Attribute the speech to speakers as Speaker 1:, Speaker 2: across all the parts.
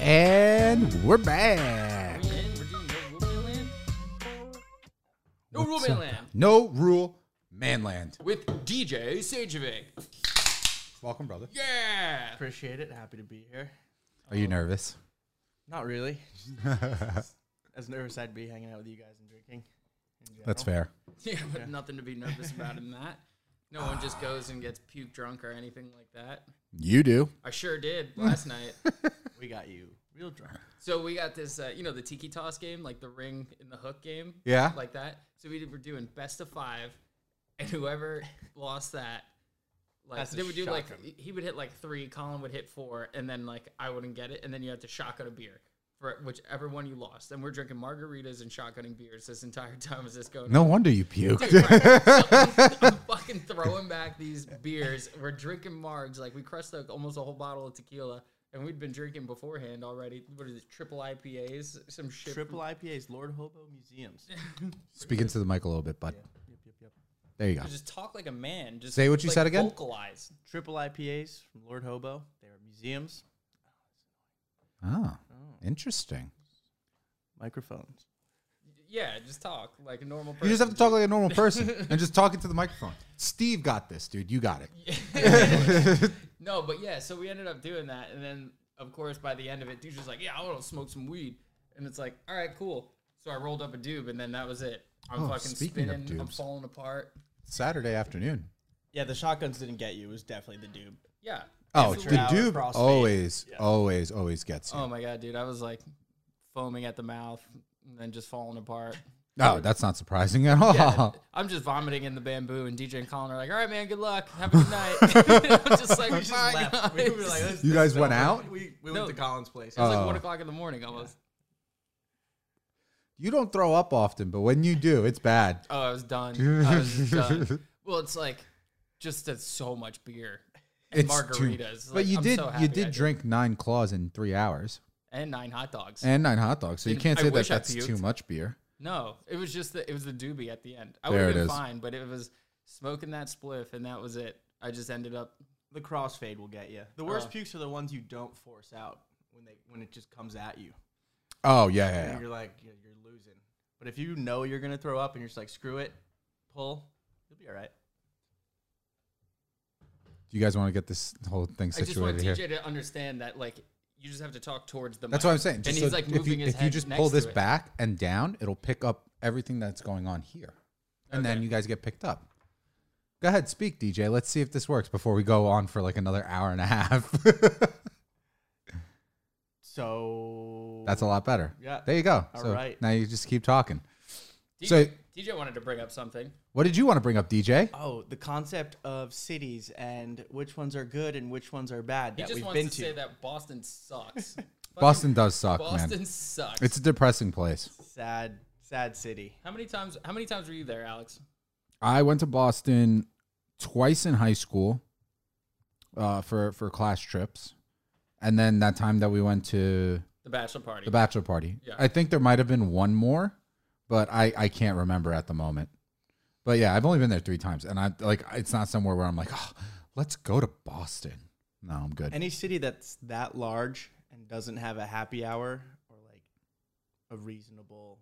Speaker 1: And we're back.
Speaker 2: We're doing no rule man land. No rule
Speaker 1: What's
Speaker 2: man
Speaker 1: up?
Speaker 2: land
Speaker 1: No rule, manland.
Speaker 2: with DJ Sajovic.
Speaker 1: Welcome, brother.
Speaker 2: Yeah.
Speaker 3: Appreciate it. Happy to be here.
Speaker 1: Are you nervous?
Speaker 3: Not really. As nervous I'd be hanging out with you guys and drinking. in
Speaker 1: That's
Speaker 3: general.
Speaker 1: fair.
Speaker 2: Yeah, but nothing to be nervous about in that. No one just goes and gets puke drunk or anything like that.
Speaker 1: You do.
Speaker 2: I sure did last night.
Speaker 3: We got you real drunk.
Speaker 2: So we got this, uh, you know, the tiki toss game, like the ring in the hook game.
Speaker 1: Yeah.
Speaker 2: Like that. So we did, were doing best of five, and whoever lost that, like
Speaker 3: That's a
Speaker 2: they would do like
Speaker 3: shocker.
Speaker 2: he- he would hit like three, Colin would hit four, and then like I wouldn't get it, and then you had to shotgun a beer for whichever one you lost. And we're drinking margaritas and shotgunning beers this entire time as this going.
Speaker 1: No wonder you puked.
Speaker 2: I'm fucking throwing back these beers. We're drinking margs. Like we crushed like almost a whole bottle of tequila. And we'd been drinking beforehand already. What are these triple IPAs? Some shit.
Speaker 3: Triple IPAs, Lord Hobo Museums. yep,
Speaker 1: Speaking to the mic a little bit, bud.
Speaker 3: yep, yep.
Speaker 1: There you go.
Speaker 2: Just talk like a man. Just
Speaker 1: Say what you
Speaker 2: like,
Speaker 1: said again?
Speaker 2: Vocalize.
Speaker 3: Triple IPAs from Lord Hobo. They were museums,
Speaker 1: Oh, interesting.
Speaker 3: microphones.
Speaker 2: Yeah, just talk like a normal person.
Speaker 1: You just have to talk like a normal person and just talk into the microphone. Steve got this, dude. You got it.
Speaker 2: No, but yeah, so we ended up doing that, and then of course by the end of it, dude's just like, "Yeah, I want to smoke some weed," and it's like, "All right, cool." So I rolled up a dube, and then that was it. I'm
Speaker 1: Oh,
Speaker 2: fucking
Speaker 1: speaking of
Speaker 2: spinning. I'm
Speaker 1: dubs.
Speaker 2: falling apart.
Speaker 1: Saturday afternoon.
Speaker 3: Yeah, the shotguns didn't get you. It was definitely the dude.
Speaker 2: Yeah.
Speaker 1: Oh,
Speaker 2: It's
Speaker 1: the
Speaker 3: hour
Speaker 1: dude
Speaker 3: crossfade.
Speaker 1: always,
Speaker 3: Yeah.
Speaker 1: always, always gets you.
Speaker 2: Oh my god, dude! I was like foaming at the mouth, and then just falling apart.
Speaker 1: No, that's not surprising at all.
Speaker 2: Yeah, I'm just vomiting in the bamboo, and DJ and Colin are like, "All right, man, good luck. Have a good night." I'm just like,
Speaker 3: We just
Speaker 2: "Bye,
Speaker 3: left. We
Speaker 2: guys."
Speaker 3: were like, this-
Speaker 1: You
Speaker 3: this
Speaker 1: guys
Speaker 3: is
Speaker 1: went
Speaker 3: over.
Speaker 1: out?
Speaker 3: We, we
Speaker 2: No.
Speaker 3: went to Colin's place.
Speaker 2: It was like
Speaker 1: Oh.
Speaker 2: one o'clock in the morning almost.
Speaker 1: You don't throw up often, but when you do, it's bad.
Speaker 2: Oh, I was done. I was just uh, done. Well, it's like just that's so much beer and
Speaker 1: It's too-
Speaker 2: margaritas.
Speaker 1: but
Speaker 2: Like,
Speaker 1: you
Speaker 2: I'm
Speaker 1: did,
Speaker 2: so happy
Speaker 1: you
Speaker 2: I
Speaker 1: did drink nine claws in three hours
Speaker 2: and nine hot dogs.
Speaker 1: and nine hot dogs, so you
Speaker 2: Dude,
Speaker 1: can't
Speaker 2: I
Speaker 1: say that
Speaker 2: wish I
Speaker 1: that's
Speaker 2: puked.
Speaker 1: too much beer.
Speaker 2: no, it was just the, it was the doobie at the end. I
Speaker 1: There
Speaker 2: would have
Speaker 1: it
Speaker 2: been
Speaker 1: is.
Speaker 2: fine, but it was smoking that spliff and that was it. I just ended up.
Speaker 3: The crossfade will get you. The worst
Speaker 2: Oh.
Speaker 3: pukes are the ones you don't force out when they when it just comes at you.
Speaker 1: Oh yeah, yeah, yeah.
Speaker 3: And you're like you're, you're losing. But if you know you're gonna throw up and you're just like screw it, pull, you'll be all right.
Speaker 1: Do you guys want to get this whole thing
Speaker 2: I just want
Speaker 1: situated
Speaker 2: TJ
Speaker 1: here?
Speaker 2: to understand that like you just have to talk towards the.
Speaker 1: That's
Speaker 2: mic.
Speaker 1: what I'm saying. Just
Speaker 2: and
Speaker 1: so
Speaker 2: he's like moving
Speaker 1: if you,
Speaker 2: his
Speaker 1: if
Speaker 2: head
Speaker 1: you just
Speaker 2: next
Speaker 1: pull
Speaker 2: to
Speaker 1: this
Speaker 2: it.
Speaker 1: back and down, it'll pick up everything that's going on here, and then
Speaker 2: Okay.
Speaker 1: you guys get picked up. Go ahead, speak, DJ. Let's see if this works before we go on for like another hour and a half.
Speaker 3: So
Speaker 1: that's a lot better.
Speaker 3: Yeah.
Speaker 1: There you go.
Speaker 3: All
Speaker 1: so
Speaker 3: right.
Speaker 1: now you just keep talking.
Speaker 2: DJ,
Speaker 1: So-
Speaker 2: TJ wanted to bring up something.
Speaker 1: What did you want to bring up, DJ?
Speaker 3: Oh, the concept of cities and which ones are good and which ones are bad
Speaker 2: He
Speaker 3: that
Speaker 2: just
Speaker 3: we've
Speaker 2: wants
Speaker 3: been
Speaker 2: to,
Speaker 3: to.
Speaker 2: say that Boston sucks. Fucking
Speaker 1: Boston does suck,
Speaker 2: Boston
Speaker 1: man.
Speaker 2: sucks.
Speaker 1: It's a depressing place.
Speaker 3: Sad, sad city.
Speaker 2: how many times? How many times were you there, Alex?
Speaker 1: I went to Boston twice in high school uh, for for class trips, and then that time that we went to
Speaker 2: The bachelor party.
Speaker 1: the bachelor party.
Speaker 2: Yeah.
Speaker 1: I think there might have been one more, but I I can't remember at the moment. But yeah, I've only been there three times, and I like it's not somewhere where I'm like, oh, let's go to Boston. No, I'm good.
Speaker 3: Any city that's that large and doesn't have a happy hour or like a reasonable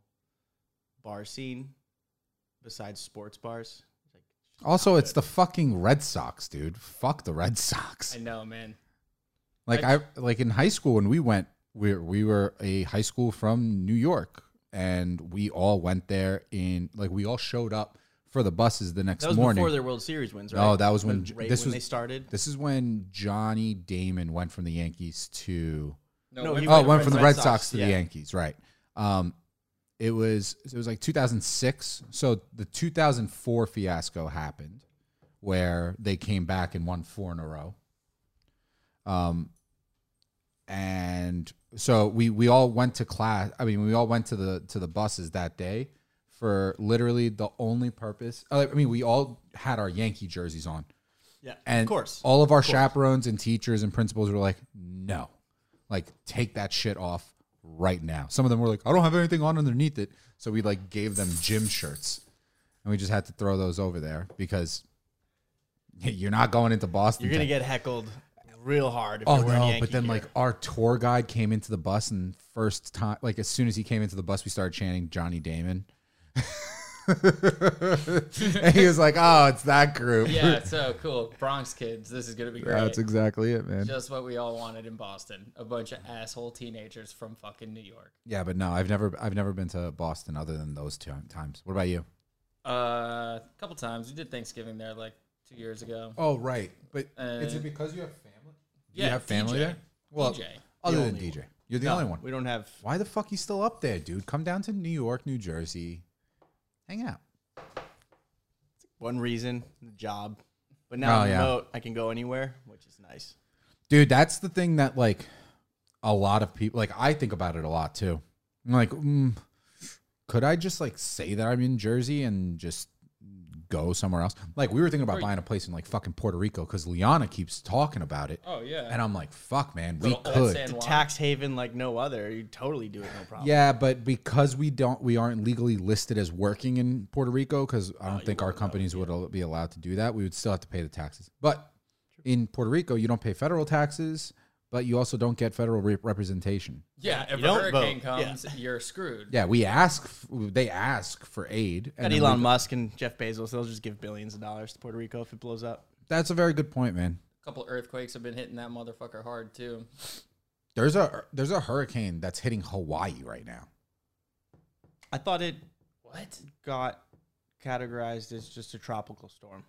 Speaker 3: bar scene besides sports bars. it's Like
Speaker 1: also, it's the fucking Red Sox, dude. Fuck the Red Sox.
Speaker 2: I know, man.
Speaker 1: Like I,
Speaker 2: I-
Speaker 1: like in high school when we went, we we were a high school from New York, and we all went there in like we all showed up for the buses the next
Speaker 3: that was
Speaker 1: morning.
Speaker 3: before their World Series wins, right?
Speaker 1: No, that was when J-
Speaker 3: right
Speaker 1: this
Speaker 3: when
Speaker 1: was-
Speaker 3: they started.
Speaker 1: this is when Johnny Damon went from the Yankees to
Speaker 3: No,
Speaker 2: when-
Speaker 3: he
Speaker 1: oh
Speaker 3: went
Speaker 1: went
Speaker 3: from
Speaker 1: from the Red
Speaker 3: Red
Speaker 1: Sox,
Speaker 3: Sox,
Speaker 1: to
Speaker 3: yeah.
Speaker 1: the Yankees, right? Um, it was it was like 2006. So the 2004 fiasco happened, where they came back and won four in a row. Um, and so we we all went to class. I mean, we all went to the to the buses that day for literally the only purpose. I mean, we all had our Yankee jerseys on.
Speaker 3: yeah,
Speaker 1: And
Speaker 3: of course.
Speaker 1: all of our chaperones and teachers and principals were like, no, like take that shit off right now. Some of them were like, I don't have anything on underneath it. So we like gave them gym shirts and we just had to throw those over there because you're not going into Boston.
Speaker 3: You're gonna
Speaker 1: to-
Speaker 3: get heckled real hard. If
Speaker 1: Oh
Speaker 3: you're wearing
Speaker 1: no!
Speaker 3: Yankee
Speaker 1: But then,
Speaker 3: gear.
Speaker 1: like, our tour guide came into the bus, and first time, like, as soon as he came into the bus, we started chanting Johnny Damon. and he was like, "Oh, it's that group."
Speaker 2: Yeah, so cool. Bronx kids, this is gonna be great.
Speaker 1: that's exactly it, man.
Speaker 2: Just what we all wanted in Boston. A bunch of asshole teenagers from fucking New York.
Speaker 1: yeah, but no, I've never, I've never been to Boston other than those two times. What about you?
Speaker 2: Uh, a couple times. We did Thanksgiving there like two years ago.
Speaker 1: Oh, right. But
Speaker 2: Uh,
Speaker 1: is it because you have family? Do
Speaker 2: yeah,
Speaker 1: you have family
Speaker 2: DJ.
Speaker 1: there? Well,
Speaker 2: DJ.
Speaker 1: other
Speaker 3: The
Speaker 1: than
Speaker 3: only
Speaker 1: DJ, you're the
Speaker 3: No,
Speaker 1: only one.
Speaker 3: We don't have.
Speaker 1: Why the fuck you still up there, dude? Come down to New York, New Jersey, hang out.
Speaker 3: one reason the job but now
Speaker 1: Oh,
Speaker 3: I'm
Speaker 1: yeah.
Speaker 3: remote i can go anywhere which is nice
Speaker 1: dude that's the thing that like a lot of people like i think about it a lot too I'm like mm, could i just like say that i'm in jersey and just go somewhere else like we were thinking about
Speaker 2: Right.
Speaker 1: buying a place in like fucking puerto rico because liana keeps talking about it
Speaker 2: Oh yeah.
Speaker 1: and i'm like fuck man
Speaker 2: Go
Speaker 1: we
Speaker 2: to Old
Speaker 1: could
Speaker 2: San Juan.
Speaker 3: tax haven like no other you totally do it no problem
Speaker 1: yeah but because we don't we aren't legally listed as working in puerto rico because i don't think our companies would al- be allowed to do that we would still have to pay the taxes but in puerto rico you don't pay federal taxes but you also don't get federal re- representation
Speaker 2: Yeah, if a
Speaker 3: don't
Speaker 2: hurricane
Speaker 3: vote.
Speaker 2: comes, you're screwed.
Speaker 1: Yeah, we ask. f- They ask for aid.
Speaker 3: Got
Speaker 1: And then
Speaker 3: elon
Speaker 1: we-
Speaker 3: musk and jeff bezos they'll just give billions of dollars to puerto rico if it blows up
Speaker 1: that's a very good point, man.
Speaker 2: A couple earthquakes have been hitting that motherfucker hard too. Uh,
Speaker 1: There's a there's a hurricane that's hitting Hawaii right now.
Speaker 3: i thought it
Speaker 2: What?
Speaker 3: got categorized as just a tropical storm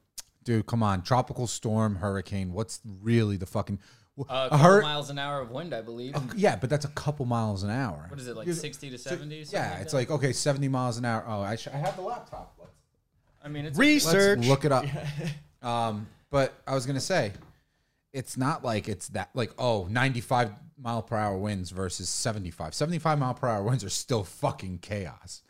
Speaker 1: Dude, come on, tropical storm, hurricane. What's really the fucking
Speaker 2: Uh,
Speaker 1: a
Speaker 2: a couple
Speaker 1: hur-
Speaker 2: miles an hour of wind, I believe.
Speaker 1: Yeah, but that's a couple miles an hour.
Speaker 2: What is it like,
Speaker 1: Dude,
Speaker 2: sixty to seventy?
Speaker 1: so- yeah, it's like okay, seventy miles an hour. Oh, I, sh- I have the laptop. Let's,
Speaker 2: I mean, it's
Speaker 3: research
Speaker 1: let's look it up. Um, but I was gonna say, it's not like it's that like oh 95 mile per hour winds versus 75. 75 mile per hour winds are still fucking chaos.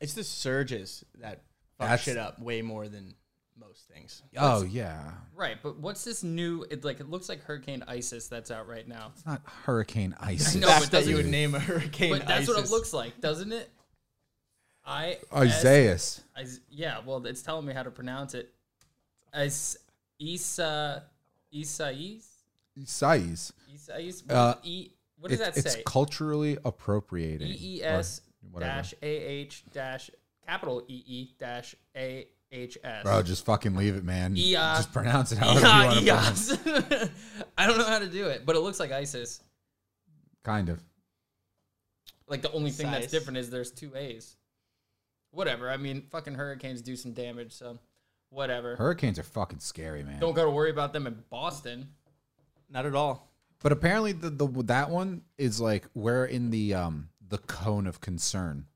Speaker 3: it's the surges that fuck
Speaker 1: That's-
Speaker 3: shit up way more than most things
Speaker 1: Oh yeah,
Speaker 2: right. But what's this new? It like it looks like Hurricane Isis that's out right now.
Speaker 1: It's not Hurricane Isis.
Speaker 2: No,
Speaker 3: The fact
Speaker 2: but
Speaker 3: that you
Speaker 2: doesn't-
Speaker 3: would name a hurricane
Speaker 2: But that's what it
Speaker 3: ISIS.
Speaker 2: looks like, doesn't it? I
Speaker 1: Isaiah.
Speaker 2: Is- yeah, well, it's telling me how to pronounce it. As Isa Isais
Speaker 1: Isaias.
Speaker 2: Isais. What,
Speaker 1: Uh,
Speaker 2: is e, what does that
Speaker 1: it's
Speaker 2: say?
Speaker 1: culturally appropriating.
Speaker 2: E E
Speaker 1: or
Speaker 2: S
Speaker 1: whatever.
Speaker 2: dash A H dash capital E E dash A H S.
Speaker 1: Bro, just fucking leave it, man.
Speaker 2: Yeah.
Speaker 1: Just pronounce
Speaker 2: E
Speaker 1: it however you
Speaker 2: Yeah,
Speaker 1: want to pronounce
Speaker 2: yes. I don't know how to do it, but it looks like ISIS.
Speaker 1: Kind of.
Speaker 2: Like the only thing that's
Speaker 3: Size.
Speaker 2: different is there's two A's. Whatever. I mean, fucking hurricanes do some damage, so whatever.
Speaker 1: Hurricanes are fucking scary, man.
Speaker 2: don't got to worry about them in Boston.
Speaker 3: not at all
Speaker 1: But apparently the, the that one is like we're in the um the cone of concern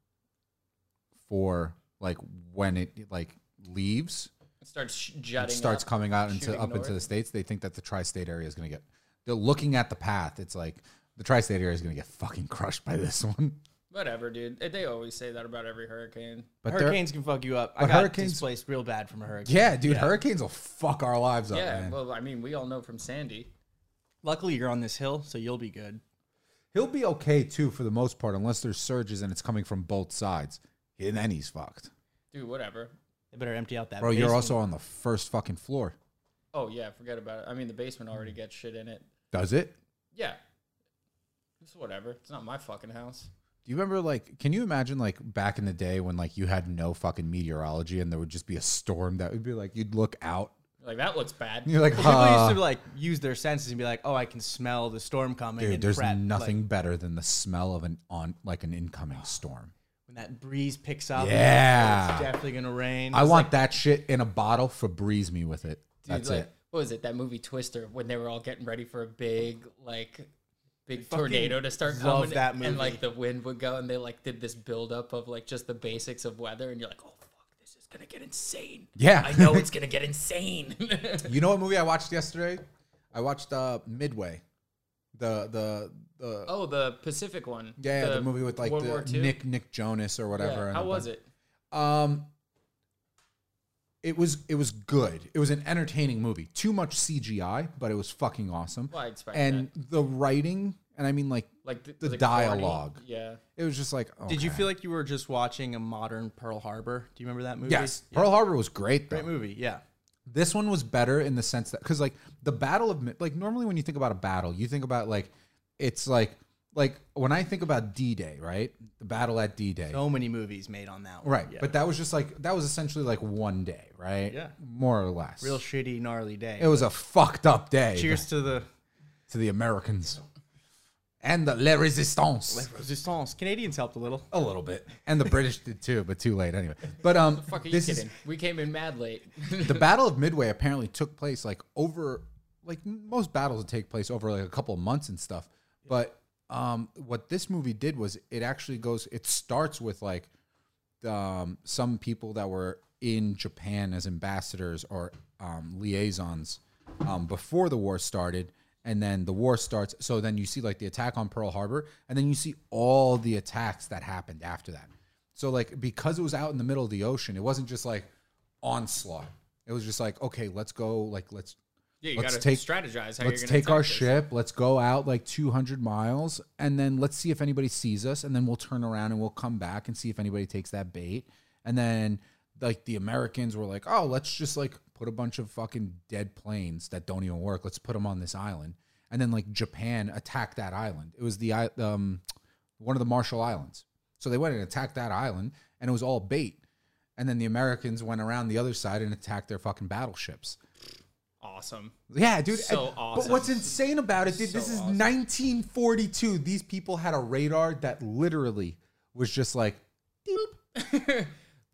Speaker 1: for like when it like leaves,
Speaker 2: It starts sh-
Speaker 1: it
Speaker 2: jutting.
Speaker 1: starts
Speaker 2: up.
Speaker 1: coming out into
Speaker 2: shooting
Speaker 1: up into
Speaker 2: north.
Speaker 1: the states. They think that the tri-state area is gonna get. They're looking at the path. It's like the tri-state area is gonna get fucking crushed by this one.
Speaker 2: Whatever, dude. They always say that about every hurricane.
Speaker 1: But they're-
Speaker 3: hurricanes can fuck you up i
Speaker 1: but
Speaker 3: got
Speaker 1: hurricanes-
Speaker 3: displaced real bad from a hurricane
Speaker 1: Yeah, dude, hurricanes will fuck our lives up,
Speaker 2: yeah,
Speaker 1: Oh, man.
Speaker 2: well, I mean, we all know from Sandy.
Speaker 3: Luckily, you're on this hill, so you'll be good.
Speaker 1: He'll be okay too for the most part, unless there's surges and it's coming from both sides. And then he's fucked.
Speaker 2: Dude, whatever.
Speaker 3: They better empty out that.
Speaker 1: Bro, you're
Speaker 3: basement.
Speaker 1: also on the first fucking floor.
Speaker 2: Oh, yeah, forget about it. I mean, the basement already
Speaker 1: Mm.
Speaker 2: gets shit in it.
Speaker 1: Does it?
Speaker 2: Yeah. It's whatever. It's not my fucking house.
Speaker 1: Do you remember like can you imagine like back in the day when like you had no fucking meteorology and there would just be a storm that would be like you'd look out
Speaker 2: Like, that looks bad.
Speaker 1: and you're like,
Speaker 3: Well, people
Speaker 1: huh,
Speaker 3: used to like use their senses and be like, "Oh, I can smell the storm coming."
Speaker 1: dude,
Speaker 3: and
Speaker 1: there's
Speaker 3: prep.
Speaker 1: nothing
Speaker 3: Like,
Speaker 1: better than the smell of an on like an incoming storm.
Speaker 3: when that breeze picks up.
Speaker 1: Yeah.
Speaker 3: it's definitely gonna rain.
Speaker 1: I
Speaker 3: It's
Speaker 1: want that shit in a bottle. Febreze me with it.
Speaker 2: Dude,
Speaker 1: That's
Speaker 2: like,
Speaker 1: it.
Speaker 2: What was it? That movie Twister when they were all getting ready for a big like big
Speaker 3: fucking
Speaker 2: tornado to start
Speaker 3: love
Speaker 2: coming,
Speaker 3: that
Speaker 2: and
Speaker 3: movie.
Speaker 2: like the wind would go, and they like did this buildup of like just the basics of weather, and you're like, oh fuck, this is gonna get insane.
Speaker 1: Yeah.
Speaker 2: I know it's gonna get insane.
Speaker 1: You know what movie I watched yesterday? I watched uh, Midway, the the the
Speaker 2: oh, the Pacific one.
Speaker 1: yeah the, movie with like
Speaker 2: Oh, World
Speaker 1: the
Speaker 2: War II?
Speaker 1: Nick Nick Jonas or
Speaker 2: Yeah,
Speaker 1: whatever. and
Speaker 2: how
Speaker 1: a
Speaker 2: was
Speaker 1: bunch-
Speaker 2: it?
Speaker 1: Um, it was it was good. It was an entertaining movie. Too much CGI, but it was fucking awesome.
Speaker 2: Well, I expect
Speaker 1: and the writing, and I mean like
Speaker 2: Like th-
Speaker 1: the
Speaker 2: was it corny?
Speaker 1: dialogue.
Speaker 2: Yeah.
Speaker 1: it was just like.
Speaker 3: Did you
Speaker 1: okay.
Speaker 3: feel like you were just watching a modern Pearl Harbor? Do you remember that movie?
Speaker 1: Yes, Pearl Harbor was great. Though.
Speaker 3: great movie. Yeah,
Speaker 1: this one was better in the sense that because like the battle of Mi- like normally when you think about a battle you think about like it's like like when i think about d-day right the battle at d-day
Speaker 3: So many movies made on that one.
Speaker 1: right but that was just like that was essentially like one day right
Speaker 3: Yeah.
Speaker 1: more or less
Speaker 3: Real shitty, gnarly day.
Speaker 1: it was a fucked up day
Speaker 3: Cheers to the
Speaker 1: to the americans and the la resistance
Speaker 3: resistance. Canadians helped a little.
Speaker 1: a little bit and the british did too but too late anyway but um
Speaker 2: Fuck are you
Speaker 1: this is
Speaker 2: kidding? we came in mad late.
Speaker 1: the Battle of Midway apparently took place like over like most battles would take place over like a couple of months and stuff. But um what this movie did was it actually goes it starts with like um some people that were in Japan as ambassadors or um liaisons um before the war started and then the war starts so then you see like the attack on Pearl Harbor and then you see all the attacks that happened after that. So like because it was out in the middle of the ocean, it wasn't just like onslaught. It was just like, okay, let's go, like let's
Speaker 2: yeah, you
Speaker 1: Let's
Speaker 2: gotta
Speaker 1: take-
Speaker 2: strategize how
Speaker 1: let's
Speaker 2: you're gonna
Speaker 1: take our
Speaker 2: attack this.
Speaker 1: ship, let's go out like 200 miles, and then let's see if anybody sees us, and then we'll turn around and we'll come back and see if anybody takes that bait. And then like the Americans were like, oh, let's just like put a bunch of fucking dead planes that don't even work. Let's put them on this island, and then like Japan attacked that island. It was the i- um one of the Marshall Islands. So they went and attacked that island, and it was all bait. And then the Americans went around the other side and attacked their fucking battleships.
Speaker 2: Awesome.
Speaker 1: Yeah, dude.
Speaker 2: So
Speaker 1: And- But
Speaker 2: awesome.
Speaker 1: what's insane about it, dude, this
Speaker 2: So
Speaker 1: is
Speaker 2: awesome.
Speaker 1: 1942. These people had a radar that literally was just like
Speaker 2: There's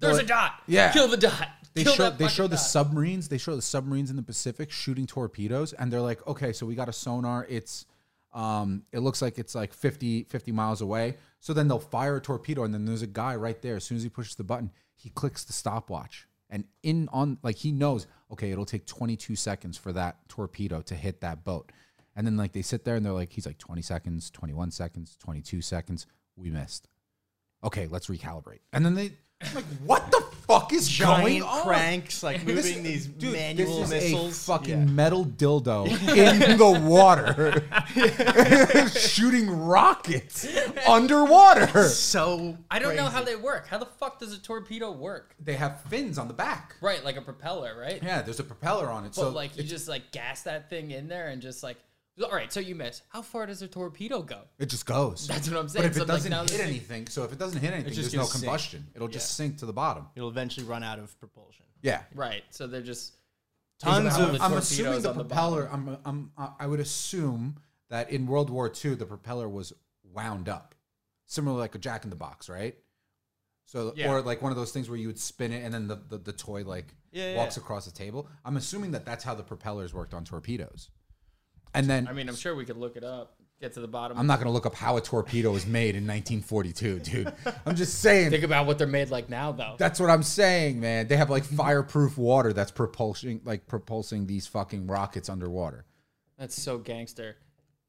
Speaker 1: But-
Speaker 2: a dot.
Speaker 1: yeah.
Speaker 2: Kill the dot.
Speaker 1: they
Speaker 2: Kill
Speaker 1: show
Speaker 2: that
Speaker 1: they
Speaker 2: fucking
Speaker 1: show the
Speaker 2: dot.
Speaker 1: submarines, they show the submarines in the Pacific shooting torpedoes and they're like, "Okay, so we got a sonar. It's um it looks like it's like 50 50 miles away." So then they'll fire a torpedo and then there's a guy right there as soon as he pushes the button, he clicks the stopwatch. And in on like he knows, okay, it'll take 22 seconds for that torpedo to hit that boat. And then like they sit there and they're like, he's like 20 seconds, 21 seconds, 22 seconds. We missed. Okay, let's recalibrate. And then they I'm like, what the fuck is going
Speaker 3: Giant
Speaker 1: on?
Speaker 3: cranks, like
Speaker 1: This
Speaker 3: moving
Speaker 1: is-
Speaker 3: these
Speaker 1: dude,
Speaker 3: manual
Speaker 1: this is
Speaker 3: missiles.
Speaker 1: A fucking metal dildo in the water, shooting rockets underwater.
Speaker 3: so
Speaker 2: I don't know how they work. How the fuck does a torpedo work?
Speaker 1: They have fins on the back.
Speaker 2: Right, like a propeller, right?
Speaker 1: Yeah, there's a propeller on it.
Speaker 2: But
Speaker 1: so
Speaker 2: like you just like gas that thing in there and just like all right, so you miss. How far does a torpedo go?
Speaker 1: It just goes.
Speaker 2: That's what I'm
Speaker 1: But
Speaker 2: saying.
Speaker 1: if
Speaker 2: So,
Speaker 1: it
Speaker 2: like,
Speaker 1: doesn't
Speaker 2: now
Speaker 1: hit
Speaker 2: this thing-
Speaker 1: anything, so if it doesn't hit anything,
Speaker 3: just
Speaker 1: there's no
Speaker 3: gonna sink.
Speaker 1: combustion. It'll just sink to the bottom.
Speaker 3: It'll eventually run out of propulsion.
Speaker 1: Yeah.
Speaker 2: Right. So they're just
Speaker 3: Tons
Speaker 2: Isn't that
Speaker 3: of
Speaker 2: how
Speaker 1: I'm
Speaker 2: the
Speaker 1: assuming
Speaker 2: torpedoes
Speaker 1: the
Speaker 2: on the
Speaker 1: propeller. I'm, I'm, I- I would assume that in World War II, the propeller was wound up, similar like a Jack in the Box, right? So,
Speaker 2: Yeah.
Speaker 1: or like one of those things where you would spin it and then the, the, the toy like
Speaker 3: Yeah, yeah,
Speaker 1: walks
Speaker 3: yeah.
Speaker 1: across the table. I'm assuming that that's how the propellers worked on torpedoes. And then
Speaker 2: I mean, I'm sure we could look it up, get to the bottom.
Speaker 1: I'm not going to look up how a torpedo was made in 1942, dude. I'm just saying.
Speaker 2: Think about what they're made like now though.
Speaker 1: That's what I'm saying, man. They have like fireproof water that's propulsing like propulsing these fucking rockets underwater.
Speaker 2: That's so gangster.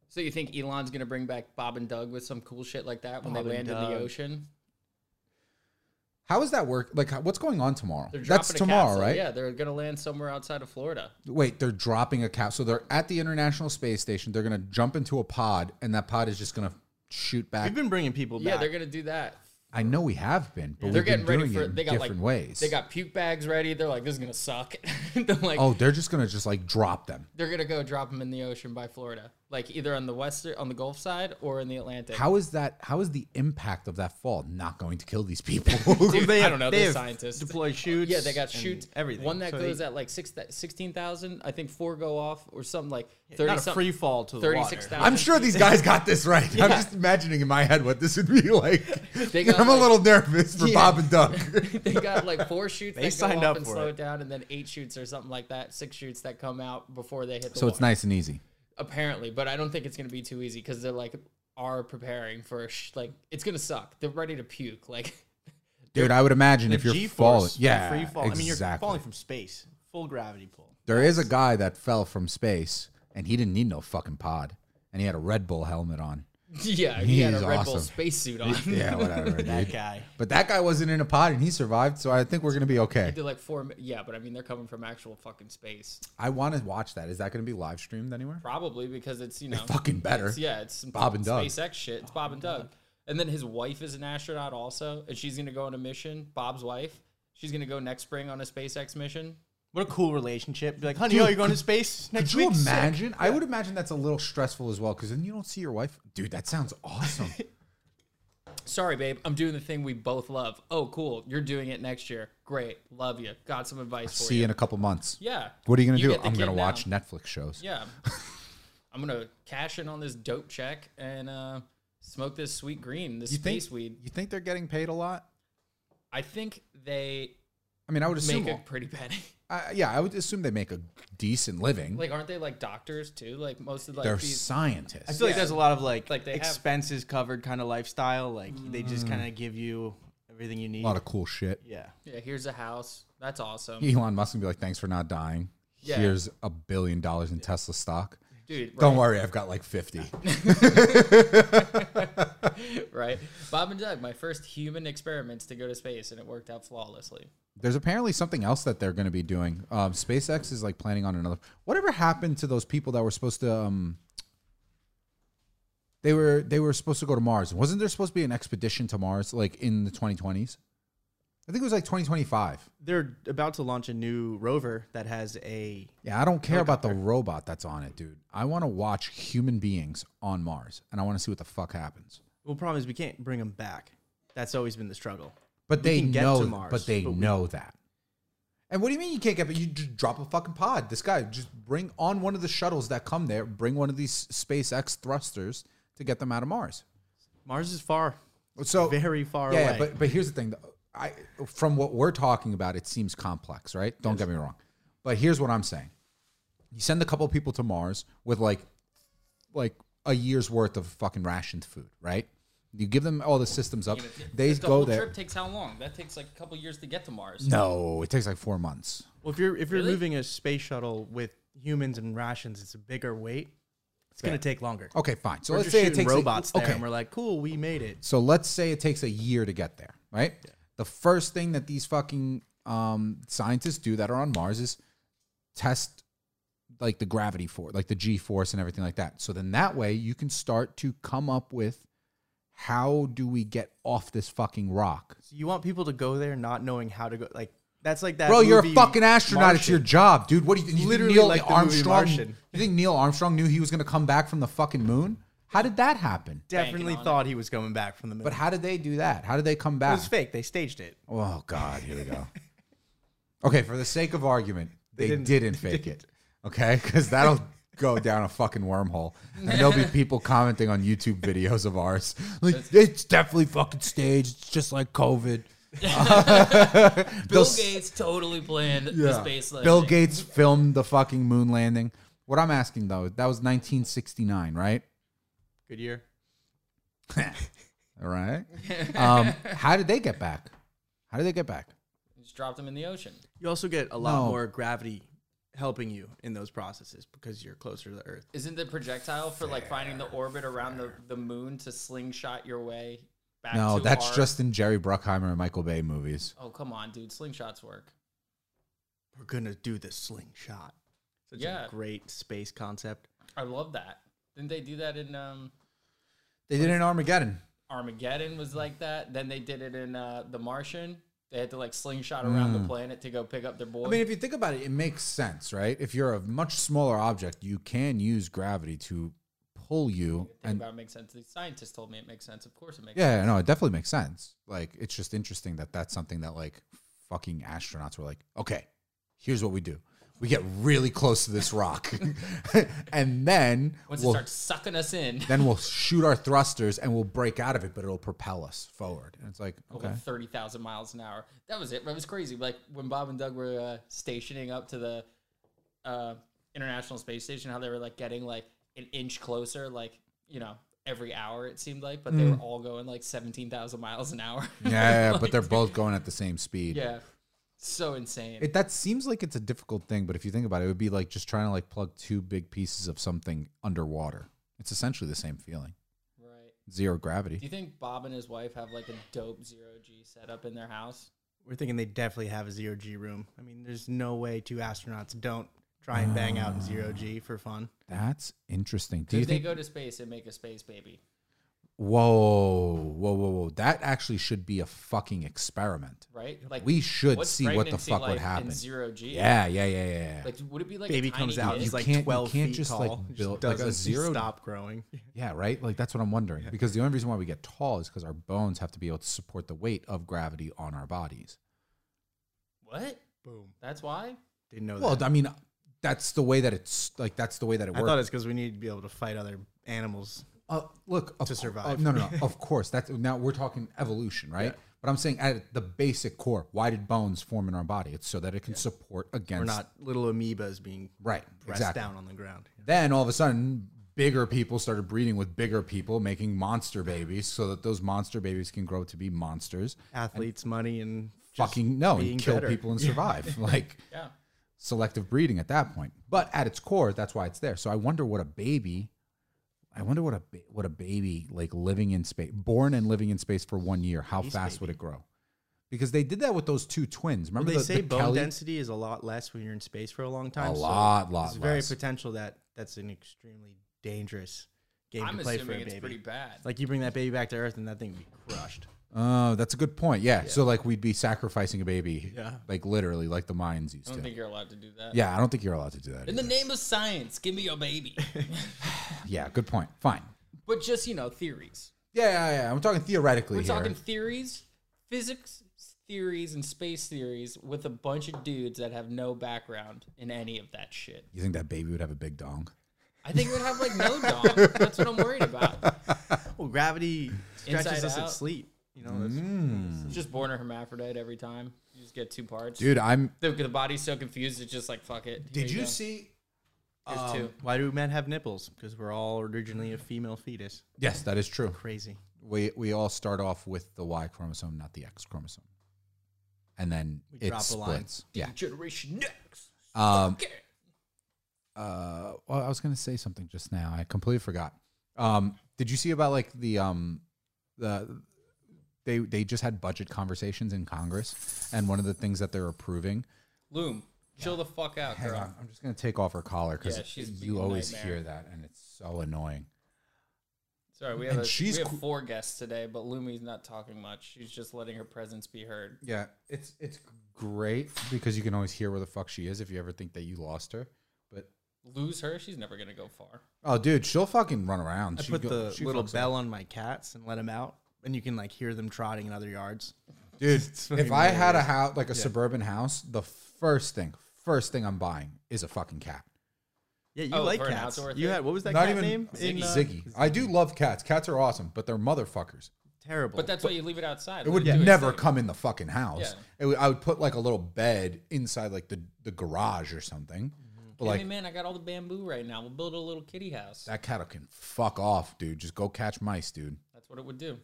Speaker 2: So you think Elon's gonna bring back Bob and Doug with some cool shit like that when
Speaker 3: Bob
Speaker 2: they
Speaker 3: and
Speaker 2: land in the
Speaker 3: Doug.
Speaker 2: ocean?
Speaker 1: How is that work? Like, how- what's going on tomorrow?
Speaker 2: They're
Speaker 1: That's
Speaker 2: dropping a
Speaker 1: tomorrow,
Speaker 2: capsule.
Speaker 1: right?
Speaker 2: Yeah, they're gonna land somewhere outside of Florida.
Speaker 1: Wait, they're dropping a cap. So they're at the International Space Station. They're gonna jump into a pod, and that pod is just gonna shoot back.
Speaker 3: We've been bringing people back.
Speaker 2: Yeah, they're gonna do that.
Speaker 1: I know we have been, but
Speaker 2: They're
Speaker 1: we've been
Speaker 2: getting ready
Speaker 1: doing
Speaker 2: for-
Speaker 1: it in
Speaker 2: they got, like-
Speaker 1: different ways.
Speaker 2: They got puke bags ready. They're like, this is gonna suck. they're like,
Speaker 1: oh, they're just gonna just like drop them.
Speaker 2: they're gonna go drop them in the ocean by Florida, like either on the west on the Gulf side or in the Atlantic.
Speaker 1: How is that? How is the impact of that fall not going to kill these people?
Speaker 2: Dude,
Speaker 3: They
Speaker 2: I
Speaker 3: have-
Speaker 2: don't know.
Speaker 3: they
Speaker 2: They're
Speaker 3: have
Speaker 2: scientists.
Speaker 3: Deployed shoots.
Speaker 2: yeah, they got
Speaker 3: and
Speaker 2: shoots.
Speaker 3: Everything.
Speaker 2: One that
Speaker 3: So
Speaker 2: goes
Speaker 3: they-
Speaker 2: at like six sixteen thousand. I think four go off or something like thirty.
Speaker 3: not a
Speaker 2: something.
Speaker 3: free fall to the water.
Speaker 2: 36,000.
Speaker 1: I'm sure these guys got this right. I'm just imagining in my head what this would be like.
Speaker 2: They got,
Speaker 1: I'm a
Speaker 2: like-
Speaker 1: little nervous for
Speaker 2: Yeah.
Speaker 1: Bob and Duck.
Speaker 2: they got like four shoots
Speaker 3: They
Speaker 2: that
Speaker 3: signed
Speaker 2: go
Speaker 3: up
Speaker 2: off and
Speaker 3: for
Speaker 2: slow
Speaker 3: it.
Speaker 2: it down, and then eight shoots or something like that. Six shoots that come out before they hit. The
Speaker 1: so it's
Speaker 2: water.
Speaker 1: nice and easy.
Speaker 2: apparently, but I don't think it's gonna be too easy because they're like are preparing for sh- like it's gonna suck. They're ready to puke. Like
Speaker 1: Dude, I would imagine if
Speaker 3: The
Speaker 1: you're
Speaker 3: G-force,
Speaker 1: falling, yeah,
Speaker 3: free fall. I mean, you're
Speaker 1: exactly.
Speaker 3: falling from space, full gravity pull.
Speaker 1: There is a guy that fell from space and he didn't need no fucking pod. And he had a Red Bull helmet on.
Speaker 2: yeah, he had a
Speaker 1: He's
Speaker 2: Red Bull
Speaker 1: awesome.
Speaker 2: spacesuit on.
Speaker 1: Yeah, whatever.
Speaker 3: That
Speaker 1: dude.
Speaker 3: guy.
Speaker 1: But that guy wasn't in a pod and he survived, so I think we're gonna be okay.
Speaker 2: They're like four. mi- Yeah, but I mean they're coming from actual fucking space.
Speaker 1: I wanna watch that. Is that gonna be live streamed anywhere?
Speaker 2: Probably because it's you know
Speaker 1: Fucking better.
Speaker 2: It's, yeah, it's some
Speaker 1: Bob and Doug.
Speaker 2: SpaceX shit. It's Bob and Doug. And then his wife is an astronaut also, and she's gonna go on a mission. Bob's wife. She's gonna go next spring on a SpaceX mission.
Speaker 3: What a cool relationship. Be like, honey, oh, you're going to space next
Speaker 1: Could you
Speaker 3: week? Sick."
Speaker 1: imagine? I would imagine that's a little stressful as well because then you don't see your wife. Dude, that sounds awesome.
Speaker 2: Sorry, babe. I'm doing the thing we both love. Oh, cool. You're doing it next year. Great. Love you. Got some advice for
Speaker 1: see you in a couple months.
Speaker 2: Yeah.
Speaker 1: What are you gonna do?
Speaker 2: get the
Speaker 1: I'm
Speaker 2: kid
Speaker 1: gonna
Speaker 2: now.
Speaker 1: watch Netflix shows.
Speaker 2: Yeah. I'm gonna cash in on this dope check and uh, smoke this sweet green, this
Speaker 1: You think
Speaker 2: space weed.
Speaker 1: you think they're getting paid a lot?
Speaker 2: I think they
Speaker 1: I mean, I would assume.
Speaker 2: make a pretty penny.
Speaker 1: I- yeah, I would assume they make a decent living.
Speaker 2: like, aren't they like doctors too? Like most of like
Speaker 1: they're
Speaker 2: these.
Speaker 1: scientists.
Speaker 3: I feel like
Speaker 2: Yeah.
Speaker 3: there's a lot of like,
Speaker 2: Like, they have-
Speaker 3: expenses covered kind of lifestyle. Like they just kind of give you everything you need.
Speaker 1: a Mm. lot of cool shit.
Speaker 3: yeah.
Speaker 2: Yeah, here's a house. That's awesome,
Speaker 1: Elon Musk would be like, "Thanks for not dying.
Speaker 2: Yeah.
Speaker 1: Here's a billion dollars in Tesla stock.
Speaker 2: dude. Right,
Speaker 1: Don't worry, I've got like 50.
Speaker 2: right? Bob and Doug, my first human experiments to go to space, and it worked out flawlessly.
Speaker 1: There's apparently something else that they're going to be doing. Um, SpaceX is like planning on another. Whatever happened to those people that were supposed to? Um, they were they were supposed to go to Mars. Wasn't there supposed to be an expedition to Mars like in the 2020s? I think it was like 2025.
Speaker 3: They're about to launch a new rover that has a
Speaker 1: Yeah, I don't care about the robot that's on it, dude. I want to watch human beings on Mars, and I want to see what the fuck happens.
Speaker 3: well problem is we can't bring them back. That's always been the struggle.
Speaker 1: But they
Speaker 3: can get
Speaker 1: know.
Speaker 3: to Mars,
Speaker 1: but they
Speaker 3: but we-
Speaker 1: know that. And what do you mean you can't get? But you just drop a fucking pod. This guy just bring on one of the shuttles that come there. Bring one of these SpaceX thrusters to get them out of Mars.
Speaker 3: Mars is far.
Speaker 1: So
Speaker 3: Very far
Speaker 1: yeah,
Speaker 3: away.
Speaker 1: Yeah, but but here's the thing. though. I from what we're talking about, it seems complex, right? Don't get me wrong. But here's what I'm saying. You send a couple people to Mars with like like a year's worth of fucking rationed food, right? You give them all the systems up. They
Speaker 2: If the
Speaker 1: go
Speaker 2: whole
Speaker 1: there.
Speaker 2: trip takes how long? That takes like a couple years to get to Mars.
Speaker 1: no, it takes like four months.
Speaker 3: Well, if you're if you're
Speaker 2: Really?
Speaker 3: moving a space shuttle with humans and rations, it's a bigger weight. It's gonna take longer.
Speaker 1: Okay, fine. So
Speaker 3: We're
Speaker 1: let's
Speaker 3: just
Speaker 1: say it
Speaker 3: shooting
Speaker 1: takes a-
Speaker 3: robots there,
Speaker 1: okay.
Speaker 3: and we're like, cool, we made it.
Speaker 1: So let's say it takes a year to get there, right? The first thing that these fucking um, scientists do that are on Mars is test like the gravity force, like the G force and everything like that. So then that way you can start to come up with how do we get off this fucking rock?
Speaker 3: So you want people to go there not knowing how to go? Like that's like that.
Speaker 1: Bro, you're a
Speaker 3: movie
Speaker 1: fucking astronaut. It's your
Speaker 3: Martian.
Speaker 1: job, dude. What do you, you think
Speaker 3: Literally
Speaker 1: Neil
Speaker 3: like the movie
Speaker 1: Armstrong?
Speaker 3: Martian.
Speaker 1: You think Neil Armstrong knew he was going to come back from the fucking moon? How did that happen?
Speaker 3: Definitely
Speaker 2: on
Speaker 3: thought he was coming back from the moon,
Speaker 1: But how did they do that? How did they come
Speaker 3: it
Speaker 1: back?
Speaker 3: was fake. They staged it.
Speaker 1: Oh God, here we go. okay, for the sake of argument, they,
Speaker 3: didn't-
Speaker 1: didn't, fake it. Okay, because that'll go down a fucking wormhole, and there'll be people commenting on YouTube videos of ours. Like it's definitely fucking staged. It's just like COVID.
Speaker 2: Bill
Speaker 1: They'll-
Speaker 2: Gates totally planned the
Speaker 1: yeah.
Speaker 2: space landing.
Speaker 1: Bill Gates filmed the fucking moon landing. What I'm asking though, that was 1969, right?
Speaker 3: Good year.
Speaker 1: All right. Um, how did they get back? How did they get back?
Speaker 2: just dropped him in the ocean.
Speaker 3: You also get a lot
Speaker 1: No.
Speaker 3: more gravity helping you in those processes because you're closer to the Earth.
Speaker 2: Isn't the projectile for like finding the orbit around the, the moon to slingshot your way back?
Speaker 1: No,
Speaker 2: to
Speaker 1: that's
Speaker 2: our-
Speaker 1: just in Jerry Bruckheimer and Michael Bay movies.
Speaker 2: Oh come on, dude! Slingshots work.
Speaker 3: We're gonna do the slingshot. Such
Speaker 2: Yeah.
Speaker 3: a great space concept.
Speaker 2: I love that. Didn't they do that in um,
Speaker 1: They did it in Armageddon.
Speaker 2: Armageddon? Was like that. Then they did it in uh, The Martian. They had to like slingshot around the planet to go pick up their boy.
Speaker 1: Hmm. I mean, if you think about it, it makes sense, right? If you're a much smaller object, you can use gravity to pull you.
Speaker 2: Think
Speaker 1: And
Speaker 2: about it makes sense. The scientists told me it makes sense. Of course, it makes. sense.
Speaker 1: yeah, no, it definitely makes sense. Like, it's just interesting that that's something that, like, fucking astronauts were like, okay, here's what we do we get really close to this rock. and then
Speaker 2: Once it
Speaker 1: we'll,
Speaker 2: starts sucking us in,
Speaker 1: then we'll shoot our thrusters and we'll break out of it, but it'll propel us forward. And it's like, okay.
Speaker 2: Going 30,000 miles an hour. That was it. That was crazy. Like when Bob and Doug were uh, stationing up to the uh, International Space Station, how they were like getting like an inch closer, like, you know, every hour it seemed like, but they
Speaker 1: Mm.
Speaker 2: were all going like 17,000 miles an hour.
Speaker 1: Yeah, yeah, yeah, but they're both going at the same speed.
Speaker 2: yeah. So insane.
Speaker 1: It, that seems like it's a difficult thing, but if you think about it, it would be like just trying to like plug two big pieces of something underwater. It's essentially the same feeling.
Speaker 2: right.
Speaker 1: Zero
Speaker 2: Do
Speaker 1: gravity.
Speaker 2: you think Bob and his wife have like a dope zero G setup in their house?
Speaker 3: We're thinking they definitely have a zero G room. I mean, there's no way two astronauts don't try and bang out in
Speaker 1: Ah.
Speaker 3: zero G for fun.
Speaker 1: That's interesting. Do
Speaker 2: Could
Speaker 1: you
Speaker 2: they
Speaker 1: think
Speaker 2: go to space and make a space baby?
Speaker 1: Whoa, whoa, whoa, whoa! That actually should be a fucking experiment.
Speaker 2: right? Like
Speaker 1: we should
Speaker 2: what's
Speaker 1: see what the
Speaker 2: pregnancy
Speaker 1: fuck
Speaker 2: like
Speaker 1: would happen.
Speaker 2: In zero G.
Speaker 1: Yeah, yeah, yeah, yeah. yeah.
Speaker 2: Like would it be like
Speaker 3: Baby
Speaker 2: a tiny
Speaker 3: comes out,
Speaker 2: kid?
Speaker 1: You
Speaker 3: he's like
Speaker 1: can't- you
Speaker 3: twelve
Speaker 1: can't
Speaker 3: feet
Speaker 1: just,
Speaker 3: tall.
Speaker 1: like,
Speaker 3: It just
Speaker 1: build- like a
Speaker 3: doesn't
Speaker 1: zero-
Speaker 3: stop growing.
Speaker 1: Yeah, right. Like that's what I'm wondering because the only reason why we get tall is because our bones have to be able to support the weight of gravity on our bodies.
Speaker 2: what?
Speaker 3: Boom.
Speaker 2: That's why.
Speaker 3: Didn't know
Speaker 1: Well,
Speaker 3: that.
Speaker 1: I mean, that's the way that it's like that's the way that it
Speaker 3: I
Speaker 1: works.
Speaker 3: thought it's because we needed to be able to fight other animals.
Speaker 1: uh, look of
Speaker 3: to
Speaker 1: cour-
Speaker 3: survive.
Speaker 1: uh, no, no, no. of course. That's now we're talking evolution, right? But I'm saying at the basic core, why did bones form in our body? It's so that it can support against
Speaker 3: We're not little amoebas being
Speaker 1: right.
Speaker 3: pressed
Speaker 1: Exactly.
Speaker 3: down on the ground.
Speaker 1: Then all of a sudden, bigger people started breeding with bigger people, making monster babies, so that those monster babies can grow to be monsters.
Speaker 3: Athletes, money, and just
Speaker 1: fucking no, and
Speaker 3: being
Speaker 1: kill
Speaker 3: better.
Speaker 1: people and survive. like
Speaker 2: Yeah.
Speaker 1: selective breeding at that point. But at its core, that's why it's there. So I wonder what a baby, I wonder what a ba- what a baby like living in space, born and living in space for one year, how
Speaker 3: Space
Speaker 1: fast would
Speaker 3: baby.
Speaker 1: it grow? Because they did that with those two twins.
Speaker 3: Well,
Speaker 1: Remember
Speaker 3: they
Speaker 1: the,
Speaker 3: say
Speaker 1: the
Speaker 3: bone
Speaker 1: Kelly?
Speaker 3: density is a lot less when you're in space for a long time.
Speaker 1: A
Speaker 3: so
Speaker 1: lot, lot
Speaker 3: It's very
Speaker 1: less.
Speaker 3: potential that that's an extremely dangerous game
Speaker 2: I'm
Speaker 3: to play for a
Speaker 2: assuming it's
Speaker 3: baby.
Speaker 2: pretty bad.
Speaker 3: like you bring that baby back to Earth and that thing would be crushed.
Speaker 1: Oh, that's a good point. Yeah. So like we'd be sacrificing a baby,
Speaker 3: Yeah.
Speaker 1: like literally, like the Mayans
Speaker 2: I
Speaker 1: used
Speaker 2: don't
Speaker 1: to.
Speaker 2: think you're allowed to do that.
Speaker 1: yeah, I don't think you're allowed to do that.
Speaker 2: In the
Speaker 1: either.
Speaker 2: name of science, give me your baby.
Speaker 1: yeah, good point. Fine.
Speaker 2: but just you know theories.
Speaker 1: Yeah, yeah, yeah. I'm talking theoretically
Speaker 2: We're
Speaker 1: here.
Speaker 2: talking theories, physics theories, and space theories with a bunch of dudes that have no background in any of that shit.
Speaker 1: you think that baby would have a big dong?
Speaker 2: I think we'd have like no dog. That's what I'm worried about.
Speaker 3: Well, gravity stretches
Speaker 2: Inside
Speaker 3: us
Speaker 2: out.
Speaker 3: at sleep. You know, that's, Mm.
Speaker 2: Just born a hermaphrodite every time. You just get two parts.
Speaker 1: Hmm. Dude, I'm.
Speaker 2: The, the body's so confused. It's just like fuck it. Here
Speaker 1: Did you
Speaker 2: go.
Speaker 1: see? um,
Speaker 2: Here's two.
Speaker 3: why do men have nipples? Because we're all originally a female fetus.
Speaker 1: Yes, that is true.
Speaker 3: Crazy.
Speaker 1: we we all start off with the Y chromosome, not the X chromosome, and then
Speaker 3: We
Speaker 1: it
Speaker 3: drop a line.
Speaker 1: splits. Yeah.
Speaker 2: Generation next.
Speaker 1: Um.
Speaker 2: Okay.
Speaker 1: Uh. Well, I was gonna say something just now. I completely forgot. Um. Did you see about like the um the they they just had budget conversations in Congress, and one of the things that they're approving.
Speaker 2: Loom, chill the fuck out,
Speaker 1: Hang
Speaker 2: girl.
Speaker 1: on, I'm just gonna take off her collar
Speaker 2: Yeah,
Speaker 1: because
Speaker 2: she's being
Speaker 1: you
Speaker 2: a
Speaker 1: always
Speaker 2: nightmare.
Speaker 1: hear that, and it's so annoying.
Speaker 2: Sorry, we
Speaker 1: And
Speaker 2: have, a,
Speaker 1: she's
Speaker 2: we have
Speaker 1: qu-
Speaker 2: four guests today, but Lumi's not talking much. She's just letting her presence be heard.
Speaker 1: Yeah, it's it's great because you can always hear where the fuck she is if you ever think that you lost her. But
Speaker 2: Lose her, she's never gonna go far.
Speaker 1: Oh, dude, she'll fucking run around.
Speaker 3: I
Speaker 1: She
Speaker 3: put
Speaker 1: go-
Speaker 3: the
Speaker 1: she
Speaker 3: little
Speaker 1: fucks
Speaker 3: bell on my cats and let them out, and you can like hear them trotting in other yards.
Speaker 1: up. dude.
Speaker 3: fucking
Speaker 1: if I had a
Speaker 3: hilarious.
Speaker 1: house, like a suburban house, the first thing, first thing I'm buying is a fucking cat.
Speaker 3: Yeah, you
Speaker 2: Oh,
Speaker 3: like
Speaker 2: for an
Speaker 3: cats.
Speaker 2: outdoor
Speaker 3: You
Speaker 2: thing?
Speaker 3: had what was that
Speaker 1: Not
Speaker 3: cat
Speaker 1: even
Speaker 3: name?
Speaker 1: Ziggy.
Speaker 3: In, uh,
Speaker 1: Ziggy. I do love cats. Cats are awesome, but they're motherfuckers.
Speaker 3: Terrible.
Speaker 2: But that's why you leave it outside.
Speaker 1: It would
Speaker 2: Let do its
Speaker 1: never
Speaker 2: thing.
Speaker 1: come in the fucking house.
Speaker 2: Yeah.
Speaker 1: It would- I would put like a little bed inside like the the garage or something.
Speaker 3: Mm-hmm.
Speaker 1: But
Speaker 2: Hey,
Speaker 1: like
Speaker 2: man, I got all the bamboo right now. We'll build a little kitty house.
Speaker 1: that cat can fuck off, dude. Just go catch mice, dude.
Speaker 2: That's what it would do,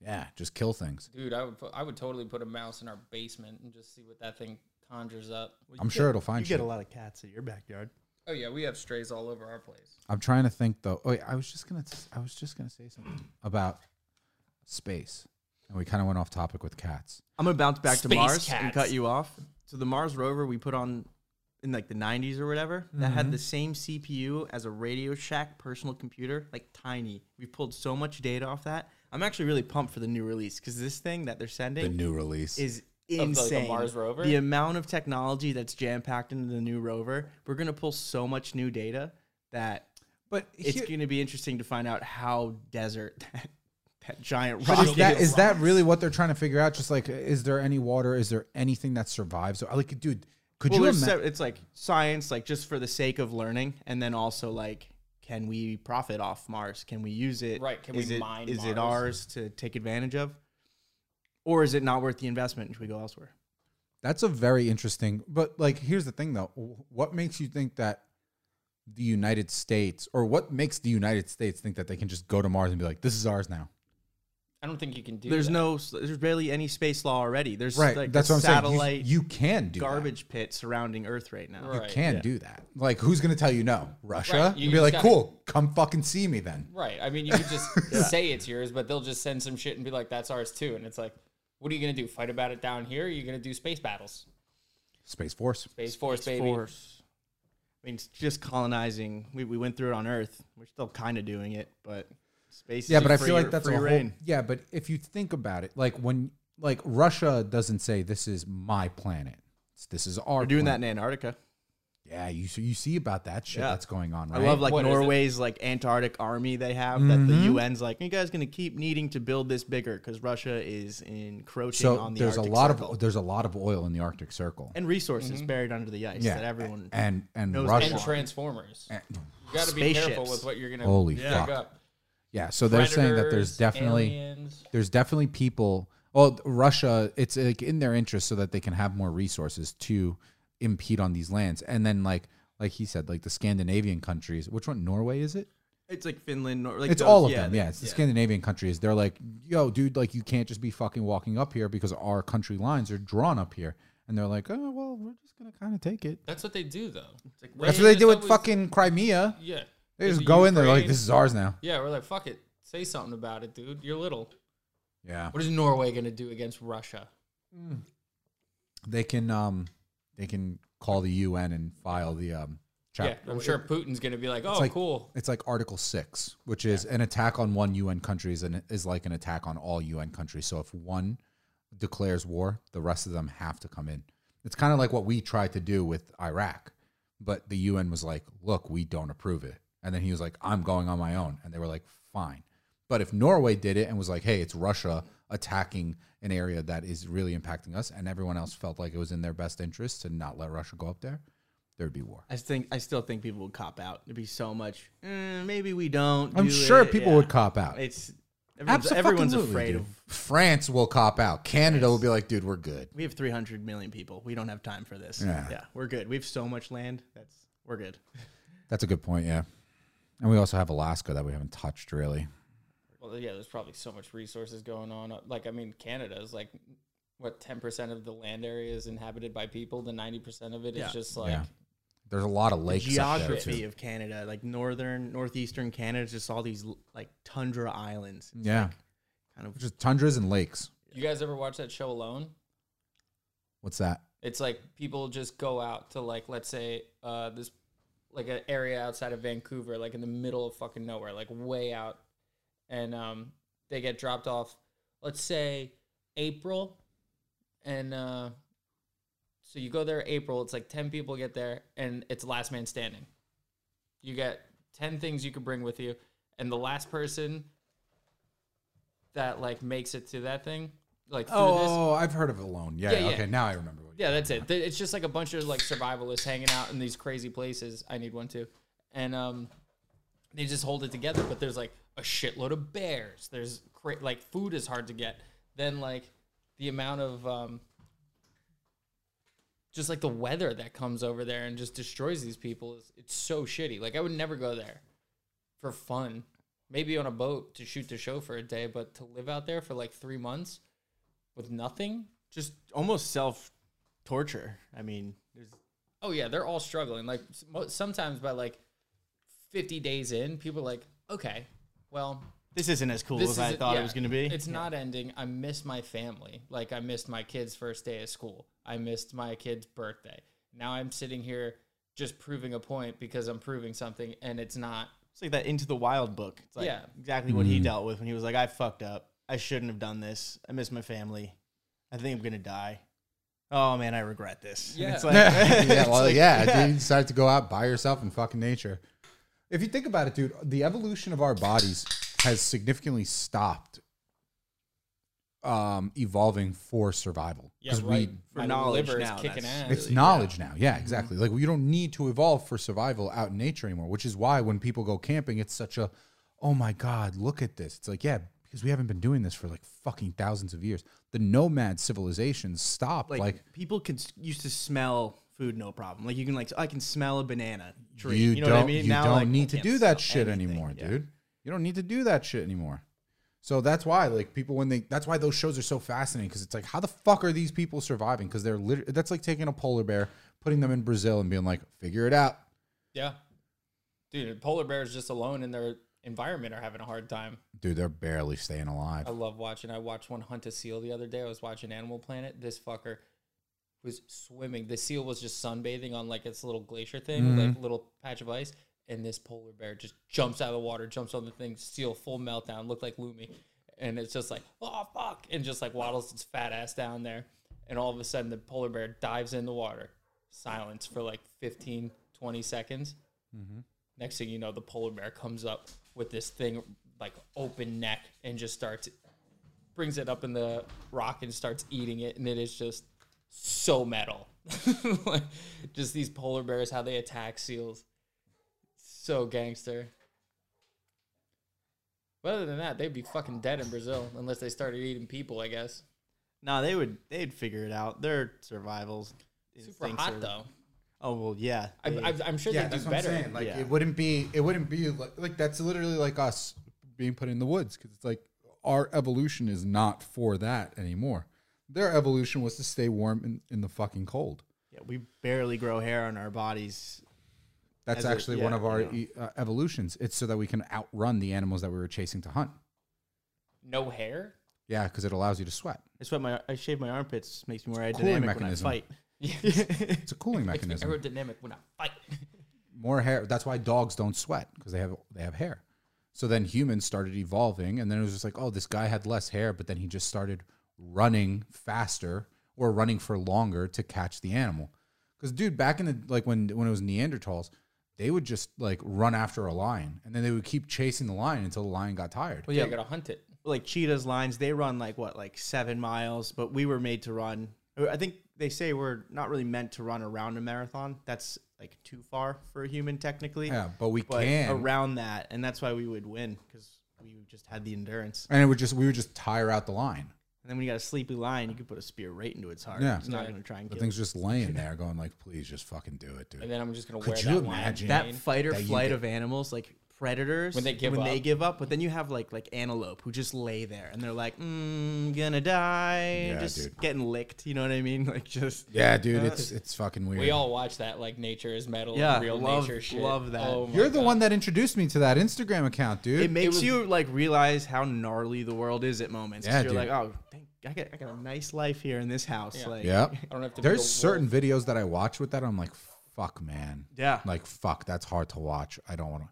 Speaker 1: Yeah, just kill things.
Speaker 2: dude. I would put, I would totally put a mouse in our basement and just see what that thing conjures up.
Speaker 3: Well,
Speaker 1: I'm
Speaker 3: you
Speaker 1: sure
Speaker 3: get-
Speaker 1: it'll find
Speaker 3: You get
Speaker 1: shit.
Speaker 3: a lot of cats at your backyard.
Speaker 2: Oh yeah, we have strays all over our place.
Speaker 1: I'm trying to think though. Oh, wait, I was just gonna, I was just gonna say something about space, and we kind of went off topic with cats.
Speaker 3: I'm gonna bounce back to
Speaker 2: Space
Speaker 3: Mars and
Speaker 2: cats.
Speaker 3: cut you off. So the Mars rover we put on in like the 90s or whatever that had the same CPU as a Radio Shack personal computer, like tiny. We pulled so much data off that. I'm actually really pumped for the new release because this thing that they're
Speaker 1: The
Speaker 3: sending
Speaker 1: new release.
Speaker 3: is
Speaker 2: the
Speaker 3: insane.
Speaker 2: Mars rover?
Speaker 3: The amount of technology that's jam packed into the new rover, we're gonna pull so much new data that
Speaker 1: but
Speaker 3: it's
Speaker 1: here-
Speaker 3: gonna be interesting to find out how desert that, that giant
Speaker 1: but
Speaker 3: rocket
Speaker 1: is that
Speaker 3: is.
Speaker 1: is that really what they're trying to figure out? Just like, is there any water? Is there anything that survives? So, like, dude, could
Speaker 3: well,
Speaker 1: you
Speaker 3: there's
Speaker 1: imagine?
Speaker 3: se- it's like science, like just for the sake of learning, and then also like, can we profit off Mars? Can we use it?
Speaker 2: Right, can
Speaker 3: is
Speaker 2: we
Speaker 3: it,
Speaker 2: mine
Speaker 3: Is it
Speaker 2: Mars?
Speaker 3: ours to take advantage of, or is it not worth the investment? and Should we go elsewhere?
Speaker 1: That's a very interesting. But like, here's the thing though. What makes you think that the United States, or what makes the United States think that they can just go to Mars and be like, this is ours now?
Speaker 2: I don't think you can do.
Speaker 3: there's
Speaker 2: that.
Speaker 3: no, there's barely any space law already. There's
Speaker 1: Right.
Speaker 3: like
Speaker 1: That's
Speaker 3: a
Speaker 1: what I'm
Speaker 3: satellite
Speaker 1: saying. You, you can do that.
Speaker 3: garbage pit surrounding Earth right now.
Speaker 2: Right.
Speaker 1: can do that. Like, who's gonna tell you no? Russia?
Speaker 2: Right, you
Speaker 1: You'd be
Speaker 2: just
Speaker 1: like,
Speaker 2: gotta-
Speaker 1: cool, come fucking see me then.
Speaker 2: Right. I mean, you could just say it's yours, but they'll just send some shit and be like, "That's ours too." And it's like, what are you gonna do? Fight about it down here? Or are you gonna do space battles?
Speaker 1: Space Force.
Speaker 2: Space Force, baby.
Speaker 3: Force. I mean, it's just colonizing. We, we went through it on Earth. We're still kind of doing it, but Space.
Speaker 1: yeah,
Speaker 3: is
Speaker 1: but I
Speaker 3: free-
Speaker 1: feel like that's a
Speaker 3: free
Speaker 1: whole.
Speaker 3: reign.
Speaker 1: Yeah, but if you think about it, like when like Russia doesn't say this is my planet, It's- this is our.
Speaker 3: We're doing that
Speaker 1: planet.
Speaker 3: in Antarctica.
Speaker 1: Yeah, you see- you see about that shit
Speaker 3: Yeah.
Speaker 1: that's going on.
Speaker 3: I
Speaker 1: Right?
Speaker 3: love like
Speaker 2: What is it?
Speaker 3: Norway's like Antarctic army they have that
Speaker 1: Mm-hmm.
Speaker 3: the UN's like, you guys gonna keep needing to build this bigger because Russia is encroaching
Speaker 1: so.
Speaker 3: on the
Speaker 1: There's a
Speaker 3: Arctic
Speaker 1: lot
Speaker 3: Circle.
Speaker 1: of there's a lot of oil in the Arctic Circle.
Speaker 3: and resources buried under the ice
Speaker 1: yeah,
Speaker 3: that everyone
Speaker 1: and and
Speaker 3: knows
Speaker 1: Russia.
Speaker 2: and Transformers. You got to be
Speaker 3: Spaceships.
Speaker 2: careful with what you're gonna
Speaker 1: Holy
Speaker 2: pick
Speaker 1: fuck.
Speaker 2: up.
Speaker 1: yeah, so they're saying that there's
Speaker 2: Predators,
Speaker 1: definitely
Speaker 2: aliens.
Speaker 1: there's definitely people. Well, Russia, it's like in their interest so that they can have more resources to impede on these lands. And then like like he said, like the Scandinavian countries. Which one? Norway is it?
Speaker 3: it's like Finland, Nor- like
Speaker 1: it's
Speaker 3: those-
Speaker 1: all of
Speaker 3: yeah,
Speaker 1: them.
Speaker 3: they-
Speaker 1: Yeah, it's the Scandinavian countries. They're like, yo, dude, like you can't just be fucking walking up here because our country lines are drawn up here. And they're like, oh well, we're just gonna kind of take it.
Speaker 2: That's what they do though. It's like,
Speaker 1: That's
Speaker 2: Russia
Speaker 1: what they
Speaker 2: just
Speaker 1: do with
Speaker 2: always-
Speaker 1: fucking Crimea.
Speaker 2: Yeah.
Speaker 1: They
Speaker 2: With
Speaker 1: just
Speaker 2: the
Speaker 1: go in there like
Speaker 2: Ukraine.
Speaker 1: this is ours now.
Speaker 2: Yeah, we're like fuck it. Say something about it, dude. You're little.
Speaker 1: Yeah,
Speaker 2: What is Norway gonna do against Russia?
Speaker 1: they can um, they can call the UN and file the um.
Speaker 2: Yeah,
Speaker 1: chap-
Speaker 2: I'm sure Putin's gonna be like, oh,
Speaker 1: like-
Speaker 2: cool.
Speaker 1: It's like Article Six, which is an attack on one UN country is, an, is like an attack on all UN countries. So if one declares war, the rest of them have to come in. It's kind of like what we tried to do with Iraq, but the UN was like, "Look, we don't approve it," and then he was like, "I'm going on my own," and they were like, "Fine." But if Norway did it and was like, "Hey, it's Russia attacking an area that is really impacting us," and everyone else felt like it was in their best interest to not let Russia go up there, there'd be war.
Speaker 3: I think I still think people would cop out. It'd be so much. "Eh, maybe we don't.
Speaker 1: I'm
Speaker 3: do
Speaker 1: sure
Speaker 3: it."
Speaker 1: people
Speaker 3: Yeah.
Speaker 1: would cop out.
Speaker 3: It's everyone's,
Speaker 1: Absolutely,
Speaker 3: everyone's afraid of.
Speaker 1: France will cop out. Canada will be like, dude, we're good.
Speaker 3: We have 300 million people. We don't have time for this.
Speaker 1: Yeah.
Speaker 3: we're good. We have so much land. That's we're good.
Speaker 1: That's a good point, yeah. And we also have Alaska that we haven't touched really.
Speaker 2: Well, yeah, there's probably so much resources going on. Uh, Like, I mean, Canada is like, what, 10% of the land area is inhabited by people? The 90% of it is
Speaker 3: Yeah.
Speaker 2: just like,
Speaker 1: Yeah. There's a lot of lakes. Up there
Speaker 3: Geography
Speaker 1: too.
Speaker 3: of Canada, like northern, northeastern Canada, is just all these l- like tundra islands. It's
Speaker 1: Yeah.
Speaker 3: like, kind of.
Speaker 1: Just tundras and lakes.
Speaker 2: you guys ever watch that show Alone?
Speaker 1: What's that?
Speaker 2: It's like people just go out to, like, let's say, uh, this, like, an area outside of Vancouver, like in the middle of fucking nowhere, like way out. And um, they get dropped off, let's say, April. And uh, so you go there April, it's like 10 people get there, and it's last man standing. You get 10 things you can bring with you, and the last person that like makes it to that thing, like through this.
Speaker 1: Oh, I've heard of it alone. Yeah,
Speaker 2: Yeah, yeah.
Speaker 1: okay. Now I remember what
Speaker 2: Yeah, that's it. Th- It's just like a bunch of like survivalists hanging out in these crazy places. I need one too. And um they just hold it together, but there's like a shitload of bears. There's cra- like food is hard to get. Then like the amount of um just like the weather that comes over there and just destroys these people is it's so shitty. Like I would never go there for fun. Maybe on a boat to shoot the show for a day, but to live out there for like three months with nothing.
Speaker 3: just almost self torture. I mean, there's
Speaker 2: Oh yeah, they're all struggling. Like s- mo- sometimes by like fifty days in, people are like, okay, well,
Speaker 3: this isn't as cool
Speaker 2: this
Speaker 3: as I
Speaker 2: isn't-
Speaker 3: thought
Speaker 2: yeah,
Speaker 3: it was going to be.
Speaker 2: It's not ending. I miss my family. Like I missed my kid's first day of school. I missed my kid's birthday. Now I'm sitting here just proving a point because I'm proving something, and it's not.
Speaker 3: It's like that Into the Wild book. It's like
Speaker 2: Yeah.
Speaker 3: exactly what he
Speaker 1: Mm-hmm.
Speaker 3: dealt with when he was like, I fucked up. I shouldn't have done this. I miss my family. I think I'm gonna die. Oh man, I regret this. And it's
Speaker 2: Yeah.
Speaker 3: like,
Speaker 1: yeah,
Speaker 3: it's
Speaker 1: well,
Speaker 3: like,
Speaker 1: yeah, dude, you decide to go out by yourself in fucking nature. If you think about it, dude, the evolution of our bodies has significantly stopped um, evolving for survival because we
Speaker 3: For
Speaker 2: my
Speaker 3: knowledge
Speaker 2: liver is
Speaker 3: now,
Speaker 2: kicking
Speaker 3: that's-
Speaker 2: ass.
Speaker 1: it's knowledge now. Yeah,
Speaker 3: Mm-hmm.
Speaker 1: exactly. Like you don't need to evolve for survival out in nature anymore, which is why when people go camping, it's such a, oh my god, look at this. It's like yeah, because we haven't been doing this for like fucking thousands of years. The nomad civilization stopped.
Speaker 3: Like,
Speaker 1: Like,
Speaker 3: people can s- used to smell food no problem. Like you can like I can smell a banana tree.
Speaker 1: you,
Speaker 3: You, know
Speaker 1: don't
Speaker 3: what I mean?
Speaker 1: you
Speaker 3: now
Speaker 1: don't
Speaker 3: like,
Speaker 1: need
Speaker 3: I
Speaker 1: to
Speaker 3: can't
Speaker 1: do that
Speaker 3: smell
Speaker 1: shit
Speaker 3: anything.
Speaker 1: anymore,
Speaker 3: Yeah.
Speaker 1: dude. You don't need to do that shit anymore. So that's why, like, people when they that's why those shows are so fascinating because it's like, how the fuck are these people surviving? Because they're literally that's like taking a polar bear, putting them in Brazil, and being like, figure it out.
Speaker 2: Yeah, dude, polar bears just alone in their environment are having a hard time.
Speaker 1: Dude, they're barely staying alive.
Speaker 2: I love watching. I watched one hunt a seal the other day. I was watching Animal Planet. This fucker was swimming. The seal was just sunbathing on like its little glacier thing, like little patch of ice, and this polar bear just jumps out of the water, jumps on the thing, seal full meltdown, looked like Lumi, and it's just like oh fuck, and just like waddles its fat ass down there, and all of a sudden the polar bear dives in the water, silence for like 15, 20 seconds. Next thing you know, the polar bear comes up with this thing like open neck and just starts brings it up in the rock and starts eating it, and it is just so metal. like, just these polar bears, how they attack seals, so gangster. But other than that, they'd be fucking dead in Brazil unless they started eating people. I guess.
Speaker 3: Nah, they would they'd figure it out. Their survivals.
Speaker 2: Super
Speaker 3: instincts
Speaker 2: hot
Speaker 3: are-
Speaker 2: though.
Speaker 3: Oh well, yeah.
Speaker 2: I,
Speaker 3: they-
Speaker 2: I, I'm sure
Speaker 1: yeah,
Speaker 2: they
Speaker 1: that's
Speaker 2: do
Speaker 1: what I'm
Speaker 2: better.
Speaker 1: saying. Like
Speaker 3: Yeah.
Speaker 1: it wouldn't be, it wouldn't be like, like that's literally like us being put in the woods because it's like our evolution is not for that anymore. Their evolution was to stay warm in, in the fucking cold.
Speaker 3: yeah, we barely grow hair on our bodies.
Speaker 1: That's
Speaker 3: As a-
Speaker 1: actually one
Speaker 3: yeah,
Speaker 1: of our
Speaker 3: yeah.
Speaker 1: e uh, evolutions. It's so that we can outrun the animals that we were chasing to hunt.
Speaker 2: No hair.
Speaker 1: Yeah, because it allows you to sweat.
Speaker 3: That's why my I shave my armpits makes me more
Speaker 1: cooling
Speaker 3: aerodynamic when I
Speaker 1: mechanism.
Speaker 3: fight.
Speaker 1: It's a cooling
Speaker 2: Makes me
Speaker 1: mechanism.
Speaker 2: aerodynamic when I fight.
Speaker 1: More hair. That's why dogs don't sweat because they have they have hair. So then humans started evolving, and then it was just like, oh, this guy had less hair, but then he just started running faster or running for longer to catch the animal. Because dude, back in the like when when it was Neanderthals, they would just like run after a lion, and then they would keep chasing the lion until the lion got tired.
Speaker 2: Well, yeah, you gotta hunt it.
Speaker 3: Like cheetahs, lions, they run like what, like seven miles, but we were made to run. I think they say we're not really meant to run around a marathon. That's like too far for a human technically.
Speaker 1: Yeah, but we
Speaker 3: but
Speaker 1: can
Speaker 3: around that, and that's why we would win because we just had the endurance.
Speaker 1: and it would just we would just tire out the line.
Speaker 3: And then when you got a sleepy lion, you could put a spear right into its heart.
Speaker 1: Yeah.
Speaker 3: it's not
Speaker 2: Yeah.
Speaker 3: going to try and
Speaker 1: The
Speaker 3: kill.
Speaker 1: thing's just laying there, going like, "Please, just fucking do it,
Speaker 2: And
Speaker 1: dude."
Speaker 2: then I'm just gonna
Speaker 1: Could
Speaker 2: wear
Speaker 1: you
Speaker 2: that
Speaker 1: imagine?
Speaker 2: imagine?
Speaker 3: that fight or
Speaker 1: that you
Speaker 3: flight
Speaker 1: get-
Speaker 3: of animals, like predators,
Speaker 2: When they give
Speaker 3: when they
Speaker 2: up.
Speaker 3: give up. But then you have like like antelope who just lay there and they're like, mm, gonna die,
Speaker 1: Yeah,
Speaker 3: just
Speaker 1: dude.
Speaker 3: getting licked. You know what I mean? Like just
Speaker 1: Yeah, dude, it's it's fucking weird.
Speaker 2: We all watch that like nature is metal,
Speaker 3: Yeah,
Speaker 2: and real
Speaker 3: love-
Speaker 2: nature shit.
Speaker 3: love that.
Speaker 2: Oh my
Speaker 1: You're the
Speaker 2: God.
Speaker 1: one that introduced me to that Instagram account, dude.
Speaker 3: it makes
Speaker 2: was-
Speaker 3: you like realize how gnarly the world is at moments. 'cause
Speaker 1: Yeah,
Speaker 3: you're
Speaker 1: dude.
Speaker 3: like, oh, thank, I got I got a nice life here in this house.
Speaker 2: Yeah.
Speaker 3: Like,
Speaker 1: yeah.
Speaker 2: I don't have to. be
Speaker 1: There's
Speaker 2: the
Speaker 1: certain videos that I watch with that I'm like, fuck, man.
Speaker 3: yeah.
Speaker 1: Like, fuck, that's hard to watch. I don't want to.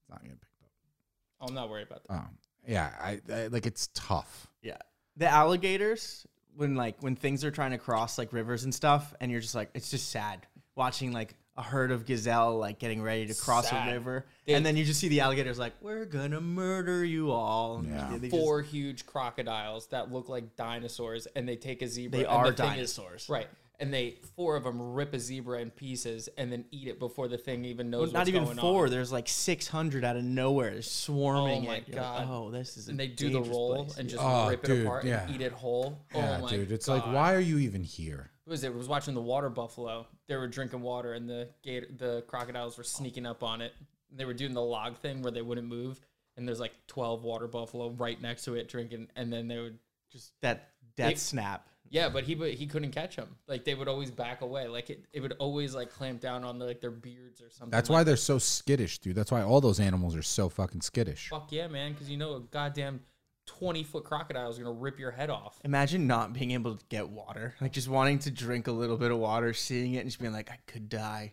Speaker 1: It's not gonna pick
Speaker 2: wolf. I'm not worried about that.
Speaker 1: up. Um, yeah, I, I like it's tough.
Speaker 3: Yeah. The alligators when like when things are trying to cross like rivers and stuff and you're just like it's just sad watching like a herd of gazelle like getting ready to cross
Speaker 2: Sad.
Speaker 3: a river
Speaker 2: They-
Speaker 3: and then you just see the alligators like we're going to murder you all. And
Speaker 1: Yeah.
Speaker 3: they just-
Speaker 2: Four huge crocodiles that look like dinosaurs, and they take a zebra.
Speaker 3: They
Speaker 2: and
Speaker 3: are
Speaker 2: the thing is-
Speaker 3: dinosaurs.
Speaker 2: right? And they four of them rip a zebra in pieces and then eat it before the thing even knows. what's
Speaker 3: not even
Speaker 2: going on.
Speaker 3: four. There's like 600 out of nowhere. They're swarming
Speaker 2: my
Speaker 3: it. You're like,
Speaker 2: God.
Speaker 3: oh, this is. A
Speaker 2: And they do the
Speaker 3: dangerous
Speaker 2: roll
Speaker 3: place."
Speaker 2: and just
Speaker 1: Oh,
Speaker 2: rip it
Speaker 1: dude,
Speaker 2: apart
Speaker 1: yeah.
Speaker 2: and eat it whole.
Speaker 1: Yeah,
Speaker 2: oh my
Speaker 1: dude, it's
Speaker 2: God.
Speaker 1: like, why are you even here?
Speaker 2: Who was it? I was watching the water buffalo. They were drinking water, and the gator, the crocodiles were sneaking up on it. They were doing the log thing where they wouldn't move, and there's like twelve water buffalo right next to it drinking, and then they would
Speaker 3: just that death
Speaker 2: It-
Speaker 3: snap.
Speaker 2: yeah, but he would- he couldn't catch them. Like they would always back away. Like it, it would always like clamp down on like their beards or something.
Speaker 1: That's
Speaker 2: like,
Speaker 1: why they're so skittish, dude. That's why all those animals are so fucking skittish.
Speaker 2: Fuck yeah, man! Because you know a goddamn twenty foot crocodile is gonna rip your head off.
Speaker 3: Imagine not being able to get water, like just wanting to drink a little bit of water, seeing it, and just being like, I could die.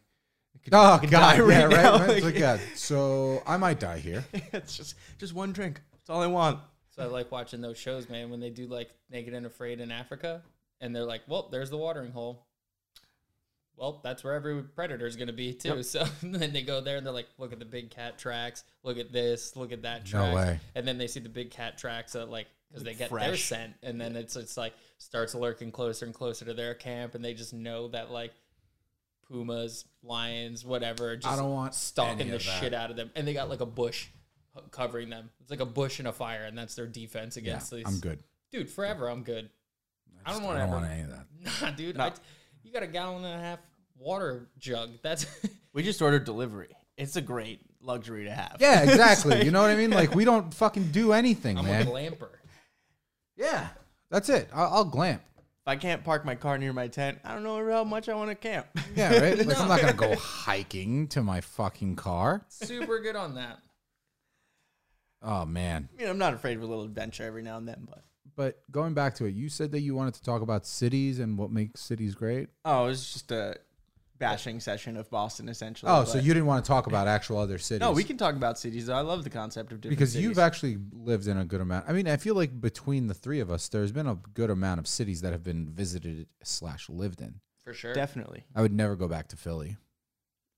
Speaker 3: I could
Speaker 1: Oh
Speaker 3: fucking
Speaker 1: god,
Speaker 3: die
Speaker 1: yeah, right.
Speaker 3: now.
Speaker 1: right? It's
Speaker 3: Like,
Speaker 1: like, yeah, so I might die here.
Speaker 3: it's just just one drink. That's all I want.
Speaker 2: So I like watching those shows, man. When they do like Naked and Afraid in Africa, and they're like, "Well, there's the watering hole." Well, that's where every predator's going to be too. So then they go there and they're like, "Look at the big cat tracks. Look at this. Look at that track."
Speaker 1: way.
Speaker 2: And then they see the big cat tracks that like because they get their
Speaker 3: fresh.
Speaker 2: scent, and then it's it's like starts lurking closer and closer to their camp, and they just know that like pumas, lions, whatever. are Just
Speaker 1: don't want any
Speaker 2: stalking the
Speaker 1: of that.
Speaker 2: shit out of them, and they got like a bush covering them. It's like a bush and a fire, and that's their defense
Speaker 1: Yeah,
Speaker 2: against these.
Speaker 1: I'm good.
Speaker 2: dude. Forever, I'm good. I,
Speaker 1: Just-
Speaker 2: don't want
Speaker 1: I
Speaker 2: to
Speaker 1: don't
Speaker 2: ever.
Speaker 1: want any of that.
Speaker 2: Nah, dude. I t- you got a gallon and a half water jug. That's
Speaker 3: We just ordered delivery. It's a great luxury to have.
Speaker 1: Yeah, exactly. you know what I mean? Like we don't fucking do anything,
Speaker 2: I'm a
Speaker 1: man.
Speaker 2: glamper.
Speaker 3: yeah.
Speaker 1: That's it. I'll, I'll glamp.
Speaker 3: If I can't park my car near my tent, I don't know how much I want to camp.
Speaker 1: Yeah, right. Like I'm not gonna go hiking to my fucking car.
Speaker 2: Super good on that.
Speaker 1: Oh man.
Speaker 3: I mean, I'm not afraid of a little adventure every now and then, but
Speaker 1: But going back to it, you said that you wanted to talk about cities and what makes cities great.
Speaker 3: oh, it's just a bashing session of Boston, essentially.
Speaker 1: Oh, so
Speaker 3: but-
Speaker 1: you didn't want to talk about actual other cities?
Speaker 3: No, we can talk about cities. Though. I love the concept of different
Speaker 1: because
Speaker 3: cities.
Speaker 1: you've actually lived in a good amount. I mean, I feel like between the three of us, there's been a good amount of cities that have been visited slash lived in.
Speaker 2: for sure.
Speaker 3: definitely
Speaker 1: I would never go back to Philly.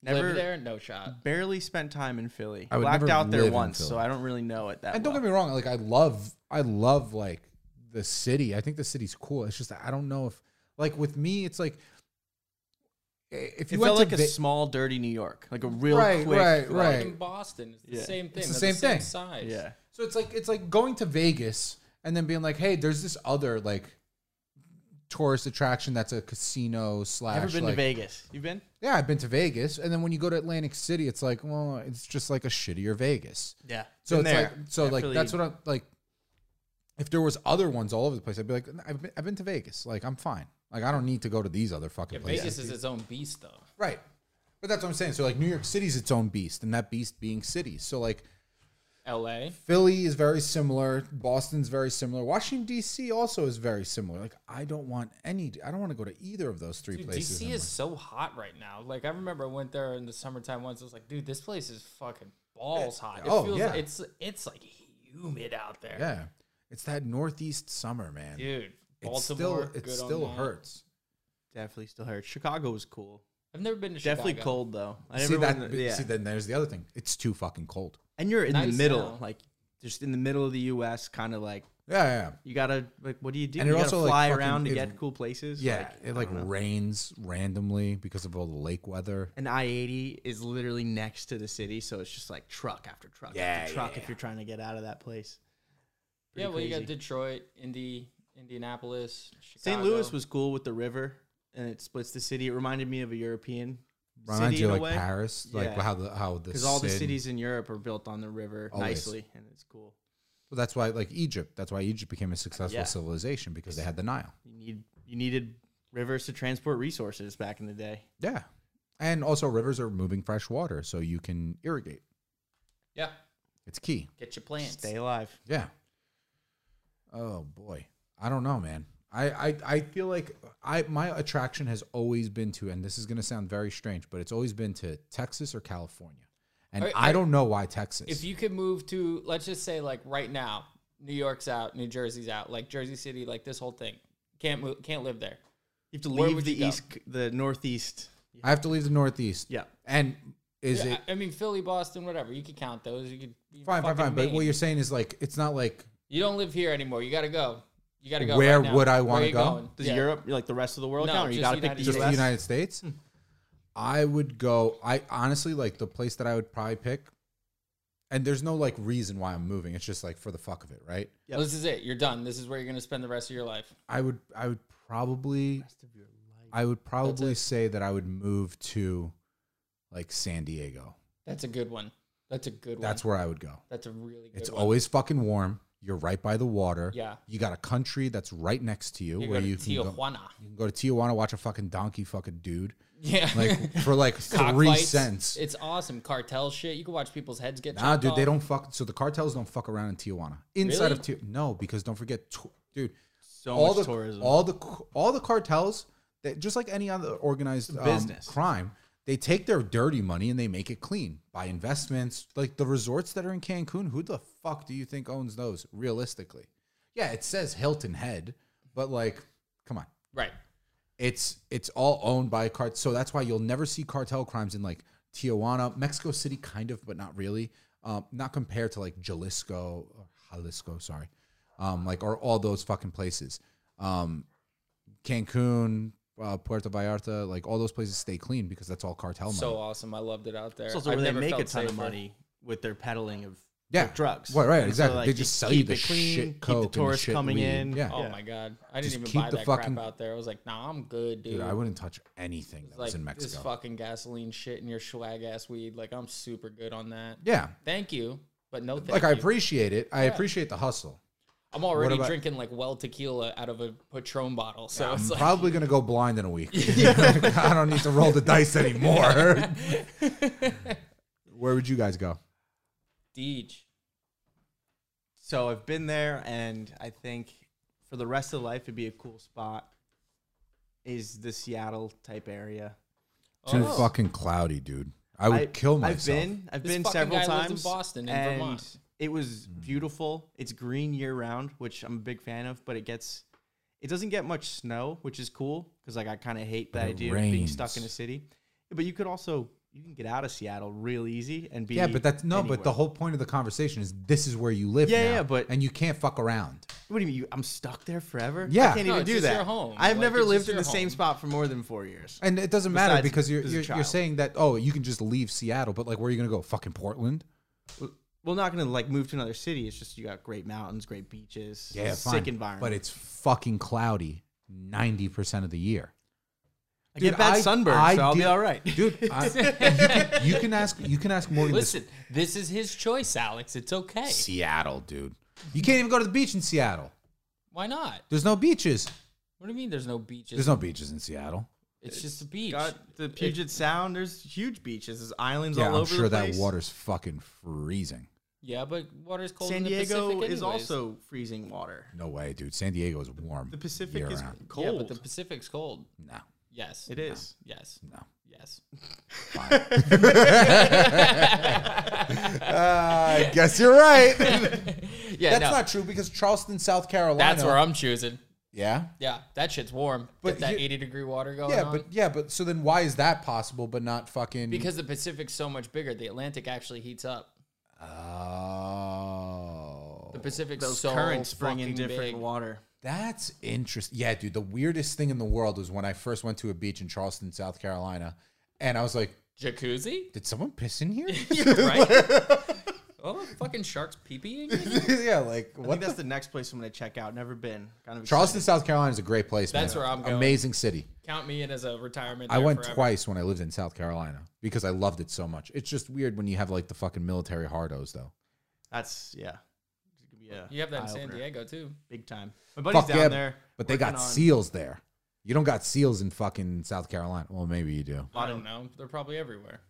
Speaker 2: Live
Speaker 3: never
Speaker 2: there, no shot.
Speaker 3: barely spent time in Philly.
Speaker 1: I would
Speaker 3: Blacked
Speaker 1: never
Speaker 3: out
Speaker 1: live
Speaker 3: there
Speaker 1: in
Speaker 3: once, so
Speaker 1: Philly.
Speaker 3: I don't really know it that.
Speaker 1: And don't
Speaker 3: well.
Speaker 1: get me wrong, like I love, I love like the city. I think the city's cool. It's just I don't know if, like with me, it's like i- if you
Speaker 3: It
Speaker 1: went
Speaker 3: felt
Speaker 1: to
Speaker 3: like a
Speaker 1: Vi-
Speaker 3: small, dirty New York, like a real
Speaker 1: Right,
Speaker 3: quick,
Speaker 1: right,
Speaker 3: like-
Speaker 1: right.
Speaker 2: In Boston, it's the
Speaker 3: Yeah.
Speaker 2: same thing.
Speaker 1: It's the
Speaker 2: They're
Speaker 1: same thing.
Speaker 2: Size.
Speaker 3: Yeah,
Speaker 1: so it's like it's like going to Vegas and then being like, hey, there's this other like tourist attraction that's a casino slash.
Speaker 3: ever been
Speaker 1: like-
Speaker 3: to Vegas? You've been?
Speaker 1: Yeah, I've been to Vegas, and then when you go to Atlantic City, it's like, well, it's just like a shittier Vegas.
Speaker 3: Yeah.
Speaker 1: So
Speaker 3: been
Speaker 1: it's
Speaker 3: there.
Speaker 1: like, so like
Speaker 3: Definitely-
Speaker 1: that's what I'm like. If there was other ones all over the place, I'd be like, I've been, I've been to Vegas. Like I'm fine. Like I don't need to go to these other fucking
Speaker 2: Yeah,
Speaker 1: places.
Speaker 2: Vegas is its own beast, though.
Speaker 1: right. But that's what I'm saying. So like New York City's its own beast, and that beast being cities. So like
Speaker 2: L.A.
Speaker 1: Philly is very similar. Boston's very similar. Washington D.C. also is very similar. Like I don't want any. I don't want to go to either of those three
Speaker 2: Dude,
Speaker 1: places.
Speaker 2: DC
Speaker 1: in
Speaker 2: is
Speaker 1: my-
Speaker 2: so hot right now. Like I remember I went there in the summertime once. I was like, dude, this place is fucking balls hot. It
Speaker 1: Oh,
Speaker 2: feels
Speaker 1: yeah.
Speaker 2: like it's it's like humid out there.
Speaker 1: yeah. It's that northeast summer, man.
Speaker 2: Dude,
Speaker 1: It's
Speaker 2: Baltimore
Speaker 1: still it
Speaker 2: good on
Speaker 1: still
Speaker 2: that.
Speaker 1: hurts.
Speaker 3: Definitely still hurt. Chicago was cool.
Speaker 2: I've never been to
Speaker 3: Definitely
Speaker 2: Chicago.
Speaker 3: cold though. I
Speaker 1: see
Speaker 3: never
Speaker 1: that?
Speaker 3: went-
Speaker 1: but
Speaker 3: yeah.
Speaker 1: See, then there's the other thing. It's too fucking cold.
Speaker 3: and you're in
Speaker 2: Nice
Speaker 3: the middle,
Speaker 2: now.
Speaker 3: like just in the middle of the U.S., kind of like
Speaker 1: Yeah, yeah,
Speaker 3: you gotta like what do you do?
Speaker 1: And
Speaker 3: you
Speaker 1: it
Speaker 3: gotta
Speaker 1: also, like,
Speaker 3: fly
Speaker 1: fucking-
Speaker 3: around to
Speaker 1: it-
Speaker 3: get cool places.
Speaker 1: yeah.
Speaker 3: Like,
Speaker 1: it like
Speaker 3: I don't know.
Speaker 1: rains randomly because of all the lake weather.
Speaker 3: and I eighty is literally next to the city, so it's just like truck after truck
Speaker 1: Yeah, yeah,
Speaker 3: after truck
Speaker 1: yeah.
Speaker 3: if you're trying to get out of that place.
Speaker 2: Yeah, well, you got
Speaker 3: crazy.
Speaker 2: Detroit, Indy, Indianapolis, Chicago.
Speaker 3: St. Louis was cool with the river, and it splits the city. It reminded me of a European
Speaker 1: Reminds
Speaker 3: city
Speaker 1: you
Speaker 3: in
Speaker 1: like
Speaker 3: a way.
Speaker 1: Paris, like
Speaker 3: Yeah.
Speaker 1: how the how the
Speaker 3: because all the
Speaker 1: Seine-
Speaker 3: cities in Europe are built on the river
Speaker 1: Always.
Speaker 3: nicely, and it's cool.
Speaker 1: Well, that's why like Egypt. That's why Egypt became a successful
Speaker 3: Yeah.
Speaker 1: civilization because they had the Nile.
Speaker 3: You need you needed rivers to transport resources back in the day.
Speaker 1: Yeah, and also rivers are moving fresh water, so you can irrigate.
Speaker 2: Yeah,
Speaker 1: It's key.
Speaker 2: get your plants.
Speaker 3: Stay alive.
Speaker 1: Yeah. Oh boy, I don't know, man. I, I I feel like I my attraction has always been to, and this is gonna sound very strange, but it's always been to Texas or California, and
Speaker 2: Are-
Speaker 1: I
Speaker 2: are-
Speaker 1: don't know why Texas.
Speaker 2: If you could move to, let's just say, like right now, New York's out, New Jersey's out, like Jersey City, like this whole thing, can't move, can't live there.
Speaker 3: You have to
Speaker 2: Where
Speaker 3: leave
Speaker 2: would
Speaker 3: the
Speaker 2: you go?
Speaker 3: east, c- the northeast.
Speaker 1: I have to leave the Northeast.
Speaker 3: Yeah.
Speaker 1: And is
Speaker 2: Yeah,
Speaker 1: it
Speaker 2: I I mean, Philly, Boston, whatever. You could count those. You could you
Speaker 1: fine, fine,
Speaker 2: fucking
Speaker 1: fine? But
Speaker 2: Maine.
Speaker 1: what you're saying is like it's not like
Speaker 2: you don't live here anymore. You got to go. You got to go.
Speaker 1: Where
Speaker 2: right now.
Speaker 1: would I
Speaker 2: Where
Speaker 1: wanna
Speaker 2: you
Speaker 1: go?
Speaker 2: going?
Speaker 3: Does
Speaker 2: Yeah.
Speaker 3: Europe, like the rest of the world,
Speaker 2: No,
Speaker 3: count? Or you
Speaker 2: just
Speaker 3: got to pick
Speaker 2: United
Speaker 3: the
Speaker 1: just the
Speaker 2: States.
Speaker 3: U.S.
Speaker 1: United States.
Speaker 2: Hmm.
Speaker 1: I would go. I honestly like the place that I would probably pick, and there's no like reason why I'm moving. It's just like for the fuck of it, right?
Speaker 3: Yep.
Speaker 2: Well, this is it. You're done. This is where you're going to spend the rest of your life.
Speaker 1: I would I would probably I would probably say that I would move to like San Diego.
Speaker 2: That's a good one. That's a good
Speaker 1: That's
Speaker 2: one.
Speaker 1: where I would go.
Speaker 2: That's a really good
Speaker 1: It's
Speaker 2: one.
Speaker 1: always fucking warm. You're right by the water.
Speaker 2: Yeah.
Speaker 1: You got a country that's right next to you
Speaker 2: You
Speaker 1: where
Speaker 2: go to
Speaker 1: you can go,
Speaker 2: Tijuana.
Speaker 1: you can go to Tijuana, watch a fucking donkey fuck a dude.
Speaker 2: Yeah.
Speaker 1: Like for like three
Speaker 2: Cockfights.
Speaker 1: cents.
Speaker 2: It's awesome. Cartel shit. You can watch people's heads get
Speaker 1: Nah,
Speaker 2: chopped
Speaker 1: dude, they
Speaker 2: off.
Speaker 1: don't fuck. So the cartels don't fuck around in Tijuana. Inside of
Speaker 2: Really?
Speaker 1: Tijuana. No, because don't forget, tw- dude,
Speaker 3: So
Speaker 1: all
Speaker 3: much
Speaker 1: the
Speaker 3: tourism.
Speaker 1: all the all the cartels that just like any other organized um,
Speaker 3: business.
Speaker 1: crime they take their dirty money and they make it clean by investments like the resorts that are in cancun who the fuck do you think owns those realistically yeah it says hilton head but like come on
Speaker 2: Right.
Speaker 1: it's it's all owned by cart so that's why you'll never see cartel crimes in like tijuana mexico city kind of but not really um, not compared to like jalisco or jalisco sorry um, like or all those fucking places um, cancun uh, puerto vallarta like all those places stay clean because that's all cartel money
Speaker 2: So awesome. I loved it out there.
Speaker 3: It's also
Speaker 2: I've
Speaker 3: where they
Speaker 2: never
Speaker 3: make a
Speaker 2: felt
Speaker 3: ton of
Speaker 2: safer.
Speaker 3: money with their peddling of
Speaker 1: Yeah.
Speaker 3: drugs.
Speaker 1: Right, right,
Speaker 3: And so,
Speaker 1: exactly.
Speaker 3: like,
Speaker 1: They just sell you
Speaker 3: keep
Speaker 1: the
Speaker 3: it clean,
Speaker 1: shit
Speaker 3: keep
Speaker 1: coke
Speaker 3: the
Speaker 1: and the
Speaker 3: tourists
Speaker 1: shit
Speaker 3: coming
Speaker 1: weed.
Speaker 3: in.
Speaker 1: Yeah.
Speaker 2: Oh my god. I
Speaker 1: Just
Speaker 2: didn't even
Speaker 1: keep
Speaker 2: buy
Speaker 1: the
Speaker 2: that
Speaker 1: fucking-
Speaker 2: crap out there. I was like, nah, I'm good, dude.
Speaker 1: dude i wouldn't touch anything that
Speaker 2: uh, like
Speaker 1: was in
Speaker 2: this
Speaker 1: mexico
Speaker 2: fucking gasoline shit and your swag ass weed. Like I'm super good on that.
Speaker 1: yeah
Speaker 2: Thank you, but no thank
Speaker 1: like i
Speaker 2: you.
Speaker 1: appreciate it i appreciate the hustle
Speaker 2: I'm already
Speaker 1: about-
Speaker 2: drinking like well tequila out of a Patron bottle, so it's
Speaker 1: I'm
Speaker 2: like
Speaker 1: probably gonna go blind in a week. I don't need to roll the dice anymore. Where would you guys go?
Speaker 2: Deej.
Speaker 3: So I've been there, and I think for the rest of life, it'd be a cool spot. Is the Seattle type area?
Speaker 1: Too
Speaker 2: Oh.
Speaker 1: fucking cloudy, dude. I would kill myself.
Speaker 3: I've been, I've
Speaker 2: This
Speaker 3: been
Speaker 2: fucking
Speaker 3: several
Speaker 2: guy lives in
Speaker 3: times
Speaker 2: Boston, in
Speaker 3: and
Speaker 2: Vermont.
Speaker 3: It was
Speaker 1: Hmm.
Speaker 3: beautiful. It's green year round, which I'm a big fan of. But it gets, it doesn't get much snow, which is cool because like I kind of hate that
Speaker 1: it
Speaker 3: idea of being stuck in a
Speaker 1: rains.
Speaker 3: city. But you could also you can get out of Seattle real easy and be
Speaker 1: yeah, but that's no. But the
Speaker 3: anywhere.
Speaker 1: whole point of the conversation is this is where you live.
Speaker 3: Yeah,
Speaker 1: now,
Speaker 3: yeah, but-
Speaker 1: and you can't fuck around.
Speaker 3: what do you mean? You, I'm stuck there forever.
Speaker 1: Yeah.
Speaker 3: I can't
Speaker 1: No,
Speaker 3: even
Speaker 2: it's
Speaker 3: do
Speaker 2: just
Speaker 3: that.
Speaker 2: your home.
Speaker 3: I've
Speaker 2: Like,
Speaker 3: never
Speaker 2: it's
Speaker 3: lived
Speaker 2: just
Speaker 3: in the
Speaker 2: your
Speaker 3: same
Speaker 2: home.
Speaker 3: spot for more than four years.
Speaker 1: And it doesn't matter
Speaker 3: Besides,
Speaker 1: because you're
Speaker 3: as a
Speaker 1: you're, you're
Speaker 3: child.
Speaker 1: saying that oh you can just leave Seattle, but like where are you gonna go? Fucking Portland.
Speaker 3: Well, not gonna like move to another city. It's just you got great mountains, great beaches,
Speaker 1: Yeah,
Speaker 3: sick
Speaker 1: fine.
Speaker 3: environment.
Speaker 1: But it's fucking cloudy ninety percent of the year.
Speaker 3: I
Speaker 1: Dude,
Speaker 3: get bad
Speaker 1: I-
Speaker 3: sunburn,
Speaker 1: I
Speaker 3: so I'll be
Speaker 1: did-
Speaker 3: all right.
Speaker 1: dude. I, you, can, you can ask. You can ask Morgan. this-
Speaker 2: Listen, this is his choice, Alex. It's okay.
Speaker 1: Seattle, dude. You can't even go to the beach in Seattle.
Speaker 2: Why not?
Speaker 1: There's no beaches.
Speaker 2: What do you mean? There's no beaches.
Speaker 1: There's no beaches in Seattle.
Speaker 2: it's just a beach.
Speaker 3: Got the Puget Sound. There's huge beaches. There's islands
Speaker 1: Yeah,
Speaker 3: all
Speaker 1: I'm
Speaker 3: over
Speaker 1: sure
Speaker 3: the
Speaker 1: that
Speaker 3: place.
Speaker 1: water's fucking freezing.
Speaker 2: Yeah, but water's cold.
Speaker 3: San
Speaker 2: in the Pacific
Speaker 3: Diego
Speaker 2: anyways.
Speaker 3: is also freezing water.
Speaker 1: No way, dude. San Diego is warm.
Speaker 3: The Pacific
Speaker 1: year
Speaker 3: is
Speaker 1: round.
Speaker 3: cold.
Speaker 2: Yeah, but the Pacific's cold.
Speaker 1: No,
Speaker 2: Yes.
Speaker 3: it is.
Speaker 2: Yes.
Speaker 1: no.
Speaker 2: Yes.
Speaker 1: I guess you're right. That's
Speaker 2: Yeah. no,
Speaker 1: not true because Charleston, South Carolina.
Speaker 2: that's where I'm choosing.
Speaker 1: Yeah.
Speaker 2: Yeah, that shit's warm.
Speaker 1: But
Speaker 2: But that
Speaker 1: you-
Speaker 2: 80 degree water going
Speaker 1: Yeah,
Speaker 2: on.
Speaker 1: but yeah, but so then why is that possible but not fucking
Speaker 2: because the Pacific's so much bigger, the Atlantic actually heats up.
Speaker 1: Oh.
Speaker 2: The Pacific's
Speaker 3: Those
Speaker 2: so
Speaker 3: currents bring in
Speaker 2: fucking
Speaker 3: different
Speaker 2: big.
Speaker 3: water.
Speaker 1: That's interesting. Yeah, dude, the weirdest thing in the world was when I first went to a beach in Charleston, South Carolina, and I was like,
Speaker 2: Jacuzzi?
Speaker 1: did someone piss in here?
Speaker 2: right? oh, fucking sharks peeing?
Speaker 1: yeah, like
Speaker 3: I think
Speaker 1: what the
Speaker 3: that's the next place I'm gonna check out. Never been. Kind of
Speaker 1: Charleston, South Carolina is a great place.
Speaker 2: That's
Speaker 1: man.
Speaker 2: where I'm going.
Speaker 1: Amazing city.
Speaker 2: Count me in as a retirement.
Speaker 1: I
Speaker 2: there
Speaker 1: went
Speaker 2: forever.
Speaker 1: twice when I lived in South Carolina because I loved it so much. It's just weird when you have like the fucking military hardos though.
Speaker 3: That's yeah. It could be a
Speaker 2: You have that in San
Speaker 3: eye-opener.
Speaker 2: Diego too.
Speaker 3: Big time. My buddy's
Speaker 1: Fuck
Speaker 3: down
Speaker 1: yeah,
Speaker 3: there.
Speaker 1: but they got
Speaker 3: working on
Speaker 1: seals there. You don't got seals in fucking South Carolina. Well, maybe you do.
Speaker 2: I don't know. They're probably everywhere.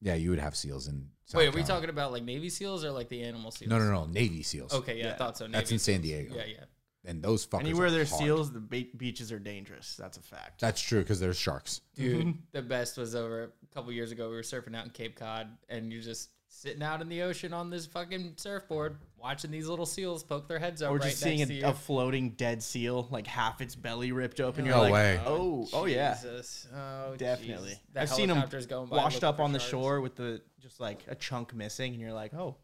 Speaker 1: Yeah, you would have seals in. South
Speaker 2: Wait, are we
Speaker 1: Carolina.
Speaker 2: talking about like Navy SEALs or like the animal SEALs?
Speaker 1: No, no, no. Navy seals.
Speaker 2: Okay, yeah, I thought so. Navy
Speaker 1: That's in San
Speaker 2: SEALs.
Speaker 1: Diego.
Speaker 2: Yeah, yeah.
Speaker 1: And those fuckers.
Speaker 3: Anywhere
Speaker 1: are
Speaker 3: there's
Speaker 1: hard.
Speaker 3: seals, the be- beaches are dangerous. That's a fact.
Speaker 1: That's true because there's sharks.
Speaker 2: Dude, the best was over a couple years ago. We were surfing out in Cape Cod, and you're just sitting out in the ocean on this fucking surfboard, watching these little seals poke their heads out.
Speaker 3: We're
Speaker 2: right
Speaker 3: just seeing
Speaker 2: next to
Speaker 3: a,
Speaker 2: you.
Speaker 3: a floating dead seal, like half its belly ripped open. You're
Speaker 1: No
Speaker 3: like,
Speaker 1: way.
Speaker 3: oh, oh yeah.
Speaker 2: Jesus. Oh,
Speaker 3: Definitely.
Speaker 2: jeez. The
Speaker 3: I've seen them
Speaker 2: helicopters going by
Speaker 3: washed
Speaker 2: looking
Speaker 3: up
Speaker 2: for
Speaker 3: on the
Speaker 2: sharks.
Speaker 3: shore with the just like a chunk missing, and you're like, oh,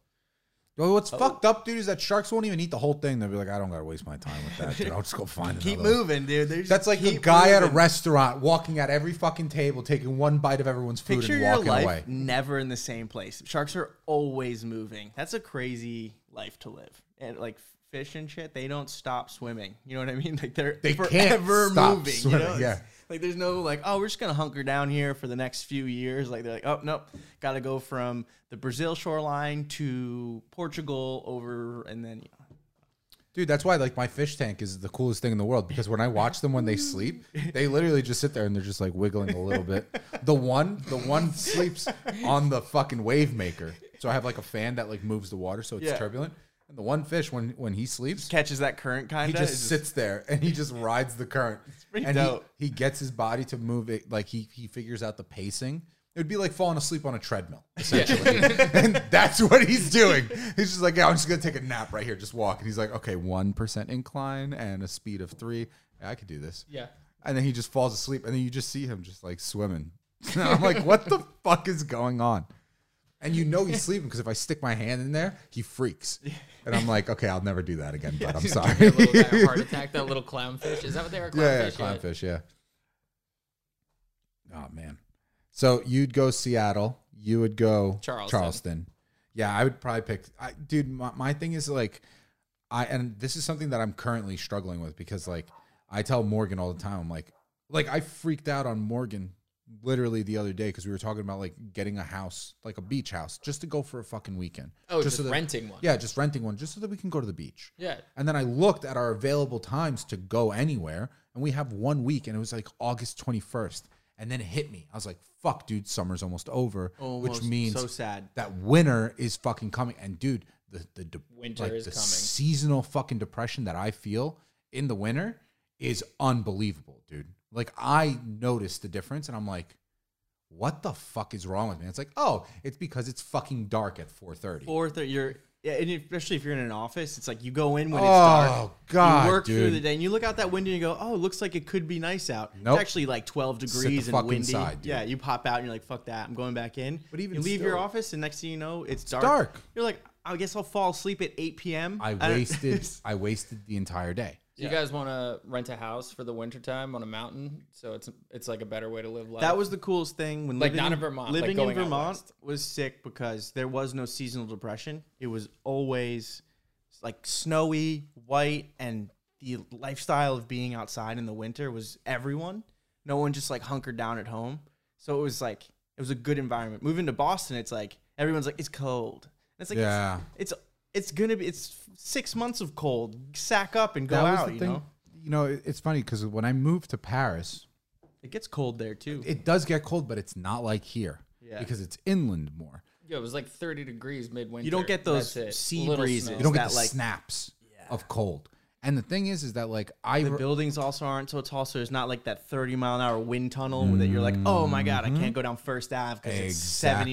Speaker 1: Well, what's fucked up, dude, is that sharks won't even eat the whole thing. They'll be like, I don't gotta waste my time with that. Dude. I'll just go find
Speaker 3: keep
Speaker 1: another one."
Speaker 3: moving, dude. They just
Speaker 1: That's like the
Speaker 3: keep
Speaker 1: guy at a
Speaker 3: moving.
Speaker 1: restaurant walking at every fucking table, taking one bite of everyone's food
Speaker 3: Picture
Speaker 1: and
Speaker 3: your
Speaker 1: walking
Speaker 3: life
Speaker 1: away.
Speaker 3: never in the same place. Sharks are always moving. That's a crazy life to live. And like fish and shit, they don't stop swimming. You know what I mean? Like they're
Speaker 1: They can't
Speaker 3: forever
Speaker 1: stop
Speaker 3: moving.
Speaker 1: swimming,
Speaker 3: you know? It's-
Speaker 1: yeah.
Speaker 3: Like there's no like, oh, we're just gonna hunker down here for the next few years. Like they're like, oh nope, gotta go from the Brazil shoreline to Portugal over, and then you know,
Speaker 1: Dude, that's why like my fish tank is the coolest thing in the world because when I watch them when they sleep, they literally just sit there and they're just like wiggling a little bit. The one, the one sleeps on the fucking wave maker. So I have like a fan that like moves the water so it's
Speaker 3: Yeah.
Speaker 1: turbulent. And the one fish when when he sleeps,
Speaker 3: catches that current kind
Speaker 1: he
Speaker 3: of.
Speaker 1: just sits there and he just rides the current.
Speaker 3: pretty
Speaker 1: and
Speaker 3: dope.
Speaker 1: He, he gets his body to move it like he he figures out the pacing. It would be like falling asleep on a treadmill, essentially. and that's what he's doing. He's just like, yeah, I'm just gonna take a nap right here, just walk. And he's like, okay, one percent incline and a speed of three. Yeah, I could do this.
Speaker 2: Yeah.
Speaker 1: And then he just falls asleep, and then you just see him just like swimming. And I'm like, what the fuck is going on? And you know he's sleeping because if I stick my hand in there, he freaks. And I'm like, okay, I'll never do that again. But I'm sorry.
Speaker 2: That little guy had a heart attack. That little clownfish. Is that what they were? Clownfish.
Speaker 1: yeah, yeah, clownfish, yeah. Oh man. So you'd go Seattle. You would go
Speaker 2: Charleston.
Speaker 1: Charleston. Yeah, I would probably pick. I, dude, my, my thing is like, I and this is something that I'm currently struggling with because like I tell Morgan all the time, I'm like, like I freaked out on Morgan literally the other day because we were talking about like getting a house, like a beach house, just to go for a fucking weekend.
Speaker 2: Oh, just,
Speaker 1: so that-
Speaker 2: renting one.
Speaker 1: Yeah, just renting one, just so that we can go to the beach.
Speaker 2: Yeah.
Speaker 1: And then I looked at our available times to go anywhere, and we have one week, and it was like August 21st. And then it hit me. I was like, fuck, dude, summer's almost over, which
Speaker 3: Almost.
Speaker 1: means
Speaker 3: so sad.
Speaker 1: that winter is fucking coming. And dude, the, the de-
Speaker 2: Winter
Speaker 1: like,
Speaker 2: is
Speaker 1: the
Speaker 2: coming.
Speaker 1: seasonal fucking depression that I feel in the winter is unbelievable, dude. Like, I noticed the difference, and I'm like, what the fuck is wrong with me? It's like, oh, it's because it's fucking dark at 4:30.
Speaker 3: Or that you're, yeah, and especially if you're in an office, it's like you go in when it's dark.
Speaker 1: Oh god,
Speaker 3: you work
Speaker 1: dude.
Speaker 3: through the day and you look out that window and you go, "Oh, it looks like it could be nice out."
Speaker 1: Nope.
Speaker 3: It's actually like 12 degrees
Speaker 1: fuck
Speaker 3: and windy.
Speaker 1: inside, dude.
Speaker 3: yeah, you pop out and you're like, "Fuck that, I'm going back in."
Speaker 1: But even
Speaker 3: you leave your
Speaker 1: still-
Speaker 3: office and next thing you know, it's, dark.
Speaker 1: dark.
Speaker 3: You're like, "I guess I'll fall asleep at 8 p.m."
Speaker 1: I
Speaker 3: don't-
Speaker 1: wasted I wasted the entire day.
Speaker 2: You guys want to rent a house for the wintertime on a mountain, so it's it's like a better way to live life.
Speaker 3: that was the coolest thing when
Speaker 2: Like,
Speaker 3: living
Speaker 2: not in Vermont, like,
Speaker 3: Living
Speaker 2: going
Speaker 3: in
Speaker 2: out
Speaker 3: Vermont
Speaker 2: west.
Speaker 3: was sick because there was no seasonal depression. It was always like snowy, white, and the lifestyle of being outside in the winter was everyone. No one just like hunkered down at home. So it was like it was a good environment. Moving to Boston, it's like everyone's like it's cold. And it's like
Speaker 1: Yeah.
Speaker 3: it's, it's it's gonna be it's six months of cold. Sack up and go
Speaker 1: that was
Speaker 3: out.
Speaker 1: the
Speaker 3: You
Speaker 1: thing.
Speaker 3: know,
Speaker 1: You know, it- it's funny because when I moved to Paris,
Speaker 3: it gets cold there too.
Speaker 1: it does get cold, but it's not like here
Speaker 3: Yeah.
Speaker 1: because it's inland more.
Speaker 2: yeah, it was like 30 degrees midwinter.
Speaker 3: You don't get those
Speaker 2: That's it.
Speaker 3: sea
Speaker 2: Little
Speaker 3: breezes.
Speaker 2: snow.
Speaker 1: You don't get
Speaker 3: that,
Speaker 1: the
Speaker 3: like-
Speaker 1: snaps of cold. And the thing is, is that like I
Speaker 3: The buildings also aren't so tall, so it's not like that 30 mile an hour wind tunnel that you're like, oh my God, I can't go down First Ave because it's 70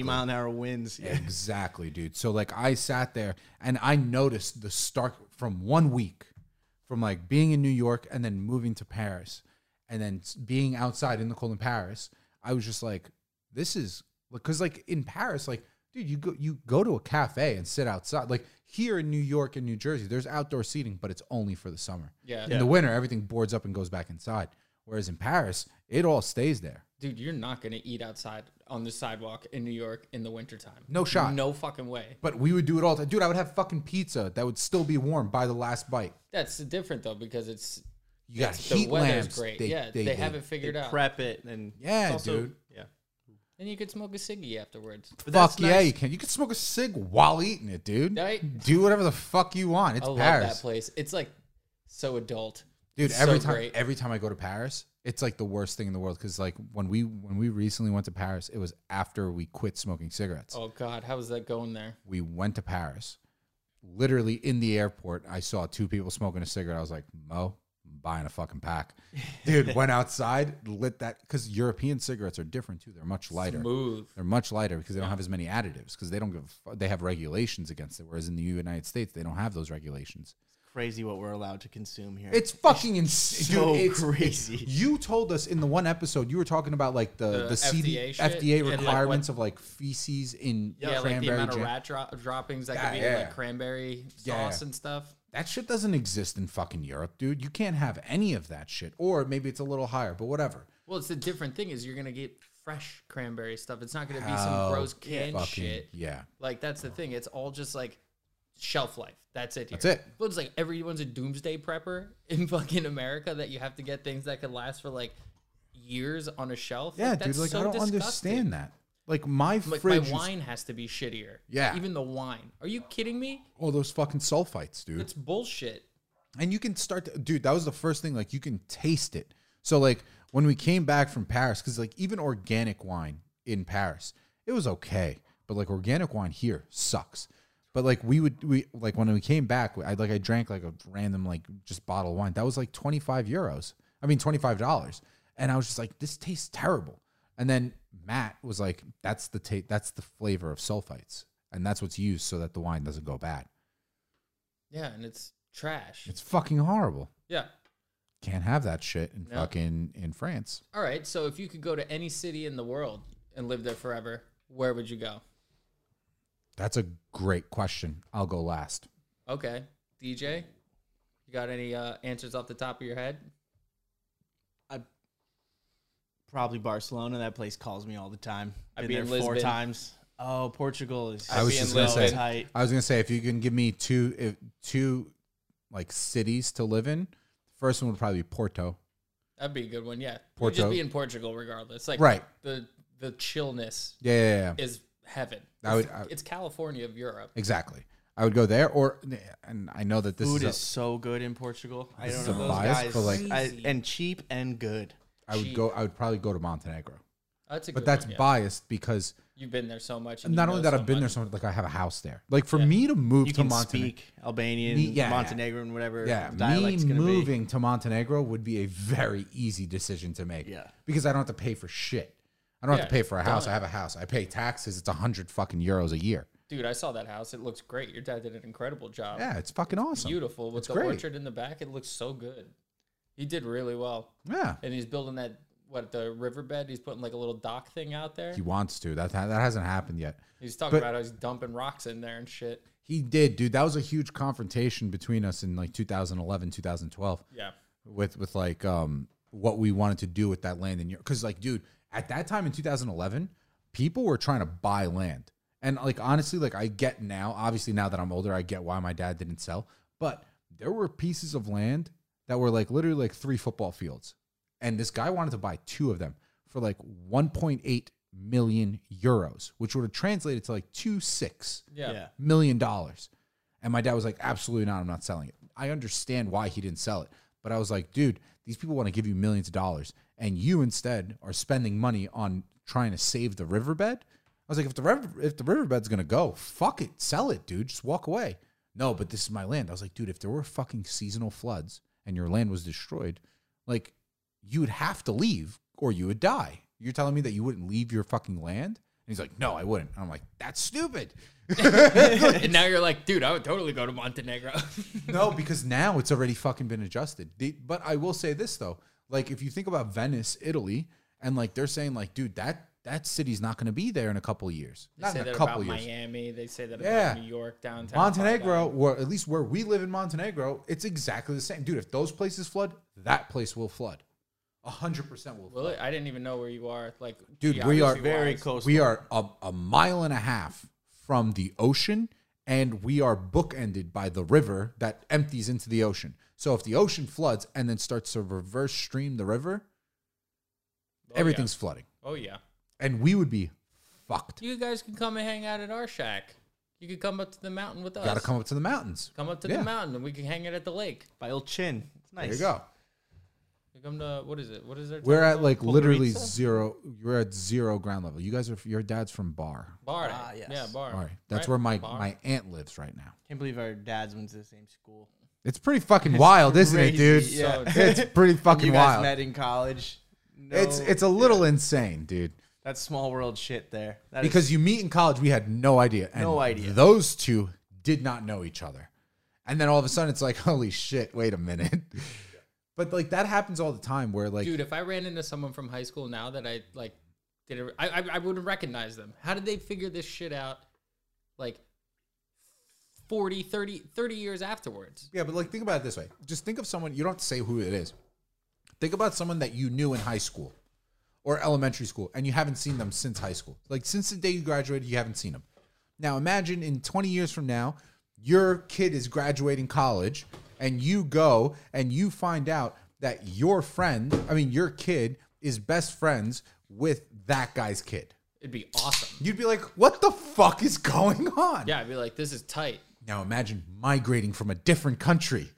Speaker 1: Mm-hmm. Exactly.
Speaker 3: mile an hour winds. Yeah.
Speaker 1: Exactly, dude. So like I sat there and I noticed the stark from one week from like being in New York and then moving to Paris and then s- being outside in the cold in Paris, I was just like this is because like in Paris like dude, you go you go to a cafe and sit outside. Like here in New York and New Jersey, there's outdoor seating, but it's only for the summer.
Speaker 2: Yeah.
Speaker 1: In the winter, everything boards up and goes back inside. Whereas in Paris, it all stays there.
Speaker 2: Dude, you're not going to eat outside on the sidewalk in New York in the wintertime.
Speaker 1: No shot.
Speaker 2: No fucking way.
Speaker 1: But we would do it all the time. Dude, I would have fucking pizza that would still be warm by the last bite.
Speaker 2: That's different, though, because it's
Speaker 1: You got
Speaker 2: it's-
Speaker 1: heat
Speaker 2: the weather's
Speaker 1: lamps.
Speaker 2: great. yeah, they, have it figured out.
Speaker 3: Prep it and
Speaker 1: Yeah,
Speaker 3: it's also-
Speaker 1: dude.
Speaker 3: Yeah.
Speaker 2: And you could smoke a ciggy afterwards.
Speaker 3: But that's
Speaker 1: Fuck yeah,
Speaker 3: nice.
Speaker 1: you can. You can smoke a cig while eating it, dude.
Speaker 2: Right?
Speaker 1: Do whatever the fuck you want. It's
Speaker 2: I love that
Speaker 1: Paris,
Speaker 2: place. It's like so adult.
Speaker 1: dude.
Speaker 2: It's
Speaker 1: Every
Speaker 2: so
Speaker 1: time,
Speaker 2: great.
Speaker 1: every time I go to Paris, it's like the worst thing in the world. Because like when we when we recently went to Paris, it was after we quit smoking cigarettes.
Speaker 2: Oh, God. How is that going there?
Speaker 1: We went to Paris. Literally in the airport, I saw two people smoking a cigarette. I was like, Mo, I'm buying a fucking pack. Dude, went outside, lit that because European cigarettes are different too. They're much lighter.
Speaker 2: Move.
Speaker 1: They're much lighter because they don't have as many additives because they don't give. a fu- They have regulations against it, whereas in the United States they don't have those regulations.
Speaker 3: Crazy what we're allowed to consume here.
Speaker 1: It's fucking insane,
Speaker 3: so
Speaker 1: dude. It's it's-
Speaker 3: crazy.
Speaker 1: you told us in the one episode you were talking about like the the,
Speaker 2: The
Speaker 1: CD,
Speaker 2: FDA
Speaker 1: FDA,
Speaker 2: shit and, like,
Speaker 1: requirements of like feces in
Speaker 2: Yeah, like the
Speaker 1: cranberry
Speaker 2: amount of
Speaker 1: jam.
Speaker 2: rat dro- droppings that
Speaker 1: Yeah,
Speaker 2: could be in
Speaker 1: yeah.
Speaker 2: like cranberry
Speaker 1: Yeah.
Speaker 2: sauce and stuff.
Speaker 1: That shit doesn't exist in fucking Europe, dude. You can't have any of that shit, or maybe it's a little higher, but whatever.
Speaker 2: Well, it's the different thing is you're gonna get fresh cranberry stuff. It's not gonna be
Speaker 1: How
Speaker 2: some gross canned
Speaker 1: fucking-
Speaker 2: shit.
Speaker 1: Yeah,
Speaker 2: Like that's the thing. It's all just like shelf life. That's it. Here.
Speaker 1: That's it.
Speaker 2: But it's like everyone's a doomsday prepper in fucking America that you have to get things that could last for like years on a shelf.
Speaker 1: yeah,
Speaker 2: that's
Speaker 1: dude. Like
Speaker 2: so
Speaker 1: I don't
Speaker 2: disgusting.
Speaker 1: understand that. Like my
Speaker 2: Like
Speaker 1: fridge,
Speaker 2: my
Speaker 1: is-
Speaker 2: wine has to be shittier.
Speaker 1: Yeah.
Speaker 2: Even the wine. Are you kidding me?
Speaker 1: all those fucking sulfites, dude.
Speaker 2: It's bullshit.
Speaker 1: and you can start to, dude that was the first thing like you can taste it so like when we came back from paris because like even organic wine in paris it was okay but like organic wine here sucks but like we would we like when we came back i like i drank like a random like just bottle of wine that was like 25 euros i mean 25 dollars and i was just like this tastes terrible and then matt was like that's the ta- that's the flavor of sulfites and that's what's used so that the wine doesn't go bad
Speaker 2: Yeah, and it's trash.
Speaker 1: it's fucking horrible
Speaker 2: yeah.
Speaker 1: can't have that shit in
Speaker 2: No.
Speaker 1: fucking in France.
Speaker 2: All right, so if you could go to any city in the world and live there forever, where would you go?
Speaker 1: That's a great question. I'll go last.
Speaker 2: Okay, DJ, you got any uh, answers off the top of your head?
Speaker 3: probably Barcelona. That place calls me all the time.
Speaker 2: I'd
Speaker 3: Been
Speaker 2: be
Speaker 3: there
Speaker 2: in
Speaker 3: four
Speaker 2: Lisbon.
Speaker 3: times. Oh, Portugal is.
Speaker 1: I was
Speaker 3: so
Speaker 1: just gonna say-
Speaker 3: tight.
Speaker 1: I was gonna say if you can give me two if, two like cities to live in, the first one would probably be Porto.
Speaker 2: That'd be a good one. Yeah, we'd
Speaker 1: Porto.
Speaker 2: just be in Portugal regardless. Like
Speaker 1: Right.
Speaker 2: the the chillness
Speaker 1: Yeah, yeah, yeah.
Speaker 2: is heaven.
Speaker 1: I would-
Speaker 2: it's,
Speaker 1: I-
Speaker 2: it's California of Europe.
Speaker 1: exactly. I would go there, or and I know that this
Speaker 3: Food is,
Speaker 1: is,
Speaker 3: so good in Portugal. I
Speaker 1: This
Speaker 3: don't
Speaker 1: is
Speaker 3: know
Speaker 1: a
Speaker 3: those
Speaker 1: bias,
Speaker 3: guys.
Speaker 1: but, like-
Speaker 3: I- and cheap and good.
Speaker 1: a, I would
Speaker 2: cheap.
Speaker 1: go. I would probably go to Montenegro,
Speaker 2: That's a good
Speaker 1: but that's
Speaker 2: one, yeah.
Speaker 1: biased because
Speaker 2: You've been there so much. and you
Speaker 1: not
Speaker 2: know
Speaker 1: only that
Speaker 2: so
Speaker 1: I've been there
Speaker 2: much.
Speaker 1: so much, like I have a house there. Like for me to move
Speaker 3: You
Speaker 1: to
Speaker 3: can
Speaker 1: Montenegro,
Speaker 3: speak Albanian,
Speaker 1: Me- yeah.
Speaker 3: Montenegrin, whatever
Speaker 1: Yeah,
Speaker 3: the
Speaker 1: me
Speaker 3: dialect's going to be.
Speaker 1: moving to Montenegro would be a very easy decision to make.
Speaker 3: Yeah.
Speaker 1: because I don't have to pay for shit. I don't have to
Speaker 2: Yeah,
Speaker 1: pay for a house. I have a house. I pay taxes. It's a hundred fucking euros a year.
Speaker 2: Dude, I saw that house. It looks great. Your dad did an incredible job.
Speaker 1: Yeah, it's fucking awesome.
Speaker 2: Beautiful with
Speaker 1: It's
Speaker 2: the
Speaker 1: great.
Speaker 2: orchard in the back. It looks so good. He did really well.
Speaker 1: Yeah,
Speaker 2: And he's building that what the riverbed. He's putting like a little dock thing out there.
Speaker 1: he wants to. That that hasn't happened yet.
Speaker 2: He's talking
Speaker 1: but-
Speaker 2: about how he's dumping rocks in there and shit.
Speaker 1: He did, dude. That was a huge confrontation between us in like 2011, 2012.
Speaker 2: Yeah.
Speaker 1: with with like um what we wanted to do with that land in Europe. Because like, dude, at that time in 2011, people were trying to buy land, and like honestly, like I get now. Obviously, now that I'm older, I get why my dad didn't sell. But there were pieces of land that were like literally like three football fields, and this guy wanted to buy two of them for like 1.8 million euros, which would have translated to like two six
Speaker 2: Yeah.
Speaker 3: Yeah.
Speaker 1: million dollars. And my dad was like, absolutely not. I'm not selling it. I understand why he didn't sell it. But I was like, dude, these people want to give you millions of dollars. And you instead are spending money on trying to save the riverbed. I was like, if the river, if the riverbed's gonna go, fuck it, sell it, dude. Just walk away. No, but this is my land. I was like, dude, if there were fucking seasonal floods and your land was destroyed, like you would have to leave or you would die. You're telling me that you wouldn't leave your fucking land? And he's like, no, I wouldn't. And I'm like, that's stupid.
Speaker 2: and now you're like, dude, I would totally go to Montenegro.
Speaker 1: no, because now it's already fucking been adjusted. The- but I will say this though, like if you think about Venice, Italy, and like they're saying like, dude, that that city's not going to be there in a couple of years,
Speaker 2: they
Speaker 1: not
Speaker 2: say
Speaker 1: in a
Speaker 2: that
Speaker 1: couple of
Speaker 2: about
Speaker 1: years.
Speaker 2: Miami. They say that
Speaker 1: Yeah.
Speaker 2: about New York, downtown.
Speaker 1: Montenegro, or at least where we live in Montenegro, it's exactly the same, dude. If those places flood, that place will flood. A hundred percent will. Flood.
Speaker 2: Really? I didn't even know where you are. Like,
Speaker 1: Dude, we are
Speaker 2: geography-wise.
Speaker 3: Very close.
Speaker 1: We are a, a mile and a half from the ocean, and we are bookended by the river that empties into the ocean. So if the ocean floods and then starts to reverse stream the river,
Speaker 2: Oh, yeah.
Speaker 1: everything's flooding,
Speaker 2: Oh yeah.
Speaker 1: and we would be fucked.
Speaker 2: You guys can come and hang out at our shack. You could come up to the mountain with us.
Speaker 1: Got to come up to the mountains.
Speaker 2: Come up to
Speaker 1: Yeah.
Speaker 2: the mountain and we can hang out at the lake.
Speaker 3: By old chin. It's nice.
Speaker 1: There you go.
Speaker 2: You come to what is it? What is their
Speaker 1: We're
Speaker 2: town
Speaker 1: at
Speaker 2: called?
Speaker 1: like literally
Speaker 3: Podgorica?
Speaker 1: zero. We're at zero ground level. You guys are. Your dad's from Bar.
Speaker 2: Bar.
Speaker 3: Ah, yes.
Speaker 2: Yeah, bar.
Speaker 1: All right, that's
Speaker 2: Right?
Speaker 1: where my
Speaker 2: Bar.
Speaker 1: my aunt lives right now.
Speaker 3: Can't believe our dads went to the same school.
Speaker 1: It's pretty fucking wild, isn't it, dude?
Speaker 3: Crazy, yeah.
Speaker 1: It's pretty fucking
Speaker 3: you guys
Speaker 1: wild.
Speaker 3: met in college. No,
Speaker 1: It's it's a little insane, dude.
Speaker 3: that's small world shit there. That is-
Speaker 1: Because you meet in college, we had no idea. And
Speaker 3: No idea.
Speaker 1: Those two did not know each other, and then all of a sudden, it's like, holy shit! Wait a minute. But like that happens all the time, where like
Speaker 2: Dude, if I ran into someone from high school now that I like didn't I, I I wouldn't recognize them. How did they figure this shit out like 40, 30, 30 years afterwards?
Speaker 1: Yeah, but like think about it this way. Just think of someone, you don't have to say who it is. Think about someone that you knew in high school or elementary school and you haven't seen them since high school. Like since the day you graduated, you haven't seen them. Now imagine in 20 years from now, your kid is graduating college and you go and you find out that your friend, I mean your kid is best friends with that guy's kid.
Speaker 2: It'd be awesome.
Speaker 1: You'd be like, "What the fuck is going on?"
Speaker 2: Yeah, I'd be like, this is tight.
Speaker 1: Now imagine migrating from a different country.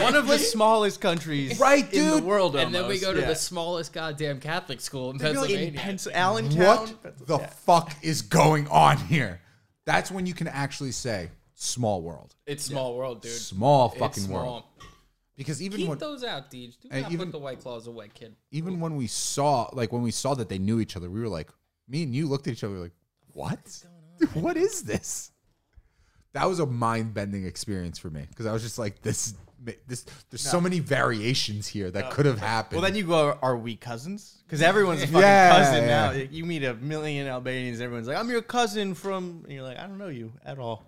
Speaker 3: one of the smallest countries
Speaker 1: Right,
Speaker 3: in the
Speaker 1: dude?
Speaker 3: world.
Speaker 2: And then we
Speaker 3: almost,
Speaker 2: go to
Speaker 3: yeah.
Speaker 2: the smallest goddamn Catholic school in
Speaker 3: I feel like in
Speaker 2: Pennsylvania.
Speaker 3: Pens- Allentown.
Speaker 1: What the
Speaker 3: Yeah.
Speaker 1: fuck is going on here? That's when you can actually say small world,
Speaker 2: it's small world, dude.
Speaker 1: small fucking
Speaker 2: it's small.
Speaker 1: world. Because even
Speaker 2: Keep
Speaker 1: when
Speaker 2: those out, Deej. Do
Speaker 1: Hey,
Speaker 2: not
Speaker 1: even-
Speaker 2: put the white claws away, kid.
Speaker 1: even when we saw like when we saw that they knew each other, we were like, me and you looked at each other we were like, what? Dude, what is this? That was a mind bending experience for me because I was just like, this, this. There's so many variations here that could have happened.
Speaker 3: Well, then you go. Are we cousins? Because everyone's a fucking
Speaker 1: Yeah,
Speaker 3: cousin
Speaker 1: yeah.
Speaker 3: now. You meet a million Albanians. Everyone's like, "I'm your cousin from," and you're like, "I don't know you at all."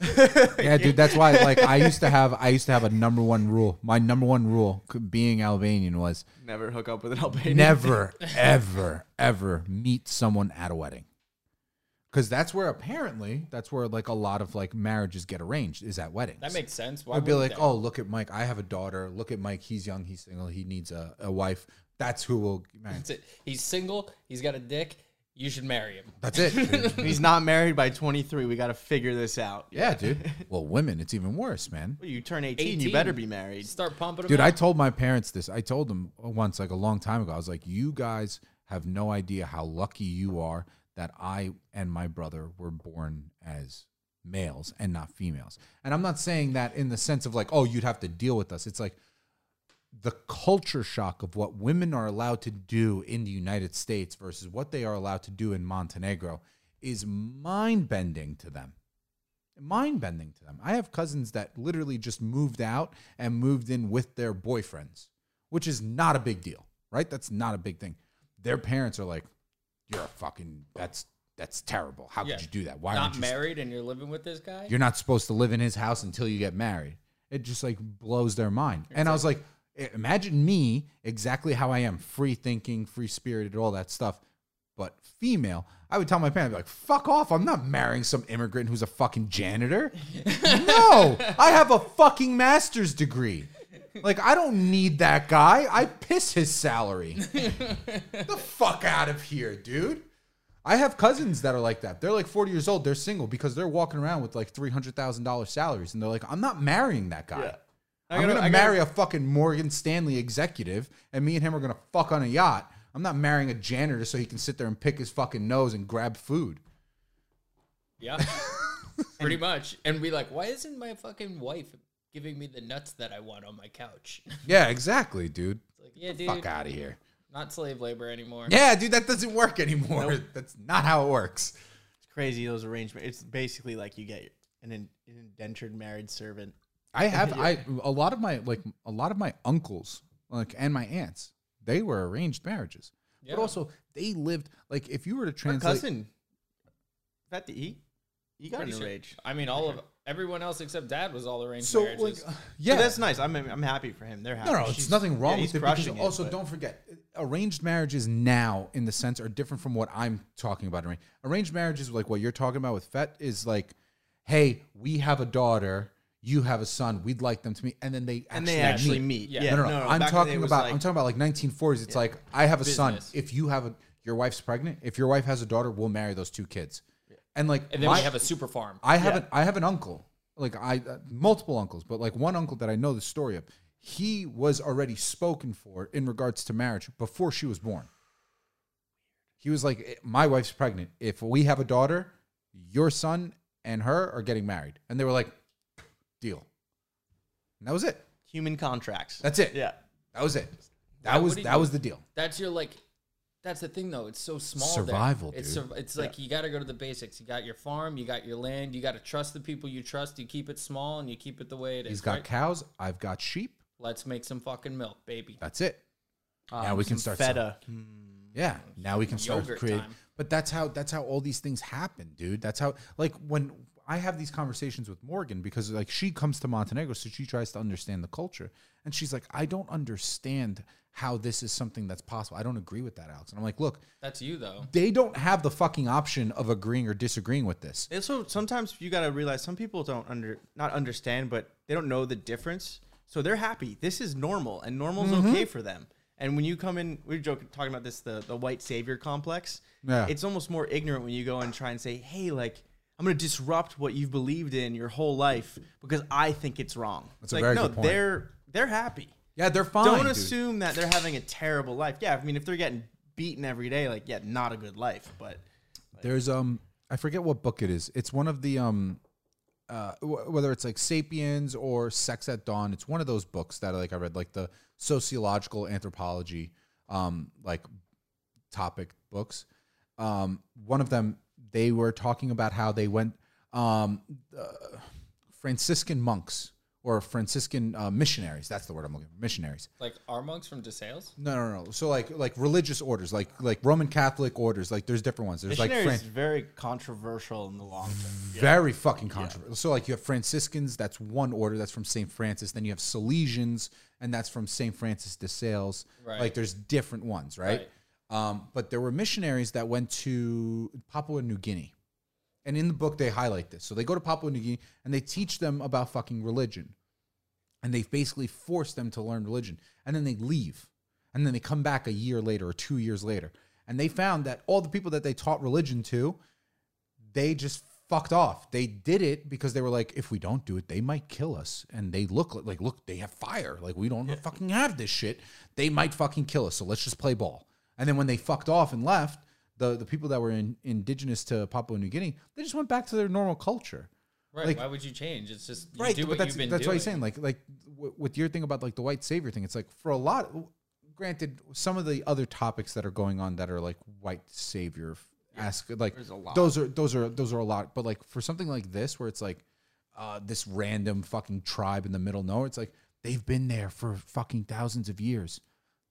Speaker 1: yeah, dude. That's why, like, I used to have, I used to have a number one rule. My number one rule, c- being Albanian, was
Speaker 3: Never hook up with an Albanian.
Speaker 1: never, ever, ever meet someone at a wedding. Because that's where apparently that's where like a lot of like marriages get arranged is at weddings.
Speaker 2: That makes sense. Why
Speaker 1: I'd be
Speaker 2: wouldn't
Speaker 1: like,
Speaker 2: they?
Speaker 1: oh, look at Mike. I have a daughter. Look at Mike. He's young. He's single. He needs a, a wife. That's who will. Man,
Speaker 2: That's it. He's single. He's got a dick. You should marry him.
Speaker 1: that's it. dude.
Speaker 3: He's not married by 23. We got to figure this out.
Speaker 1: yeah, dude. Well, women, it's even worse, man.
Speaker 3: Well, you turn 18,
Speaker 2: 18.
Speaker 3: you better be married.
Speaker 2: Start pumping him.
Speaker 1: Dude,
Speaker 2: out.
Speaker 1: I told my parents this. I told them once, like a long time ago. I was like, you guys have no idea how lucky you are that I and my brother were born as males and not females. And I'm not saying that in the sense of like, oh, you'd have to deal with us. It's like the culture shock of what women are allowed to do in the United States versus what they are allowed to do in Montenegro is mind bending to them. Mind bending to them. I have cousins that literally just moved out and moved in with their boyfriends, which is not a big deal, right? That's not a big thing. Their parents are like, "You're a fucking that's that's terrible. How
Speaker 2: Yeah.
Speaker 1: could you do that? Why aren't
Speaker 2: Not
Speaker 1: you
Speaker 2: married and you're living with this guy?
Speaker 1: you're not supposed to live in his house until you get married. It just like blows their mind. And I was like, i- imagine me exactly how I am, free thinking, free spirited, all that stuff, but female. I would tell my parents, I'd be like, fuck off. I'm not marrying some immigrant who's a fucking janitor. no, I have a fucking master's degree. Like, I don't need that guy. I piss his salary. the fuck out of here, dude. I have cousins that are like that. They're like 40 years old. They're single because they're walking around with like $300,000 salaries. And they're like, I'm not marrying that guy.
Speaker 3: I
Speaker 1: I'm
Speaker 3: gotta-
Speaker 1: going
Speaker 3: I
Speaker 1: to
Speaker 3: gotta-
Speaker 1: marry a fucking Morgan Stanley executive. And me and him are going to fuck on a yacht. I'm not marrying a janitor so he can sit there and pick his fucking nose and grab food.
Speaker 2: Yeah. Pretty much. And be like, why isn't my fucking wife giving me the nuts that I want on my couch? It's
Speaker 1: Yeah, exactly, dude.
Speaker 2: like, yeah, dude.
Speaker 1: Fuck out of here.
Speaker 2: Not slave labor anymore.
Speaker 1: Yeah, dude, that doesn't work anymore. That's not how it works.
Speaker 3: It's crazy those arrangements. It's basically like you get an, in- an indentured married servant.
Speaker 1: I have I a lot of my like a lot of my uncles like and my aunts they were arranged marriages,
Speaker 2: Yeah.
Speaker 1: but also they lived like if you were to
Speaker 3: My
Speaker 1: translate
Speaker 3: cousin, that the he, he got
Speaker 2: Pretty
Speaker 3: an
Speaker 2: sure-
Speaker 3: arranged.
Speaker 2: I mean, all of everyone else except dad was all arranged
Speaker 1: so like
Speaker 2: marriages.
Speaker 1: yeah
Speaker 3: But that's nice. I'm I'm happy for him. They're happy.
Speaker 1: no no it's
Speaker 3: She's-
Speaker 1: nothing wrong
Speaker 3: yeah,
Speaker 1: with
Speaker 3: he's
Speaker 1: it because
Speaker 3: crushing
Speaker 1: also
Speaker 3: but-
Speaker 1: don't forget arranged marriages now in the sense are different from what I'm talking about arranged arranged marriages like what you're talking about with Fett is like hey we have a daughter you have a son we'd like them to meet and then they
Speaker 3: and they actually
Speaker 1: meet.
Speaker 3: meet.
Speaker 2: Yeah.
Speaker 3: Yeah,
Speaker 1: no, no, no. I'm
Speaker 3: back when they
Speaker 1: talking
Speaker 3: was
Speaker 1: about
Speaker 3: like-
Speaker 1: I'm talking about like 1940s. It's like I have a son.
Speaker 2: Business.
Speaker 1: If you have a your wife's pregnant, if your wife has a daughter, we'll marry those two kids. And like
Speaker 2: and then
Speaker 1: my,
Speaker 2: we have a super farm.
Speaker 1: I have an I have an uncle. Like I uh, multiple uncles, but like one uncle that I know the story of. He was already spoken for in regards to marriage before she was born. He was like, "Eh, "My wife's pregnant. If we have a daughter, your son and her are getting married." And they were like, "Deal." And that was it.
Speaker 3: human contracts.
Speaker 1: That's it.
Speaker 3: yeah.
Speaker 1: That was it. That was
Speaker 2: what did
Speaker 1: that
Speaker 2: you-
Speaker 1: was the deal.
Speaker 2: That's your like. That's the thing though. It's so small. there.
Speaker 1: Survival,
Speaker 2: It's
Speaker 1: dude.
Speaker 2: sur- it's like you got to go to the basics. You got your farm. You got your land. You got to trust the people you trust. You keep it small and you keep it the way it is.
Speaker 1: He's got
Speaker 2: right?
Speaker 1: cows. I've got sheep.
Speaker 2: Let's make some fucking milk, baby.
Speaker 1: That's it. Now we can
Speaker 3: Um, Some
Speaker 1: start
Speaker 3: feta.
Speaker 1: Yeah. Now we can start
Speaker 2: Mm-hmm. Yogurt
Speaker 1: creating.
Speaker 2: time.
Speaker 1: But that's how that's how all these things happen, dude. That's how like when I have these conversations with Morgan because like she comes to Montenegro, so she tries to understand the culture, and she's like, I don't understand how this is something that's possible. I don't agree with that, Alex. And I'm like, look,
Speaker 2: That's you though.
Speaker 1: they don't have the fucking option of agreeing or disagreeing with this.
Speaker 3: Also, sometimes you gotta realize some people don't under not understand, but they don't know the difference. So they're happy. This is normal, and normal's
Speaker 1: Mm-hmm.
Speaker 3: okay for them. And when you come in, we were joking, talking about this the the white savior complex.
Speaker 1: Yeah.
Speaker 3: it's almost more ignorant when you go and try and say, "Hey, like." I'm gonna disrupt what you've believed in your whole life because I think it's wrong. It's
Speaker 1: a
Speaker 3: like
Speaker 1: very
Speaker 3: no,
Speaker 1: good point.
Speaker 3: they're they're happy.
Speaker 1: Yeah, they're fine.
Speaker 3: don't
Speaker 1: dude.
Speaker 3: assume that they're having a terrible life. Yeah, I mean, if they're getting beaten every day, like, yeah, not a good life. But
Speaker 1: There's um I forget what book it is. It's one of the um uh wh- whether it's like Sapiens or Sex at Dawn, it's one of those books that like I read like the sociological anthropology um like topic books. Um one of them they were talking about how they went um Franciscan monks or Franciscan uh, missionaries. That's the word I'm looking for. Missionaries.
Speaker 2: Like our monks from DeSales.
Speaker 1: No, no, no. So like like religious orders, like like Roman Catholic orders, like there's different ones. There's like
Speaker 3: missionaries
Speaker 1: Fran-
Speaker 3: is very controversial in the long term.
Speaker 1: very fucking controversial. So like you have Franciscans, that's one order, that's from St. Francis. Then you have Salesians, and that's from St. Francis de Sales.
Speaker 2: Right.
Speaker 1: Like there's different ones, right? Um, but there were missionaries that went to Papua New Guinea. And in the book they highlight this. So they go to Papua New Guinea and they teach them about fucking religion. And they've basically forced them to learn religion. And then they leave. And then they come back a year later or two years later. And they found that all the people that they taught religion to they just fucked off. They did it because they were like, if we don't do it, they might kill us. And they look like, like look, they have fire. Like we don't fucking have this shit. They might fucking kill us. So let's just play ball. And then when they fucked off and left, the the people that were in, indigenous to Papua New Guinea, they just went back to their normal culture.
Speaker 2: Right.
Speaker 1: Like-
Speaker 2: why would you change? It's just you
Speaker 1: right
Speaker 2: do
Speaker 1: but
Speaker 2: what
Speaker 1: that's
Speaker 2: you've been
Speaker 1: that's
Speaker 2: doing.
Speaker 1: what he's saying like like w- with your thing about like the white savior thing it's like for a lot granted some of the other topics that are going on that are like white savior f- ask like
Speaker 3: There's a lot.
Speaker 1: those are those are those are a lot but like for something like this where it's like uh this random fucking tribe in the middle of nowhere it's like they've been there for fucking thousands of years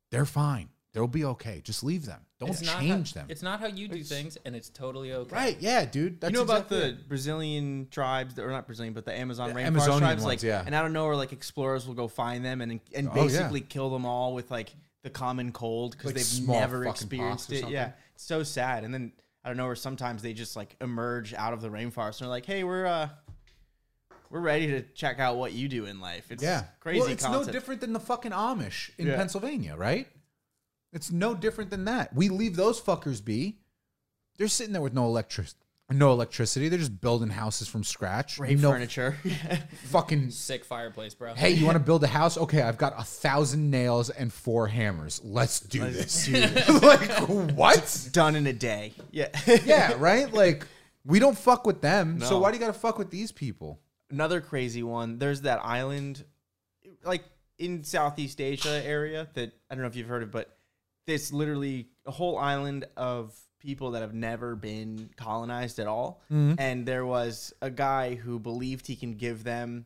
Speaker 1: they're fine they'll be okay just leave them don't
Speaker 2: It's not
Speaker 1: change
Speaker 2: how,
Speaker 1: them
Speaker 2: It's not how you do things, and it's totally okay.
Speaker 1: right yeah dude that's
Speaker 3: you know
Speaker 1: exactly
Speaker 3: about
Speaker 1: it.
Speaker 3: the Brazilian tribes, that, or not Brazilian, but the Amazon
Speaker 1: The
Speaker 3: rainforest
Speaker 1: Amazonian
Speaker 3: tribes,
Speaker 1: ones,
Speaker 3: like,
Speaker 1: yeah.
Speaker 3: and I don't know where like explorers will go find them and and
Speaker 1: Oh, yeah.
Speaker 3: basically kill them all with like the common cold because
Speaker 1: Like
Speaker 3: they've
Speaker 1: small
Speaker 3: never
Speaker 1: fucking pox
Speaker 3: experienced
Speaker 1: or
Speaker 3: it.
Speaker 1: something.
Speaker 3: Yeah, it's so sad. And then I don't know where sometimes they just like emerge out of the rainforest and are like, hey, we're uh, we're ready to check out what you do in life. It's
Speaker 1: Yeah.
Speaker 3: crazy.
Speaker 1: Well, it's
Speaker 3: concept.
Speaker 1: no different than the fucking Amish in
Speaker 3: Yeah.
Speaker 1: Pennsylvania, right? It's no different than that. We leave those fuckers be. They're sitting there with no electric no electricity. They're just building houses from scratch.
Speaker 3: Great
Speaker 1: no
Speaker 3: furniture.
Speaker 1: fucking
Speaker 2: Sick fireplace, bro.
Speaker 1: Hey, you want to build a house? Okay, I've got a thousand nails and four hammers. Let's do this.
Speaker 3: Let's do it.
Speaker 1: like what?
Speaker 3: Done in a day. Yeah.
Speaker 1: Yeah, right. Like we don't fuck with them. So
Speaker 3: No.
Speaker 1: why do you got to fuck with these people?
Speaker 3: another crazy one. There's that island, like in Southeast Asia area that I don't know if you've heard of, but it's literally a whole island of people that have never been colonized at all.
Speaker 1: Mm-hmm.
Speaker 3: And there was a guy who believed he can give them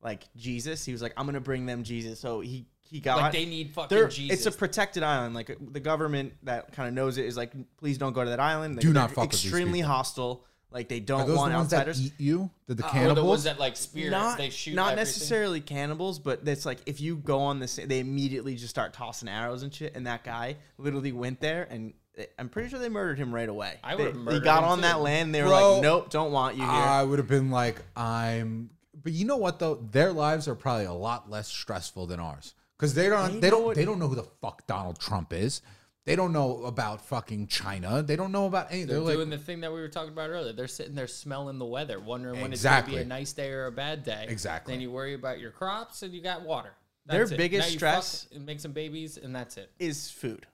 Speaker 3: like Jesus. He was like, I'm gonna bring them Jesus. So he he got
Speaker 2: Like they need fucking
Speaker 3: they're-
Speaker 2: Jesus.
Speaker 3: It's a protected island. Like the government that kind of knows it is like, please don't go to that island. Like,
Speaker 1: Do not
Speaker 3: they're
Speaker 1: fuck with these
Speaker 3: extremely
Speaker 1: people.
Speaker 3: hostile. Like they don't
Speaker 1: Are those the
Speaker 3: want
Speaker 1: ones
Speaker 3: outsiders
Speaker 1: that eat you? Did the
Speaker 2: or the ones
Speaker 1: cannibals?
Speaker 2: that like spear.
Speaker 3: not
Speaker 2: they shoot.
Speaker 3: not
Speaker 2: everything.
Speaker 3: necessarily cannibals, but that's like if you go on this, they immediately just start tossing arrows and shit. And that guy literally went there, and eh, I'm pretty sure they murdered him right away.
Speaker 2: I
Speaker 3: They-
Speaker 2: would've
Speaker 3: They
Speaker 2: murdered
Speaker 3: got
Speaker 2: him
Speaker 3: on that
Speaker 2: too.
Speaker 3: land. They were
Speaker 1: Bro. uh,
Speaker 3: like, nope, don't want you here.
Speaker 1: I would have been like, I'm. But you know what though? Their lives are probably a lot less stressful than ours because they don't. They,
Speaker 3: They
Speaker 1: don't.
Speaker 3: know what-
Speaker 1: They don't know who the fuck Donald Trump is. They don't know about fucking China. They don't know about any. They're,
Speaker 2: They're
Speaker 1: like
Speaker 2: doing the thing that we were talking about earlier. They're sitting there smelling the weather, wondering when
Speaker 1: Exactly.
Speaker 2: it's going to be a nice day or a bad day.
Speaker 1: Exactly.
Speaker 2: Then you worry about your crops and you got water.
Speaker 3: Their
Speaker 2: it.
Speaker 3: biggest
Speaker 2: Now you
Speaker 3: stress-
Speaker 2: fuck and make some babies, and that's it.
Speaker 3: Is food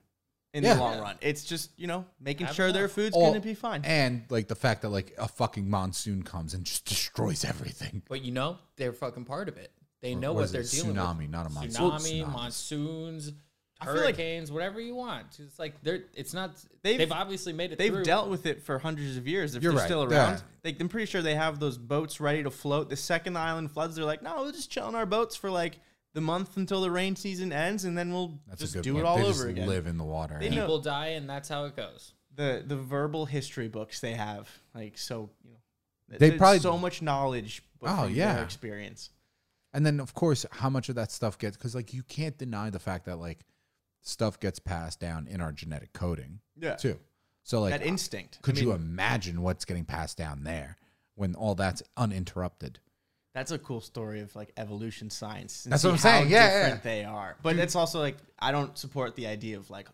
Speaker 3: in
Speaker 1: Yeah.
Speaker 3: the long run? It's just you know making
Speaker 2: Have
Speaker 3: sure
Speaker 2: enough.
Speaker 3: their food's
Speaker 1: all-
Speaker 3: gonna be fine.
Speaker 1: oh, And like the fact that like a fucking monsoon comes and just destroys everything.
Speaker 2: But you know, they're fucking part of it. They know
Speaker 1: Or
Speaker 2: what,
Speaker 1: is
Speaker 2: they're
Speaker 1: it?
Speaker 2: dealing
Speaker 1: tsunami,
Speaker 2: with.
Speaker 1: not a monsoon.
Speaker 2: Tsunami,
Speaker 1: Tsunamis.
Speaker 2: monsoons,
Speaker 3: feel like-
Speaker 2: hurricanes, whatever you want. It's like they're. It's not. They've,
Speaker 3: They've-
Speaker 2: obviously made it.
Speaker 3: They've
Speaker 2: through.
Speaker 3: dealt with it for hundreds of years. If
Speaker 1: You're
Speaker 3: they're
Speaker 1: right.
Speaker 3: still
Speaker 1: Yeah.
Speaker 3: around, like I'm pretty sure they have those boats ready to float. The second the island floods, they're like, "No, we'll just chill on our boats for like the month until the rain season ends, and then we'll
Speaker 1: That's
Speaker 3: just
Speaker 1: a good
Speaker 3: do
Speaker 1: point.
Speaker 3: it all
Speaker 1: they
Speaker 3: over
Speaker 1: just
Speaker 3: again."
Speaker 1: Live in the water.
Speaker 3: They
Speaker 1: yeah.
Speaker 3: know-
Speaker 2: People die, and that's how it goes.
Speaker 3: The the verbal history books they have, like so, you know, th-
Speaker 1: They
Speaker 3: there's
Speaker 1: probably-
Speaker 3: so much knowledge. But
Speaker 1: Oh,
Speaker 3: from
Speaker 1: yeah.
Speaker 3: their experience.
Speaker 1: And then, of course, how much of that stuff gets because like you can't deny the fact that like stuff gets passed down in our genetic coding
Speaker 3: Yeah,
Speaker 1: too. So like,
Speaker 3: that instinct.
Speaker 1: could
Speaker 3: I mean,
Speaker 1: you imagine what's getting passed down there when all that's uninterrupted?
Speaker 3: That's a cool story of like evolution science. and
Speaker 1: That's
Speaker 3: see
Speaker 1: what I'm
Speaker 3: how
Speaker 1: saying. Yeah, yeah,
Speaker 3: different they are, but it's also like I don't support the idea of like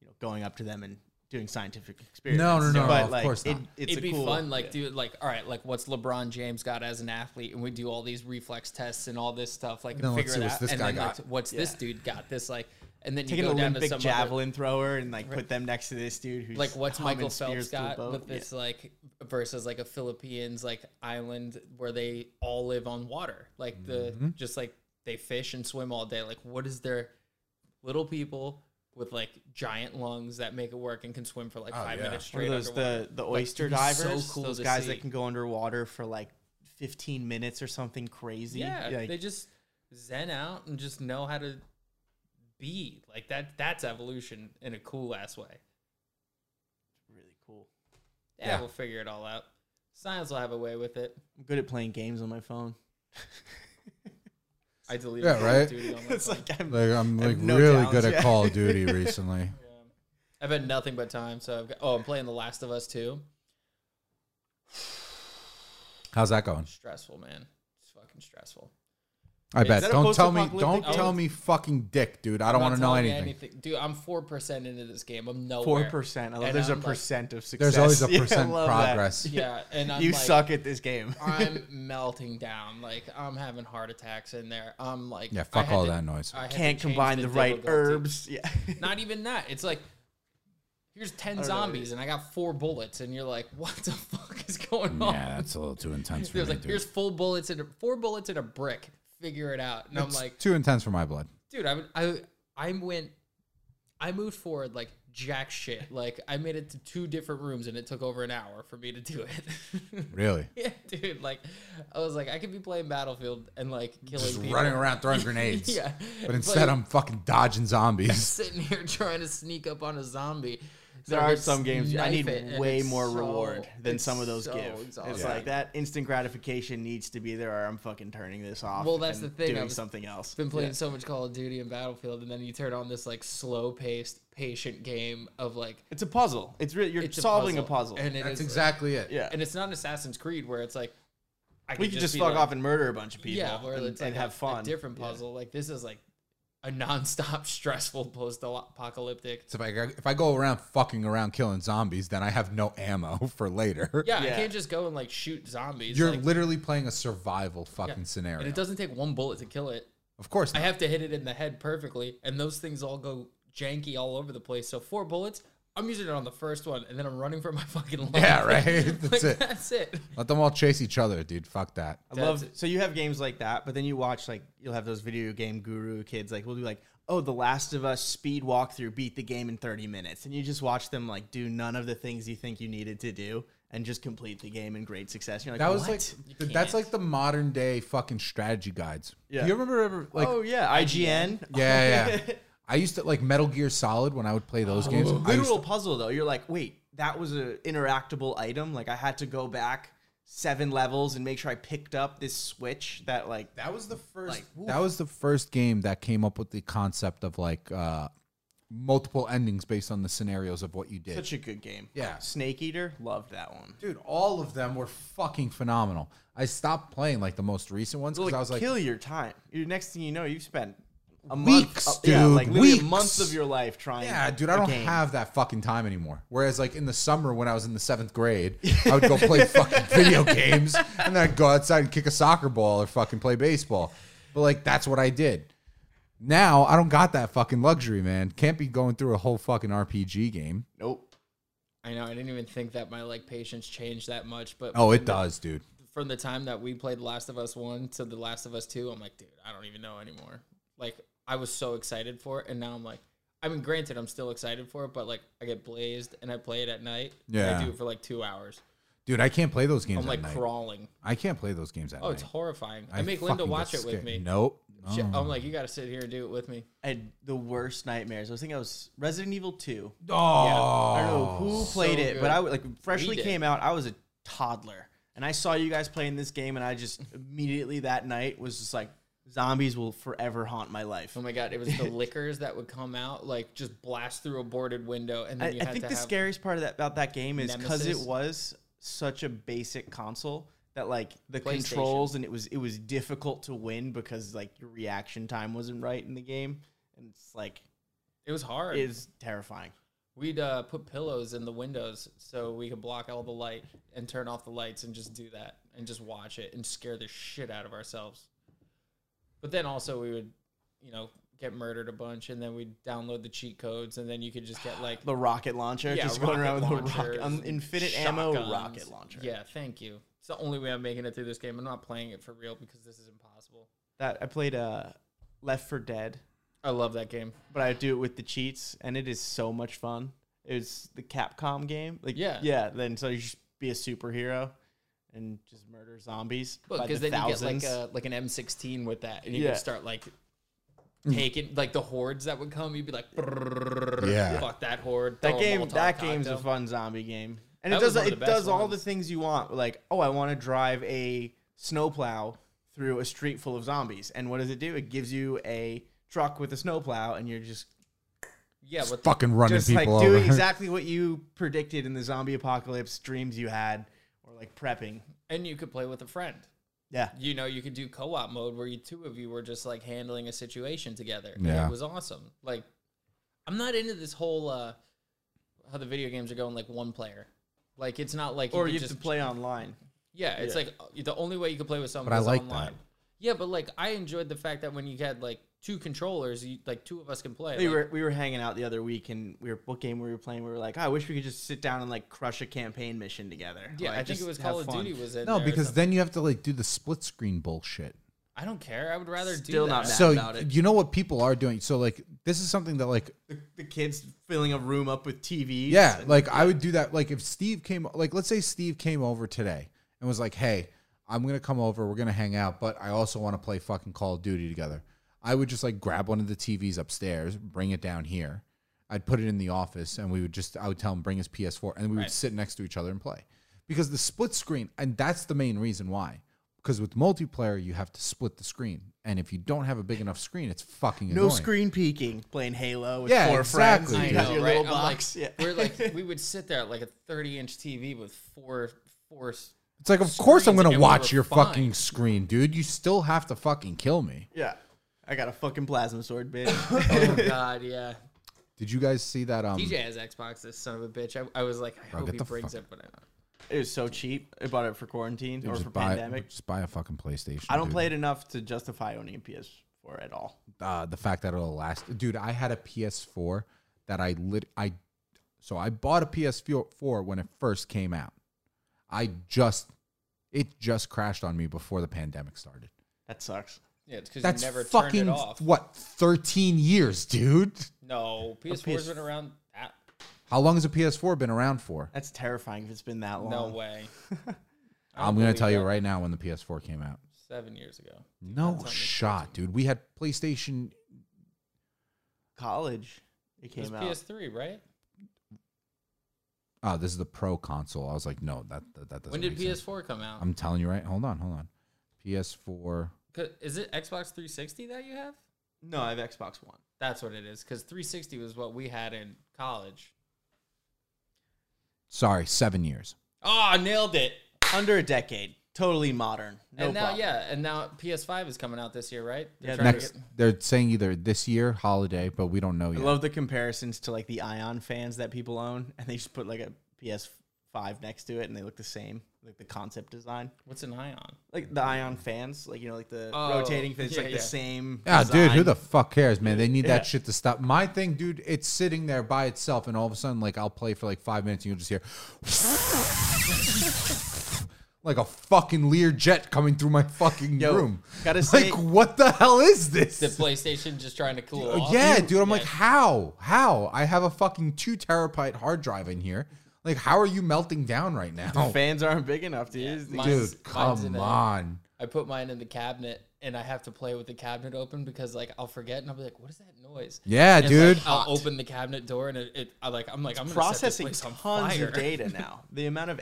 Speaker 3: you know going up to them and doing scientific experiments.
Speaker 1: no,
Speaker 3: but
Speaker 1: of
Speaker 3: like,
Speaker 1: course
Speaker 3: it,
Speaker 1: not.
Speaker 3: it's
Speaker 2: It'd
Speaker 3: a
Speaker 2: be
Speaker 3: cool,
Speaker 2: fun, like, dude, like, all right, like, what's LeBron James got as an athlete? And we do all these reflex tests and all this stuff, like, and
Speaker 1: Then let's
Speaker 2: figure
Speaker 1: see
Speaker 2: it
Speaker 1: what's
Speaker 2: out.
Speaker 1: this
Speaker 2: and
Speaker 1: guy
Speaker 2: then,
Speaker 1: got.
Speaker 2: like, what's this dude got? This, like, and then you
Speaker 3: take an
Speaker 2: go down to
Speaker 3: Olympic
Speaker 2: some other,
Speaker 3: javelin thrower and like put them next to this dude who's
Speaker 2: like, what's
Speaker 3: humming
Speaker 2: Michael Phelps
Speaker 3: spears to a
Speaker 2: got
Speaker 3: boat.
Speaker 2: with this, like, versus like a Philippines like island where they all live on water, like the
Speaker 1: Mm-hmm.
Speaker 2: just like they fish and swim all day. Like, what is their little people? With like giant lungs that make it work and can swim for like
Speaker 1: Oh,
Speaker 2: five
Speaker 1: yeah.
Speaker 2: minutes
Speaker 3: One
Speaker 2: straight.
Speaker 3: of those
Speaker 2: underwater.
Speaker 3: the the oyster
Speaker 2: it'd be so
Speaker 3: divers,
Speaker 2: cool
Speaker 3: those
Speaker 2: to
Speaker 3: guys
Speaker 2: see.
Speaker 3: that can go underwater for like 15 minutes or something crazy.
Speaker 2: Yeah,
Speaker 3: like,
Speaker 2: they just zen out and just know how to be like that. That's evolution in a cool ass way.
Speaker 3: really cool.
Speaker 2: Yeah,
Speaker 1: Yeah.
Speaker 2: we'll figure it all out. Science will have a way with it.
Speaker 3: I'm good at playing games on my phone.
Speaker 2: I deleted
Speaker 1: Yeah,
Speaker 2: Call of
Speaker 1: right?
Speaker 2: Duty on my
Speaker 3: it's
Speaker 2: phone.
Speaker 3: like I'm
Speaker 1: Like I'm
Speaker 3: I have
Speaker 1: like
Speaker 3: no
Speaker 1: really
Speaker 3: talents,
Speaker 1: good at
Speaker 3: yeah.
Speaker 1: Call of Duty recently.
Speaker 2: I've had nothing but time. So I've got, oh, I'm playing The Last of Us too.
Speaker 1: How's that going?
Speaker 2: Stressful, man. It's fucking stressful.
Speaker 1: I bet.
Speaker 3: that a
Speaker 1: Don't tell me. Don't
Speaker 3: post-apocalyptic game?
Speaker 1: tell me fucking dick, dude. I don't
Speaker 2: I'm
Speaker 1: want
Speaker 2: not
Speaker 1: to know
Speaker 2: telling you
Speaker 1: anything.
Speaker 2: dude. I'm four percent into this game. I'm
Speaker 3: four
Speaker 2: nowhere.
Speaker 3: percent.
Speaker 2: And
Speaker 3: There's a
Speaker 2: I'm like-
Speaker 3: percent of success.
Speaker 1: There's always a
Speaker 3: Yeah, I
Speaker 1: percent
Speaker 3: love that.
Speaker 1: progress.
Speaker 2: Yeah, and I'm
Speaker 3: You
Speaker 2: like,
Speaker 3: suck at this game.
Speaker 2: I'm melting down. Like I'm having heart attacks in there. I'm like,
Speaker 1: Yeah,
Speaker 2: I
Speaker 1: fuck
Speaker 2: had
Speaker 1: all
Speaker 2: to-
Speaker 1: that noise.
Speaker 2: I had to
Speaker 3: Can't
Speaker 2: change
Speaker 3: combine the, right
Speaker 2: difficulty.
Speaker 3: herbs. Yeah.
Speaker 2: Not even that. It's like here's ten zombies and I got four bullets, and you're like, what the fuck is going on?
Speaker 1: Yeah, that's a little too intense for
Speaker 2: It
Speaker 1: me.
Speaker 2: was like,
Speaker 1: dude.
Speaker 2: here's full bullets and a, four bullets and a brick. Figure it out. And I'm
Speaker 1: It's
Speaker 2: like,
Speaker 1: too intense for my blood.
Speaker 2: dude, I would, I I went, I moved forward like jack shit. Like I made it to two different rooms and it took over an hour for me to do it.
Speaker 1: Really,
Speaker 2: yeah, dude. Like I was like, I could be playing Battlefield and like killing
Speaker 1: just
Speaker 2: people.
Speaker 1: running around throwing grenades.
Speaker 2: Yeah,
Speaker 1: But instead, I'm fucking dodging zombies.
Speaker 2: sitting here trying to sneak up on a zombie. So
Speaker 3: There
Speaker 2: I
Speaker 3: are
Speaker 2: would
Speaker 3: some games I
Speaker 2: knife
Speaker 3: need
Speaker 2: it, and
Speaker 3: way
Speaker 2: it's
Speaker 3: more
Speaker 2: so-
Speaker 3: reward than
Speaker 2: it's
Speaker 3: some of those
Speaker 2: so
Speaker 3: give. It's
Speaker 2: exhausting.
Speaker 3: like that instant gratification needs to be there, or I'm fucking turning this off.
Speaker 2: Well, that's
Speaker 3: and
Speaker 2: the thing, I
Speaker 3: Doing
Speaker 2: was-
Speaker 3: something else.
Speaker 2: been playing so much Call of Duty and Battlefield, and then you turn on this like slow paced, patient game of like
Speaker 3: It's a puzzle. It's really you're
Speaker 2: it's
Speaker 3: solving a puzzle.
Speaker 2: and it
Speaker 1: That's
Speaker 2: is-
Speaker 1: exactly it.
Speaker 3: yeah,
Speaker 2: and it's not an Assassin's Creed where it's like I
Speaker 3: we could just
Speaker 2: be,
Speaker 3: fuck
Speaker 2: like-
Speaker 3: off and murder a bunch of people.
Speaker 2: yeah, or
Speaker 3: and,
Speaker 2: it's
Speaker 3: and
Speaker 2: like a-
Speaker 3: have fun.
Speaker 2: A different
Speaker 3: Yeah.
Speaker 2: puzzle, like this is like a nonstop stressful post apocalyptic.
Speaker 1: So if I go- if I go around fucking around killing zombies, then I have no ammo for later.
Speaker 2: Yeah, I
Speaker 3: Yeah.
Speaker 2: can't just go and like shoot zombies.
Speaker 1: You're
Speaker 2: like,
Speaker 1: literally playing a survival
Speaker 2: yeah.
Speaker 1: fucking
Speaker 2: and
Speaker 1: scenario.
Speaker 2: it doesn't take one bullet to kill it.
Speaker 1: of course,
Speaker 2: I
Speaker 1: not.
Speaker 2: have to hit it in the head perfectly, and those things all go janky all over the place. So four bullets. I'm using it on the first one, and then I'm running for my fucking life.
Speaker 1: Yeah, right?
Speaker 2: Like,
Speaker 1: That's it.
Speaker 2: That's it.
Speaker 1: let them all chase each other, dude. Fuck that.
Speaker 3: I
Speaker 2: That's
Speaker 3: love
Speaker 2: it.
Speaker 3: so you have games like that, but then you watch like you'll have those video game guru kids like we'll do like oh The Last of Us speed walkthrough beat the game in thirty minutes, and you just watch them like do none of the things you think you needed to do and just complete the game in great success. You're like
Speaker 1: That was
Speaker 3: "What?"
Speaker 1: like th- that's like the modern day fucking strategy guides.
Speaker 3: Yeah.
Speaker 1: Do you remember ever like
Speaker 3: oh yeah IGN
Speaker 1: yeah, yeah, yeah. I used to like Metal Gear Solid when I would play those
Speaker 2: Oh,
Speaker 1: games. I used
Speaker 3: literal puzzle though. You're like wait that was a interactable item. Like I had to go back seven levels and make sure I picked up this switch that like
Speaker 1: That was the first. that was the first game that came up with the concept of like uh, multiple endings based on the scenarios of what you did.
Speaker 3: such a good game.
Speaker 1: Yeah.
Speaker 3: Snake Eater loved that one.
Speaker 1: Dude, all of them were fucking phenomenal. I stopped playing like the most recent ones because
Speaker 3: Like,
Speaker 1: I was like,
Speaker 3: kill your time. Your next thing you know, you've spent a
Speaker 1: Weeks,
Speaker 3: month, uh, yeah,
Speaker 1: dude,
Speaker 3: like literally
Speaker 1: weeks.
Speaker 3: a month of your life trying.
Speaker 1: yeah, dude, I
Speaker 3: a
Speaker 1: don't
Speaker 3: game.
Speaker 1: have that fucking time anymore. Whereas like in the summer when I was in the seventh grade, I would go play fucking video games and then I'd go outside and kick a soccer ball or fucking play baseball. But like that's what I did. Now I don't got that fucking luxury, man. Can't be going through a whole fucking RPG game.
Speaker 3: Nope.
Speaker 2: I know. I didn't even think that my like patience changed that much, but
Speaker 1: Oh, it does, dude.
Speaker 2: from the time that we played Last of Us One to The Last of Us Two, I'm like, dude, I don't even know anymore. Like, I was so excited for it, and now I'm like, I mean, granted, I'm still excited for it, but like, I get blazed and I play it at night. and
Speaker 1: Yeah.
Speaker 2: I do it for like two hours.
Speaker 1: Dude, I can't play those games
Speaker 2: I'm
Speaker 1: at
Speaker 2: like
Speaker 1: night.
Speaker 2: crawling.
Speaker 1: I can't play those games at
Speaker 2: Oh,
Speaker 1: night.
Speaker 2: it's horrifying. I, make
Speaker 1: fucking
Speaker 2: Linda
Speaker 1: get
Speaker 2: watch it with
Speaker 1: scared.
Speaker 2: me.
Speaker 1: Nope.
Speaker 2: She-
Speaker 1: Oh.
Speaker 2: I'm like, you got to sit here and do it with me.
Speaker 3: I had the worst nightmares. I was thinking I was Resident Evil Two.
Speaker 1: Oh.
Speaker 3: I don't know who played it,
Speaker 2: good.
Speaker 3: but I w- like freshly
Speaker 2: did.
Speaker 3: came out. I was a toddler, and I saw you guys playing this game, and I just immediately that night was just like, zombies will forever haunt my life.
Speaker 2: Oh my god, it was the liquors that would come out, like just blast through a boarded window, and
Speaker 3: I,
Speaker 2: then you
Speaker 3: I
Speaker 2: had
Speaker 3: think
Speaker 2: to
Speaker 3: the
Speaker 2: have.
Speaker 3: scariest part of that about that game is because it
Speaker 2: Nemesis.
Speaker 3: was such a basic console that like the
Speaker 2: PlayStation.
Speaker 3: controls and it was it was difficult to win because like your reaction time wasn't right in the game and it's like
Speaker 2: it was hard.
Speaker 3: it's terrifying.
Speaker 2: We'd uh, put pillows in the windows so we could block all the light and turn off the lights and just do that and just watch it and scare the shit out of ourselves. But then also we would, you know, get murdered a bunch and then we'd download the cheat codes and then you could just get like
Speaker 3: The rocket launcher,
Speaker 2: yeah,
Speaker 3: just going around
Speaker 2: rocket
Speaker 3: with a rocket,
Speaker 2: launchers,
Speaker 3: um, infinite ammo
Speaker 2: shotguns.
Speaker 3: rocket launcher.
Speaker 2: Yeah, thank you. It's the only way I'm making it through this game. I'm not playing it for real because this is impossible.
Speaker 3: that I played uh, Left for Dead,
Speaker 2: I love that game.
Speaker 3: but I do it with the cheats, and it is so much fun. It's the Capcom game, like
Speaker 2: Yeah.
Speaker 3: yeah. Then so you just be a superhero and just murder zombies by
Speaker 2: because
Speaker 3: the
Speaker 2: then
Speaker 3: thousands.
Speaker 2: you get like a, like an M16 with that, and you
Speaker 3: Yeah.
Speaker 2: can start like taking like the hordes that would come. You'd be like,
Speaker 1: Yeah.
Speaker 2: fuck that horde.
Speaker 3: that
Speaker 2: throw a
Speaker 3: game,
Speaker 2: Molotov
Speaker 3: that game's a
Speaker 2: cocktail.
Speaker 3: fun zombie game, and it
Speaker 2: That was
Speaker 3: does
Speaker 2: one of
Speaker 3: it
Speaker 2: the best
Speaker 3: does all the
Speaker 2: ones.
Speaker 3: things you want. Like oh, I want to drive a snowplow through a street full of zombies, and what does it do? It gives you a truck with a snowplow, and you're just
Speaker 2: Yeah, with
Speaker 1: fucking running
Speaker 3: just like
Speaker 1: people
Speaker 3: doing
Speaker 1: over.
Speaker 3: exactly what you predicted in the zombie apocalypse dreams you had or like prepping
Speaker 2: and you could play with a friend.
Speaker 3: yeah
Speaker 2: You know, you could do co-op mode where you two of you were just like handling a situation together. and
Speaker 1: Yeah.
Speaker 2: it was awesome. Like, I'm not into this whole uh how the video games are going like one player. Like it's not like
Speaker 3: or
Speaker 2: could
Speaker 3: you have
Speaker 2: just
Speaker 3: to play online
Speaker 2: Yeah, it's
Speaker 3: Yeah.
Speaker 2: like uh, the only way you could play with someone.
Speaker 1: But I
Speaker 2: was
Speaker 1: like
Speaker 2: online.
Speaker 1: that.
Speaker 2: Yeah, but like I enjoyed the fact that when you had like two controllers, you, like two of us can play.
Speaker 3: We
Speaker 2: Like,
Speaker 3: were we were hanging out the other week, and we were what game we were playing. We were like, "Oh, I wish we could just sit down and like crush a campaign mission together.
Speaker 2: yeah,
Speaker 3: Like,
Speaker 2: I think
Speaker 3: just
Speaker 2: it was
Speaker 3: have
Speaker 2: Call of
Speaker 3: fun.
Speaker 2: Duty was in
Speaker 1: No,
Speaker 2: there or
Speaker 1: because
Speaker 2: something.
Speaker 1: then you have to like do the split screen bullshit.
Speaker 2: I don't care. I would rather
Speaker 3: Still
Speaker 2: do that.
Speaker 3: not mad.
Speaker 1: so
Speaker 3: about it.
Speaker 1: you know what people are doing. So like this is something that like
Speaker 3: the, the kids filling a room up with TVs.
Speaker 1: yeah,
Speaker 3: and-
Speaker 1: like I would do that. Like if Steve came, like let's say Steve came over today and was like, "Hey, I'm gonna come over. We're gonna hang out, but I also want to play fucking Call of Duty together." I would just like grab one of the TVs upstairs, bring it down here. I'd put it in the office, and we would just I would tell him bring his PS4, and we would sit next to each other and play because the split screen, and that's the main reason why. Because with multiplayer, you have to split the screen, and if you don't have a big enough screen, it's fucking
Speaker 3: no
Speaker 1: annoying.
Speaker 3: screen peeking, playing Halo with
Speaker 1: Yeah,
Speaker 3: four
Speaker 1: exactly.
Speaker 3: friends.
Speaker 2: I
Speaker 3: You got
Speaker 2: know,
Speaker 3: your
Speaker 2: right?
Speaker 3: little
Speaker 2: I'm like-
Speaker 3: box. yeah.
Speaker 2: We're like, we would sit there at like a 30 inch TV with four, four. s-
Speaker 1: It's like, of course I'm
Speaker 2: screens
Speaker 1: gonna
Speaker 2: and we
Speaker 1: watch
Speaker 2: were
Speaker 1: your
Speaker 2: fine.
Speaker 1: fucking screen, dude. You still have to fucking kill me.
Speaker 3: yeah. I got a fucking plasma sword, bitch.
Speaker 2: Oh God, yeah.
Speaker 1: Did you guys see that? Um,
Speaker 2: DJ has Xbox. This son of a bitch. I, I was like, I hope
Speaker 1: get
Speaker 2: he
Speaker 1: the
Speaker 2: brings
Speaker 1: fuck-
Speaker 2: it, but I don't.
Speaker 3: it was so cheap. I bought it for quarantine or
Speaker 1: just
Speaker 3: for
Speaker 1: buy,
Speaker 3: pandemic.
Speaker 1: Just buy a fucking PlayStation.
Speaker 3: I don't
Speaker 1: dude.
Speaker 3: play it enough to justify owning a PS4 at all.
Speaker 1: Uh, the fact that it'll last, dude. I had a PS4 that I lit. I so I bought a PS4 when it first came out. I just it just crashed on me before the pandemic started.
Speaker 3: That sucks.
Speaker 2: Yeah, it's because
Speaker 1: That's
Speaker 2: you never
Speaker 1: fucking
Speaker 2: turned it off.
Speaker 1: what thirteen years, dude.
Speaker 2: No, PS4's been around. That,
Speaker 1: How long has a PS4 been around for?
Speaker 3: That's terrifying if it's been that long.
Speaker 2: no way. I
Speaker 1: I'm
Speaker 2: don't
Speaker 1: gonna
Speaker 2: believe
Speaker 1: tell you
Speaker 2: that.
Speaker 1: right now when the PS4 came out.
Speaker 2: Seven years ago.
Speaker 1: No shot, dude. We had PlayStation.
Speaker 3: College, it
Speaker 2: It was
Speaker 3: came out.
Speaker 2: PS3, right?
Speaker 1: Oh, this is the Pro console. I was like, no, that that, that doesn't.
Speaker 2: When did
Speaker 1: make sense.
Speaker 2: PS4 come out?
Speaker 1: I'm telling you right. Hold on, hold on. PS4.
Speaker 2: 'Cause- Is it Xbox 360 that you have?
Speaker 3: no, I have Xbox One.
Speaker 2: That's what it is. Because 360 was what we had in college.
Speaker 1: Sorry, seven years.
Speaker 2: Ah, nailed it.
Speaker 3: Under a decade. Totally modern. No
Speaker 2: and now,
Speaker 3: problem.
Speaker 2: yeah, and now PS5 is coming out this year, right? They're
Speaker 3: Yeah,
Speaker 2: trying to
Speaker 1: Next,
Speaker 2: get-
Speaker 1: they're saying either this year holiday, but we don't know
Speaker 3: I
Speaker 1: yet.
Speaker 3: love the comparisons to like the Ion fans that people own, and they just put like a PS5 next to it, and they look the same, like the concept design.
Speaker 2: what's an ion?
Speaker 3: Like the Ion fans, like you know, like the
Speaker 2: Oh,
Speaker 3: rotating fans,
Speaker 2: yeah,
Speaker 3: like
Speaker 2: yeah.
Speaker 3: the same.
Speaker 1: yeah, Ah, dude, who
Speaker 3: design.
Speaker 1: the fuck cares, man? They need
Speaker 3: Yeah.
Speaker 1: that shit to stop. My thing, dude, it's sitting there by itself, and all of a sudden, like, I'll play for like five minutes, and you'll just hear like a fucking Lear jet coming through my fucking
Speaker 3: Yo,
Speaker 1: room.
Speaker 3: gotta say-
Speaker 1: like, what the hell is this?
Speaker 2: The PlayStation just trying to cool
Speaker 1: Uh,
Speaker 2: off.
Speaker 1: yeah, dude. I'm like,
Speaker 2: Yeah.
Speaker 1: how? How? I have a fucking two terabyte hard drive in here. Like, how are you melting down right now?
Speaker 3: fans aren't big enough, dude.
Speaker 2: Yeah,
Speaker 3: Dude,
Speaker 2: mine's-
Speaker 1: Dude,
Speaker 2: mine's in
Speaker 1: come
Speaker 2: a-
Speaker 1: on.
Speaker 2: I put mine in the cabinet and I have to play with the cabinet open because like I'll forget and I'll be like, what is that noise?
Speaker 1: Yeah,
Speaker 2: And it's
Speaker 1: dude.
Speaker 2: like, I'll open the cabinet door and it, it I like I'm like I'm gonna
Speaker 3: processing
Speaker 2: set this place on
Speaker 3: tons
Speaker 2: fire.
Speaker 3: of data now. The amount of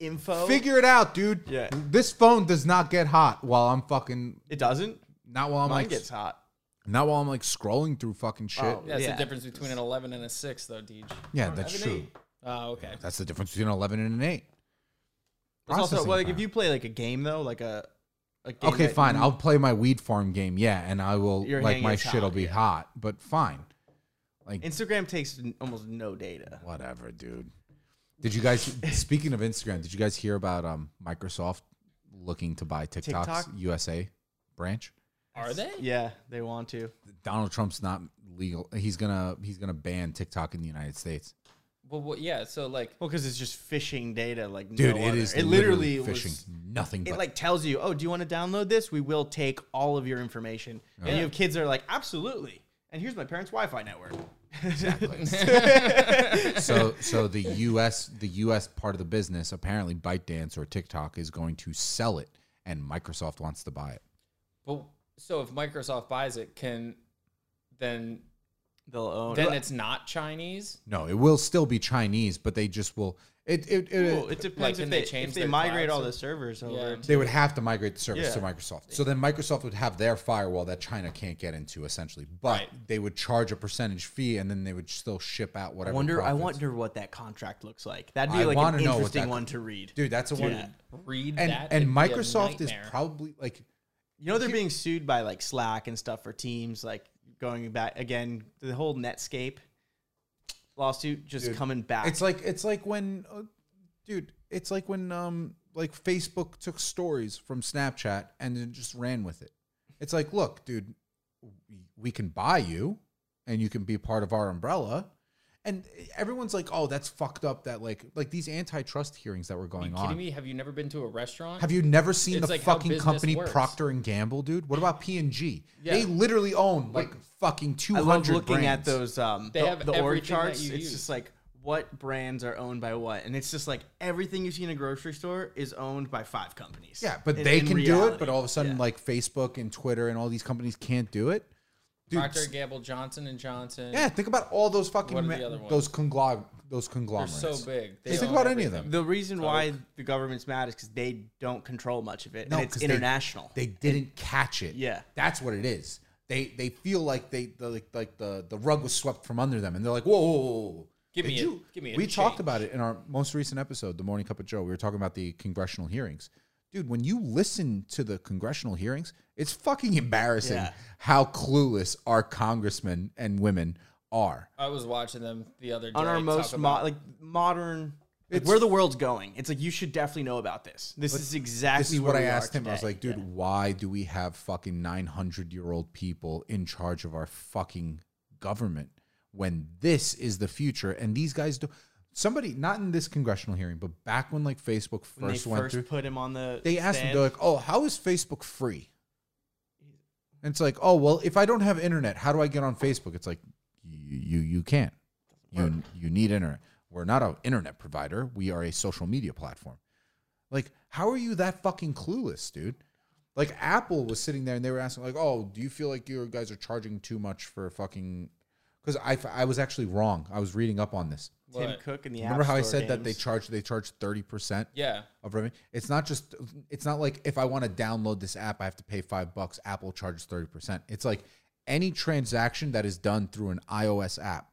Speaker 3: info.
Speaker 1: Figure it out, dude.
Speaker 3: Oh. Yeah.
Speaker 1: This phone does not get hot while I'm fucking
Speaker 3: It doesn't.
Speaker 1: not while I'm
Speaker 3: Mine
Speaker 1: like
Speaker 3: gets hot.
Speaker 1: not while I'm like scrolling through fucking shit.
Speaker 3: Oh,
Speaker 2: That's
Speaker 3: Yeah.
Speaker 2: the difference between an 11 and a 6 though, Deej.
Speaker 1: yeah, that's
Speaker 3: Have an
Speaker 1: true.
Speaker 3: eight.
Speaker 2: Oh, okay.
Speaker 1: That's the difference between an 11 and an 8.
Speaker 3: It's also
Speaker 1: Processing
Speaker 3: well, like if
Speaker 1: power.
Speaker 3: you play like a game though, like a. a game
Speaker 1: Okay,
Speaker 3: that
Speaker 1: fine.
Speaker 3: you-
Speaker 1: I'll play my weed farm game, yeah, and I will
Speaker 3: Your
Speaker 1: like
Speaker 3: hang
Speaker 1: my
Speaker 3: is
Speaker 1: shit'll
Speaker 3: hot,
Speaker 1: be
Speaker 3: yeah.
Speaker 1: hot, but fine. Like
Speaker 3: Instagram takes n- almost no data.
Speaker 1: Whatever, dude. Did you guys? speaking of Instagram, did you guys hear about um, Microsoft looking to buy TikTok's
Speaker 3: TikTok?
Speaker 1: USA branch?
Speaker 2: Are they?
Speaker 3: Yeah, they want to.
Speaker 1: Donald Trump's not legal. He's gonna he's gonna ban TikTok in the United States.
Speaker 2: Well, well, yeah, so like
Speaker 3: Well, because it's just phishing data, like
Speaker 1: Dude,
Speaker 3: no
Speaker 1: it
Speaker 3: other.
Speaker 1: is
Speaker 3: It literally
Speaker 1: fishing.
Speaker 3: was-
Speaker 1: Nothing but
Speaker 3: it like tells you, oh, do you want to download this? We will take all of your information. And you have kids that are like, absolutely. And here's my parents' Wi-Fi network.
Speaker 1: so so the US the US part of the business apparently ByteDance or TikTok is going to sell it, and Microsoft wants to buy it.
Speaker 2: but so if Microsoft buys it, can then
Speaker 3: They'll own.
Speaker 2: then it's not Chinese?
Speaker 1: No, it will still be Chinese, but they just will. It it, it,
Speaker 3: Well, it depends if
Speaker 2: can
Speaker 3: they,
Speaker 2: they change
Speaker 3: if they
Speaker 2: their
Speaker 3: migrate
Speaker 2: cloud
Speaker 3: all the servers over.
Speaker 2: Yeah.
Speaker 1: They would have to migrate the service to
Speaker 3: Yeah.
Speaker 1: Microsoft. So then Microsoft would have their firewall that China can't get into, essentially. But
Speaker 2: Right.
Speaker 1: they would charge a percentage fee, and then they would still ship out
Speaker 3: I
Speaker 1: whatever.
Speaker 3: wonder. I
Speaker 1: profits.
Speaker 3: wonder what that contract looks like. That'd be
Speaker 1: I
Speaker 3: like
Speaker 1: wanna
Speaker 3: an
Speaker 1: know what
Speaker 3: interesting
Speaker 1: that-
Speaker 3: one to read.
Speaker 1: dude. That's a one.
Speaker 3: Yeah.
Speaker 2: Read
Speaker 1: And
Speaker 2: that.
Speaker 1: and
Speaker 2: it'd be a
Speaker 1: Microsoft is
Speaker 2: nightmare.
Speaker 1: probably like
Speaker 3: You know they're being sued by like Slack and stuff for Teams. Like going back again, the whole Netscape lawsuit just coming back.
Speaker 1: it's like it's like when, uh, dude, it's like when um like Facebook took stories from Snapchat and then just ran with it. It's like, look, dude, we can buy you and you can be part of our umbrella. And everyone's like, oh, that's fucked up that like like these antitrust hearings that were
Speaker 2: Are
Speaker 1: going
Speaker 2: you
Speaker 1: on.
Speaker 2: kidding me? Have you never been to a restaurant?
Speaker 1: Have you never seen
Speaker 2: It's
Speaker 1: the
Speaker 2: like how
Speaker 1: fucking
Speaker 2: business
Speaker 1: company
Speaker 2: works.
Speaker 1: Procter and Gamble, dude? What about P and G?
Speaker 2: Yeah.
Speaker 1: They literally own like fucking two
Speaker 3: I love
Speaker 1: hundred.
Speaker 3: looking at
Speaker 1: brands.
Speaker 3: those um
Speaker 2: They
Speaker 3: the,
Speaker 2: have
Speaker 3: the org
Speaker 2: everything that
Speaker 3: charts.
Speaker 2: you
Speaker 3: It's
Speaker 2: use.
Speaker 3: just like what brands are owned by what, and it's just like everything you see in a grocery store is owned by five companies.
Speaker 1: Yeah, but
Speaker 3: In-
Speaker 1: they
Speaker 3: in
Speaker 1: can do
Speaker 3: reality.
Speaker 1: it. But all of a sudden,
Speaker 3: Yeah.
Speaker 1: like Facebook and Twitter and all these companies can't do it. Dude,
Speaker 2: Procter and Gamble, Johnson and Johnson.
Speaker 1: yeah, think about all those fucking
Speaker 2: What are
Speaker 1: ma-
Speaker 2: the other ones?
Speaker 1: those conglomer those
Speaker 2: they're
Speaker 1: conglomerates.
Speaker 2: so big. They
Speaker 1: Just think
Speaker 2: own
Speaker 1: about any of
Speaker 2: everything.
Speaker 3: the reason why the government's mad is because they don't control much of it,
Speaker 1: No,
Speaker 3: and it's
Speaker 1: 'cause they-
Speaker 3: international.
Speaker 1: They didn't catch it.
Speaker 3: Yeah.
Speaker 1: that's what it is. They they feel like they the, like like the the rug was swept from under them, and they're like, whoa, whoa, whoa, whoa.
Speaker 2: Give
Speaker 1: Did
Speaker 2: me a-
Speaker 1: you-
Speaker 2: give me a
Speaker 1: We talked
Speaker 2: change.
Speaker 1: about it in our most recent episode, the Morning Cup of Joe. We were talking about the congressional hearings. Dude, when you listen to the congressional hearings, it's fucking embarrassing
Speaker 3: Yeah.
Speaker 1: how clueless our congressmen and women are.
Speaker 2: I was watching them the other day.
Speaker 3: on our
Speaker 2: talk
Speaker 3: most
Speaker 2: about-
Speaker 3: mo- like modern like
Speaker 1: It's-
Speaker 3: where the world's going. It's like you should definitely know about this. This is exactly
Speaker 1: This is
Speaker 3: where
Speaker 1: what I
Speaker 3: we are
Speaker 1: asked him. I was
Speaker 3: today.
Speaker 1: like, dude, why do we have fucking 900 year old people in charge of our fucking government when this is the future? And these guys do. Somebody, not in this congressional hearing, but back when like Facebook first
Speaker 3: when they
Speaker 1: went
Speaker 3: first
Speaker 1: through,
Speaker 3: put him on the
Speaker 1: they asked them,
Speaker 3: stand,
Speaker 1: they're like, oh, how is Facebook free? And it's like, oh, well, if I don't have internet, how do I get on Facebook? It's like, you, you, you can't. You, you need internet. We're not an internet provider. We are a social media platform. Like, how are you that fucking clueless, dude? Like, Apple was sitting there and they were asking, like, oh, do you feel like you guys are charging too much for fucking. Because I, I was actually wrong. I was reading up on this.
Speaker 3: Tim
Speaker 2: What?
Speaker 3: Cook in the
Speaker 1: Remember
Speaker 3: App
Speaker 1: how I
Speaker 3: Store
Speaker 1: said that they
Speaker 3: games.
Speaker 1: charge they charge 30%?
Speaker 2: Yeah.
Speaker 1: of revenue. It's not just it's not like if I want to download this app, I have to pay five bucks. Apple charges thirty percent. It's like any transaction that is done through an iOS app,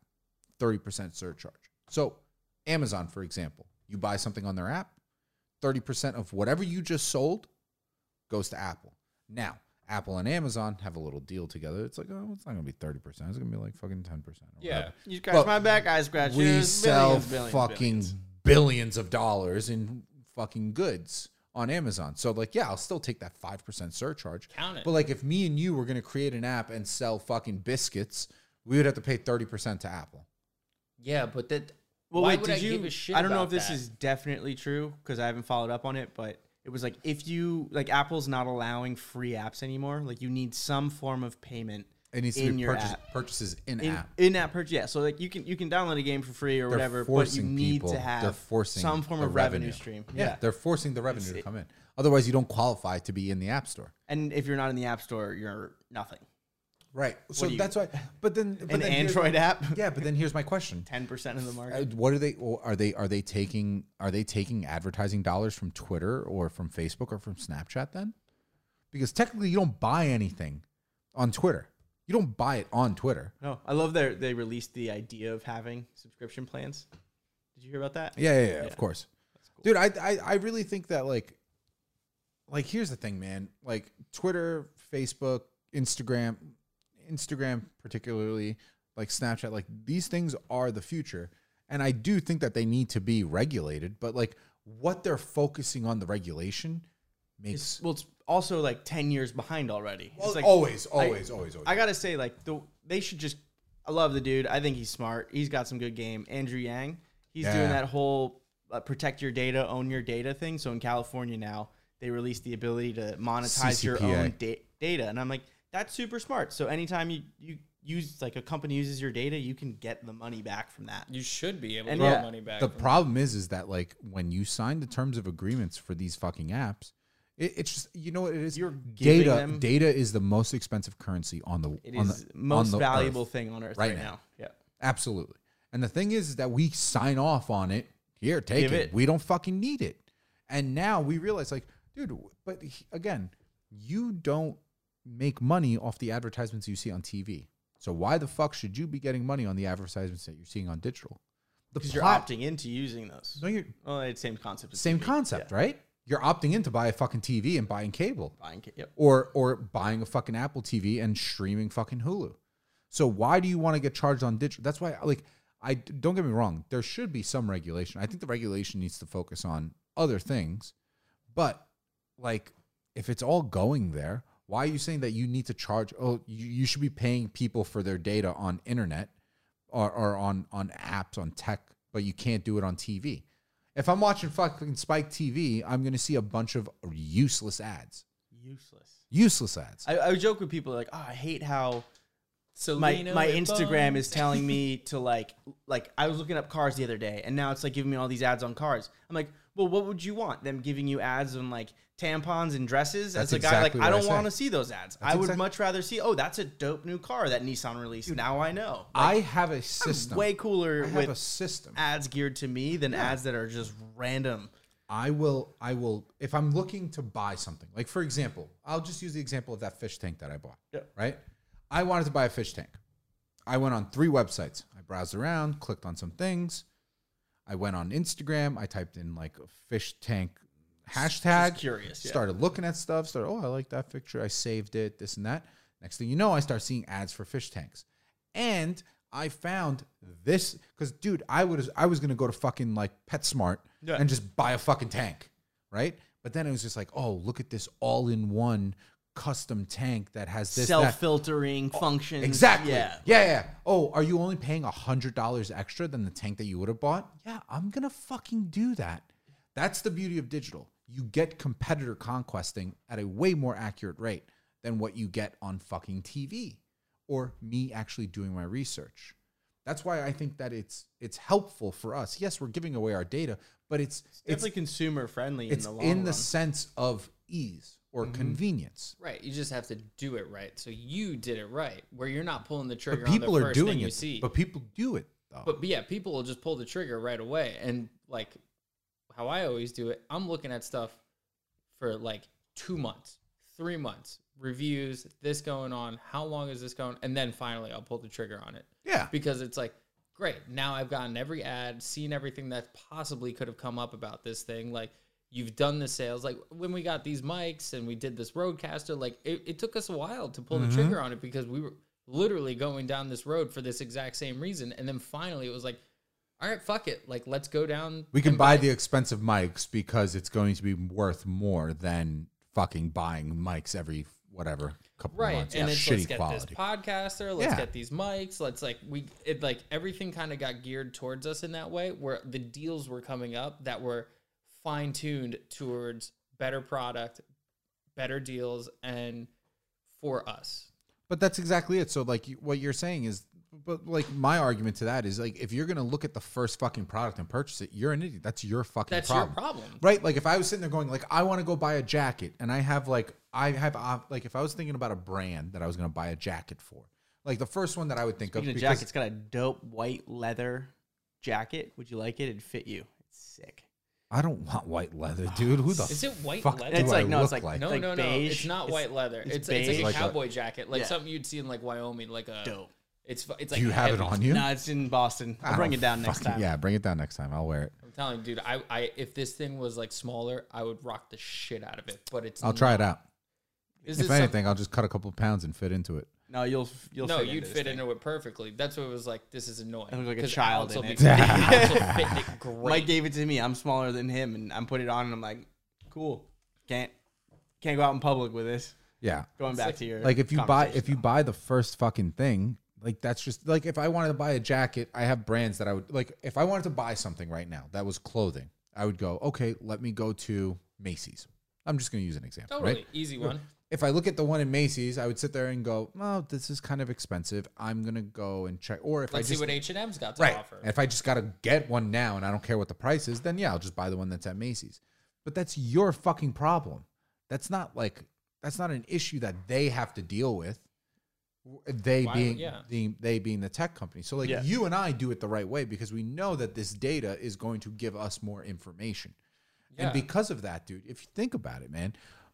Speaker 1: thirty percent surcharge. So Amazon, for example, you buy something on their app, thirty percent of whatever you just sold goes to Apple. Now, Apple and Amazon have a little deal together. It's like, oh, it's not gonna be thirty percent. It's gonna be like fucking ten percent.
Speaker 2: Yeah.
Speaker 3: You scratch
Speaker 1: Well,
Speaker 3: my back, I scratch
Speaker 1: we
Speaker 3: yours.
Speaker 1: sell
Speaker 3: billions, billions,
Speaker 1: fucking
Speaker 3: billions.
Speaker 1: billions. of dollars in fucking goods on Amazon. So like, yeah, I'll still take that five percent surcharge.
Speaker 2: Count it.
Speaker 1: But like, if me and you were gonna create an app and sell fucking biscuits, we would have to pay thirty percent to Apple.
Speaker 2: Yeah, but that.
Speaker 3: Well,
Speaker 2: why
Speaker 3: wait,
Speaker 2: would
Speaker 3: did
Speaker 2: I
Speaker 3: you?
Speaker 2: give a shit
Speaker 3: I don't know
Speaker 2: about
Speaker 3: if this
Speaker 2: that?
Speaker 3: is definitely true because I haven't followed up on it, but it was like if you like Apple's not allowing free apps anymore. Like you need some form of payment
Speaker 1: It needs to
Speaker 3: in
Speaker 1: be
Speaker 3: your
Speaker 1: purchase,
Speaker 3: app.
Speaker 1: purchases in,
Speaker 3: In,
Speaker 1: app.
Speaker 3: in app purchase, yeah. So like you can you can download a game for free or
Speaker 1: They're
Speaker 3: whatever, but you
Speaker 1: forcing
Speaker 3: need
Speaker 1: people.
Speaker 3: to have
Speaker 1: they're forcing
Speaker 3: some form
Speaker 1: the
Speaker 3: of revenue, stream.
Speaker 1: Yeah.
Speaker 3: Yeah.
Speaker 1: they're forcing the revenue to come in. Otherwise, you don't qualify to be in the app store.
Speaker 3: and if you're not in the app store, you're nothing.
Speaker 1: Right. So
Speaker 3: do you-
Speaker 1: that's why. But then, but
Speaker 3: An
Speaker 1: then here's-
Speaker 3: Android app,
Speaker 1: Yeah, but then here's my question:
Speaker 3: ten percent of the market.
Speaker 1: Uh, what are they or are they are they taking are they taking advertising dollars from Twitter or from Facebook or from Snapchat then? Because technically you don't buy anything on Twitter. You don't buy it on Twitter.
Speaker 3: No, I love their they released the idea of having subscription plans. Did you hear about that?
Speaker 1: Yeah, yeah, yeah, of course. Dude, I, I I really think that like like here's the thing, man. Like Twitter, Facebook, Instagram, Instagram particularly, like Snapchat, like these things are the future. And I do think that they need to be regulated, but like what they're focusing on the regulation makes
Speaker 3: Well, it's also like ten years behind already. It's like
Speaker 1: always, always, always, always.
Speaker 3: I gotta say, like the they should just. I love the dude. I think he's smart. He's got some good game. Andrew Yang. He's
Speaker 1: Yeah.
Speaker 3: doing that whole uh, protect your data, own your data thing. So in California now, they released the ability to monetize your
Speaker 1: CCPA.
Speaker 3: own da- data, and I'm like, that's super smart. So anytime you you use like a company uses your data, you can get the money back from that.
Speaker 2: You should be able to
Speaker 3: And
Speaker 2: get
Speaker 3: yeah,
Speaker 2: money back.
Speaker 1: the
Speaker 2: from-
Speaker 1: problem is is that like when you sign the terms of agreements for these fucking apps it, it's just you know what it is
Speaker 3: You're giving
Speaker 1: data
Speaker 3: them-
Speaker 1: data is the most expensive currency on the
Speaker 3: It
Speaker 1: on
Speaker 3: is
Speaker 1: the,
Speaker 3: most
Speaker 1: on the
Speaker 3: valuable
Speaker 1: earth.
Speaker 3: thing on earth
Speaker 1: Right
Speaker 3: right,
Speaker 1: now.
Speaker 3: now. Yeah.
Speaker 1: absolutely and the thing is, is that we sign off on it here take
Speaker 3: Give
Speaker 1: it.
Speaker 3: it.
Speaker 1: we don't fucking need it and now we realize like dude w- but he- again you don't make money off the advertisements you see on TV so why the fuck should you be getting money on the advertisements that you're seeing on digital the
Speaker 3: Because you're
Speaker 1: plat-
Speaker 3: opting into using those.
Speaker 1: no, you're,
Speaker 3: Well, it's same concept. as
Speaker 1: same
Speaker 3: TV.
Speaker 1: concept, right? You're opting in to buy a fucking TV and buying cable,
Speaker 3: Buying ca- Yep.
Speaker 1: or or buying a fucking Apple TV and streaming fucking Hulu. So why do you want to get charged on digital? That's why, like, I don't get me wrong. There should be some regulation. I think the regulation needs to focus on other things, but like, if it's all going there, Why are you saying that you need to charge? Oh, you, you should be paying people for their data on internet or, or on on apps on tech, but you can't do it on TV. If I'm watching fucking Spike TV, I'm gonna see a bunch of useless ads.
Speaker 3: Useless.
Speaker 1: Useless ads.
Speaker 3: I, I would joke with people like, oh, I hate how
Speaker 2: So
Speaker 3: my my Instagram is telling me to like like I was looking up cars the other day and now it's like giving me all these ads on cars. I'm like, well, what would you want? Them giving you ads on like tampons and dresses?
Speaker 1: That's
Speaker 3: As a guy, like
Speaker 1: exactly
Speaker 3: I
Speaker 1: what I
Speaker 3: don't
Speaker 1: said.
Speaker 3: want to see those ads. I
Speaker 1: That's
Speaker 3: would
Speaker 1: exact-
Speaker 3: much rather see, oh, that's a dope new car that Nissan released. now I know.
Speaker 1: I have a
Speaker 3: I'm
Speaker 1: system.
Speaker 3: way cooler
Speaker 1: I have
Speaker 3: with
Speaker 1: a system.
Speaker 3: ads geared to me than ads that are just random.
Speaker 1: I will I will if I'm looking to buy something. Like for example, I'll just use the example of that fish tank that I bought.
Speaker 3: Yeah.
Speaker 1: Right? I wanted to buy a fish tank. I went on three websites. I browsed around, clicked on some things. I went on Instagram, I typed in like a fish tank hashtag.
Speaker 3: Just curious, yeah.
Speaker 1: Started looking at stuff, started, oh, I like that picture. I saved it, this and that. Next thing you know, I start seeing ads for fish tanks. And I found this because dude, I would I was gonna go to fucking like PetSmart
Speaker 3: Yeah.
Speaker 1: and just buy a fucking tank, right? But then it was just like, oh, look at this all-in-one custom tank that has this that. Oh,
Speaker 3: Self-filtering functions.
Speaker 1: Exactly.
Speaker 3: Mm, Yeah.
Speaker 1: Yeah. yeah, Oh, are you only paying a hundred dollars extra than the tank that you would have bought? Yeah, I'm gonna fucking do that. That's the beauty of digital. You get competitor conquesting at a way more accurate rate than what you get on fucking TV or me actually doing my research. That's why I think that it's it's helpful for us. Yes, we're giving away our data, but it's
Speaker 3: It's
Speaker 1: it's
Speaker 3: like consumer friendly in
Speaker 1: it's
Speaker 3: the long
Speaker 1: in the
Speaker 3: run.
Speaker 1: sense of ease or convenience.
Speaker 2: right. You just have to do it right. So you did it right, where you're not pulling the trigger.
Speaker 1: people
Speaker 2: on the
Speaker 1: are
Speaker 2: first
Speaker 1: doing
Speaker 2: thing
Speaker 1: it,
Speaker 2: you see.
Speaker 1: but people do it though.
Speaker 2: But yeah, people will just pull the trigger right away. And like how I always do it, I'm looking at stuff for like two months, three months, reviews, this going on, how long is this going? And then finally I'll pull the trigger on it.
Speaker 1: yeah,
Speaker 2: Because it's like, great, now I've gotten every ad, seen everything that possibly could have come up about this thing. Like you've done the sales. Like when we got these mics and we did this roadcaster, like it, it took us a while to
Speaker 1: Mm-hmm.
Speaker 2: pull the trigger on it because we were literally going down this road for this exact same reason. And then finally it was like, all right, fuck it. Like let's go down
Speaker 1: We can buy the expensive mics because it's going to be worth more than fucking buying mics every whatever couple
Speaker 2: right
Speaker 1: months.
Speaker 2: and
Speaker 1: yeah,
Speaker 2: it's let's
Speaker 1: shitty
Speaker 2: get
Speaker 1: quality.
Speaker 2: this podcaster let's
Speaker 1: Yeah.
Speaker 2: get these mics let's like we it like everything kind of got geared towards us in that way where the deals were coming up that were fine-tuned towards better product better deals and for us
Speaker 1: But that's exactly it. So like you- what you're saying is, but like my argument to that is like if you're gonna look at the first fucking product and purchase it, you're an idiot. That's your fucking
Speaker 2: that's
Speaker 1: problem.
Speaker 2: your problem
Speaker 1: Right, like if I was sitting there going, like I want to go buy a jacket, and I have like I have uh, like if I was thinking about a brand that I was going to buy a jacket for, like the first one that I would think
Speaker 3: Speaking
Speaker 1: of,
Speaker 3: of
Speaker 1: because-
Speaker 3: jackets, it's got a dope white leather jacket. Would you like it? It'd fit you. It's sick.
Speaker 1: I don't want white leather, dude. Who the
Speaker 2: Is it white
Speaker 1: fuck
Speaker 2: leather?
Speaker 1: do
Speaker 2: It's
Speaker 1: I
Speaker 3: like- no, it's
Speaker 1: look like?
Speaker 3: like-
Speaker 2: no
Speaker 3: like
Speaker 2: no no it's
Speaker 3: beige.
Speaker 2: not
Speaker 3: It's-
Speaker 2: white leather
Speaker 3: it's
Speaker 2: it's, it's, like a
Speaker 3: beige.
Speaker 1: Like a-
Speaker 2: cowboy jacket like
Speaker 3: Yeah.
Speaker 2: something you'd see in like wyoming like a
Speaker 3: Dope.
Speaker 2: it's fu- it's
Speaker 1: Do
Speaker 2: like
Speaker 1: you have it
Speaker 2: heavy.
Speaker 1: on you?
Speaker 3: Nah, it's in Boston.
Speaker 1: I
Speaker 3: I'll bring
Speaker 1: don't
Speaker 3: it down next
Speaker 1: Oh, fucking-
Speaker 3: time.
Speaker 1: Yeah, bring it down next time. I'll wear it.
Speaker 2: i'm telling you dude i i if this thing was like smaller i would rock the shit out of it but it's
Speaker 1: I'll try it out.
Speaker 2: Is
Speaker 1: If
Speaker 2: this some-
Speaker 1: anything, I'll just cut a couple pounds and fit into it.
Speaker 3: No, you'll you'll
Speaker 2: no,
Speaker 3: fit
Speaker 2: you'd
Speaker 3: into
Speaker 2: fit
Speaker 3: this thing.
Speaker 2: into it perfectly. That's what it was like. This is annoying.
Speaker 3: I look like a
Speaker 2: 'Cause
Speaker 3: child
Speaker 2: Alex
Speaker 3: in
Speaker 2: will
Speaker 3: it.
Speaker 2: be- Alex will fit it great.
Speaker 3: Mike gave it to me. I'm smaller than him, and I'm putting it on, and I'm like, cool. Can't can't go out in public with this.
Speaker 1: Yeah.
Speaker 3: Going back
Speaker 2: like-
Speaker 3: to your
Speaker 1: Like if you buy
Speaker 3: conversation.
Speaker 1: if you buy the first fucking thing, like that's just like if I wanted to buy a jacket, I have brands that I would like if I wanted to buy something right now that was clothing, I would go, okay, let me go to Macy's. I'm just gonna use an example.
Speaker 2: totally
Speaker 1: Right.
Speaker 2: easy one.
Speaker 1: if I look at the one in Macy's, I would sit there and go, "Oh, this is kind of expensive. I'm gonna go and check." Or if I
Speaker 2: Let's
Speaker 1: just
Speaker 2: see what H and M's got to
Speaker 1: right,
Speaker 2: offer.
Speaker 1: if I just gotta get one now and I don't care what the price is, then yeah, I'll just buy the one that's at Macy's. But that's your fucking problem. That's not like that's not an issue that they have to deal with. They
Speaker 2: Why would-
Speaker 1: being,
Speaker 2: yeah.
Speaker 1: the, they being the tech company. So like
Speaker 3: Yeah.
Speaker 1: you and I do it the right way because we know that this data is going to give us more information.
Speaker 2: Yeah.
Speaker 1: And because of that, dude, if you think about it, man,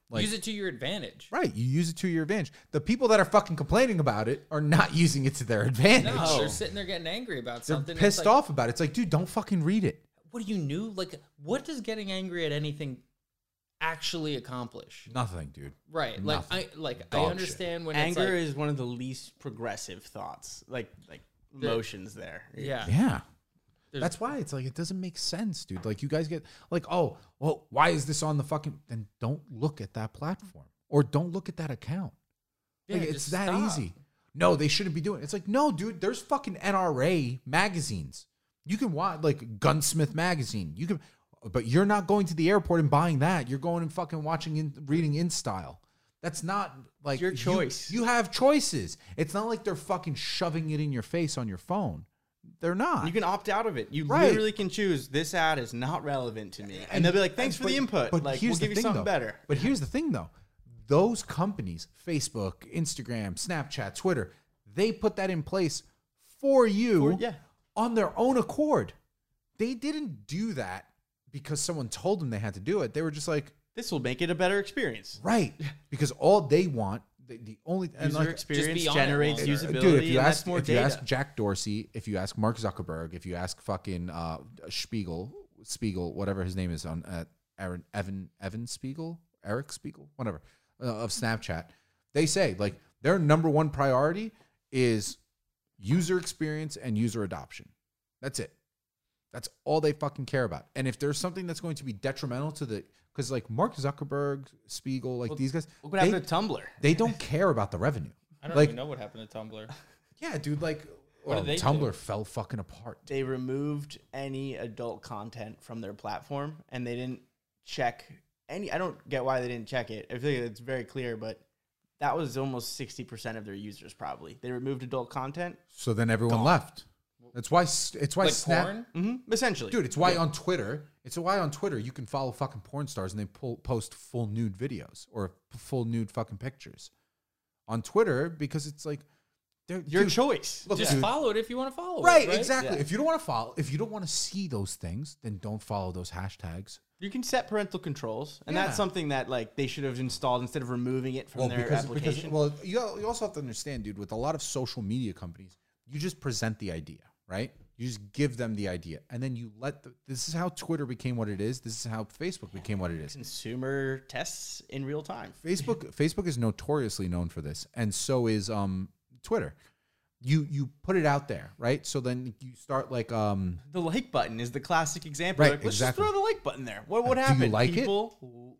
Speaker 1: like
Speaker 2: Use it to your advantage.
Speaker 1: Right. You use it to your advantage. The people that are fucking complaining about it are not using it to their advantage.
Speaker 2: No, they're sitting there getting angry about
Speaker 1: They're
Speaker 2: something. It's
Speaker 1: pissed
Speaker 2: like,
Speaker 1: off about it. It's like, dude, don't fucking read it.
Speaker 2: What do you knew? Like, what does getting angry at anything actually accomplish?
Speaker 1: Nothing, dude.
Speaker 2: Right. Like, I
Speaker 1: Nothing.
Speaker 2: like
Speaker 1: Dog
Speaker 2: I
Speaker 1: shit.
Speaker 2: understand when it's
Speaker 3: anger
Speaker 2: like,
Speaker 3: is one of the least progressive thoughts, like like emotions there.
Speaker 2: yeah.
Speaker 1: Yeah.
Speaker 2: There's-
Speaker 1: That's why it's like it doesn't make sense, dude. Like you guys get like, oh, well, why is this on the fucking? Then don't look at that platform, or don't look at that account.
Speaker 2: Yeah,
Speaker 1: like it's
Speaker 2: just
Speaker 1: that
Speaker 2: stop.
Speaker 1: easy. No, they shouldn't be doing it. It's like, no, dude, there's fucking NRA magazines. You can watch like Gunsmith magazine. You can but you're not going to the airport and buying that. You're going and fucking watching and reading in style. That's not like
Speaker 3: your
Speaker 1: you-
Speaker 3: choice.
Speaker 1: You, have choices. It's not like they're fucking shoving it in your face on your phone. They're not.
Speaker 3: You can opt out of it. You
Speaker 1: Right.
Speaker 3: literally can choose this ad is not relevant to me, and, they'll be like, "Thanks for
Speaker 1: But-
Speaker 3: the input.
Speaker 1: But
Speaker 3: like,
Speaker 1: here's
Speaker 3: we'll
Speaker 1: the
Speaker 3: give you
Speaker 1: thing,
Speaker 3: something
Speaker 1: though.
Speaker 3: better."
Speaker 1: But here's the thing, though: those companies, Facebook, Instagram, Snapchat, Twitter, they put that in place for you,
Speaker 3: For- yeah.
Speaker 1: on their own accord. They didn't do that because someone told them they had to do it. They were just like,
Speaker 3: This will make it a better experience.
Speaker 1: right, because all they want, the, the only and
Speaker 3: User
Speaker 1: like,
Speaker 3: experience
Speaker 2: be on it
Speaker 3: generates
Speaker 2: longer.
Speaker 3: usability.
Speaker 1: Dude, if you
Speaker 3: and
Speaker 1: ask
Speaker 3: that's more
Speaker 1: if
Speaker 3: data.
Speaker 1: you ask Jack Dorsey, if you ask Mark Zuckerberg, if you ask fucking uh, Spiegel, Spiegel, whatever his name is on uh, Aaron Evan Evan Spiegel, Eric Spiegel, whatever uh, of Snapchat, they say like their number one priority is user experience and user adoption. That's it. That's all they fucking care about. And if there's something that's going to be detrimental to the because like Mark Zuckerberg, Spiegel, like these guys,
Speaker 3: Look what
Speaker 1: they,
Speaker 3: happened to Tumblr.
Speaker 1: they don't care about the revenue.
Speaker 2: I don't
Speaker 1: Like-
Speaker 2: even know what happened to Tumblr.
Speaker 1: Yeah, dude, like
Speaker 2: What
Speaker 1: well,
Speaker 2: did they
Speaker 1: Tumblr
Speaker 2: do?
Speaker 1: fell fucking apart.
Speaker 3: They removed any adult content from their platform, and they didn't check any. I don't get why they didn't check it. I feel like it's very clear, but that was almost sixty percent of their users. Probably they removed adult content.
Speaker 1: So then everyone left. That's why s- it's why
Speaker 2: Like
Speaker 1: Snap
Speaker 2: porn?
Speaker 3: hmm essentially,
Speaker 1: Mm-hmm. Dude, it's why on Twitter, it's why on Twitter you can follow fucking porn stars and they pull, post full nude videos or p- full nude fucking pictures. On Twitter because it's like they're
Speaker 3: your
Speaker 1: dude,
Speaker 3: choice.
Speaker 1: look,
Speaker 2: Just
Speaker 1: Oh, dude,
Speaker 2: follow it if you want to follow
Speaker 1: Right,
Speaker 2: it. Right,
Speaker 1: exactly.
Speaker 3: Yeah.
Speaker 1: If you don't want to follow, if you don't want to see those things, then don't follow those hashtags.
Speaker 3: You can set parental controls, and
Speaker 1: Yeah.
Speaker 3: that's something that like they should have installed instead of removing it from
Speaker 1: well,
Speaker 3: their
Speaker 1: because,
Speaker 3: application.
Speaker 1: because well, you, al- you also have to understand, dude. With a lot of social media companies, you just present the idea, right? You just give them the idea, and then you let. The, this is how Twitter became what it is. This is how Facebook became what it is.
Speaker 3: Consumer tests in real time.
Speaker 1: Facebook Facebook is notoriously known for this, and so is um Twitter. You you put it out there, right? So then you start like um
Speaker 3: The like button is the classic example.
Speaker 1: Right,
Speaker 3: Like, Let's
Speaker 1: exactly.
Speaker 3: just throw the like button there. What would
Speaker 1: Uh, do you
Speaker 3: happen?
Speaker 1: like it?
Speaker 3: People,